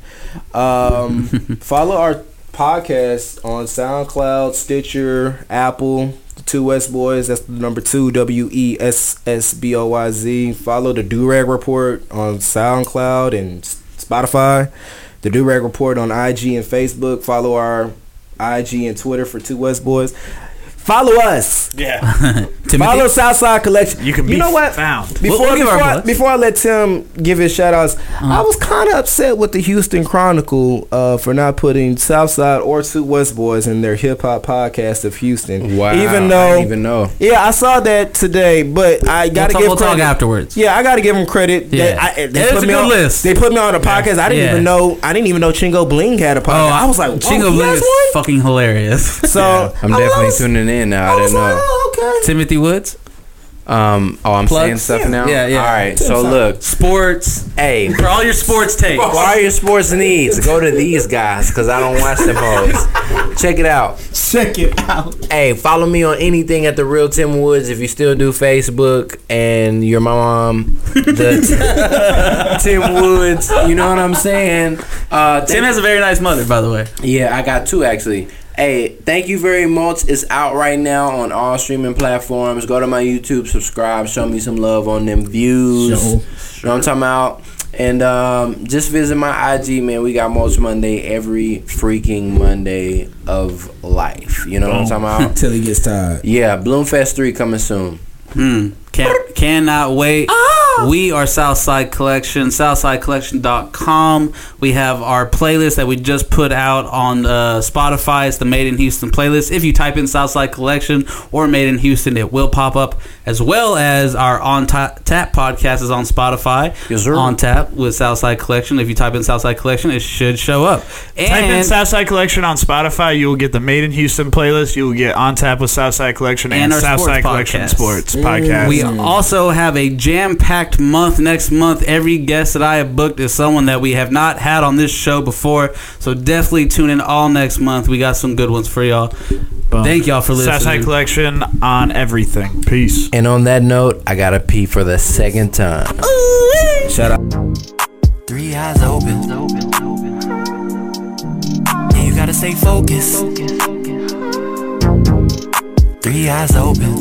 E: Um, follow our podcast on SoundCloud, Stitcher, Apple, the Two West Boys. That's the number two, W E S S B O Y Z. Follow the Durag Report on SoundCloud and S- Spotify. The Durag Report on IG and Facebook. Follow our IG and Twitter for Two West Boys. Follow us.
D: Yeah.
C: Timothy.
E: Follow Southside Collection.
D: You can be
E: You know what?
D: found.
E: Before,
C: We'll- we'll give our Uh-huh.
E: before, I,
C: plugs.
E: before I let Tim give his shout outs, I was kind of upset with the Houston Chronicle uh, for not putting Southside or Two West Boys in their hip hop podcast of Houston.
K: Wow.
E: Even
K: I
E: though.
K: didn't even know.
E: yeah, I saw that today, but I
C: We'll,
E: gotta
C: talk,
E: give
C: we'll talk
E: credit.
C: afterwards.
E: Yeah, I gotta give them credit.
C: Yeah.
E: That I,
C: It's
E: put
C: a
E: me
C: good
E: on,
C: list.
E: They put me on a podcast. I didn't
C: Yeah.
E: even know. I didn't even know Chingo Bling had a podcast.
C: Oh,
E: I was like,
C: Chingo Blue is
E: one.
C: fucking hilarious.
E: So
K: I'm
E: I was-
K: definitely tuning in now. I
E: I was
K: didn't
E: like,
K: know.
E: oh, okay.
C: Timothy Woods,
K: Um. Oh, I'm saying
C: Plugs?
K: stuff
E: Yeah.
K: now.
C: Yeah, yeah.
K: All right. So look,
C: sports
K: hey,
C: for all your sports takes.
K: For all your sports needs, go to these guys because I don't watch them hoes. Check it out.
E: Check it out.
K: Hey, follow me on anything at the real Tim Woods if you still do Facebook and you're my mom, the t- Tim Woods. You know what I'm saying? Uh,
C: Tim
K: thank-
C: has a very nice mother, by the way.
K: yeah, I got two actually. Hey, thank you very much. It's out right now on all streaming platforms. Go to my YouTube, subscribe, show me some love on them views.
E: Show.
K: You know what I'm talking about? And um, just visit my IG, man. We got Mulch Monday every freaking Monday of life. You know what I'm talking about?
E: Till he gets tired.
K: yeah, Bloomfest 3 coming soon.
C: Mm, can, cannot wait. We are Southside Collection, southsidecollection.com. We have our playlist that we just put out on uh, Spotify. It's the Made in Houston playlist. If you type in Southside Collection or Made in Houston, it will pop up, as well as our On Ta- Tap podcast is on Spotify.
K: Yes, sir.
C: On Tap with Southside Collection. If you type in Southside Collection, it should show up. And
D: Type in Southside Collection on Spotify. You will get the Made in Houston playlist. You will get On Tap with Southside Collection
C: And
D: and,
C: our
D: Southside
C: sports
D: Collection
C: podcast.
D: Sports podcast.
C: We also have a jam-packed month next month. Every guest that I have booked is someone that we have not had on this show before. So definitely tune in all next month. We got some good ones for y'all. Thank y'all for
D: Southside
C: listening.
D: Collection on everything. Peace.
K: And on that note, I got to pee for the second time.
B: Three eyes open. Yeah, you gotta stay focused. Three eyes open.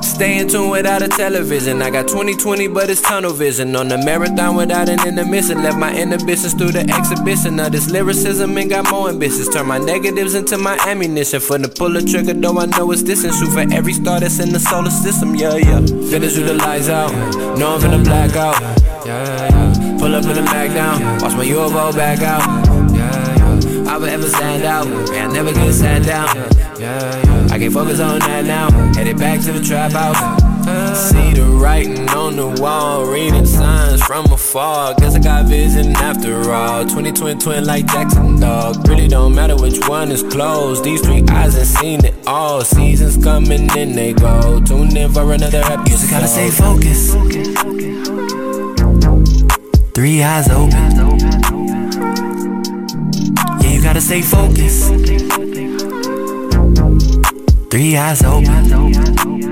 F: Stay in tune without a television. I got 2020, but it's tunnel vision. On the marathon without an intermission. Left my inhibitions through the exhibition of this lyricism and got more ambitions. Turn my negatives into my ammunition. For the pull a trigger, though I know it's distance. Shoot for every star that's in the solar system. Yeah, yeah. Finna shoot the lights out. No, I'm finna black out. Yeah, yeah. Pull up in the back down. Watch my UFO back out. Yeah, yeah. I would ever stand out. Man, I never get sat down. Yeah, yeah. I can focus on that now. Headed back to the trap house. See the writing on the wall, reading signs from afar. Guess I got vision after all. 20 twin twin like Jackson dog. Really don't matter which one is closed. These three eyes ain't seen it all. Seasons coming in, they go. Tune in for another episode.
B: You just gotta stay focused. Three eyes open. Yeah, you gotta stay focused. Three eyes open.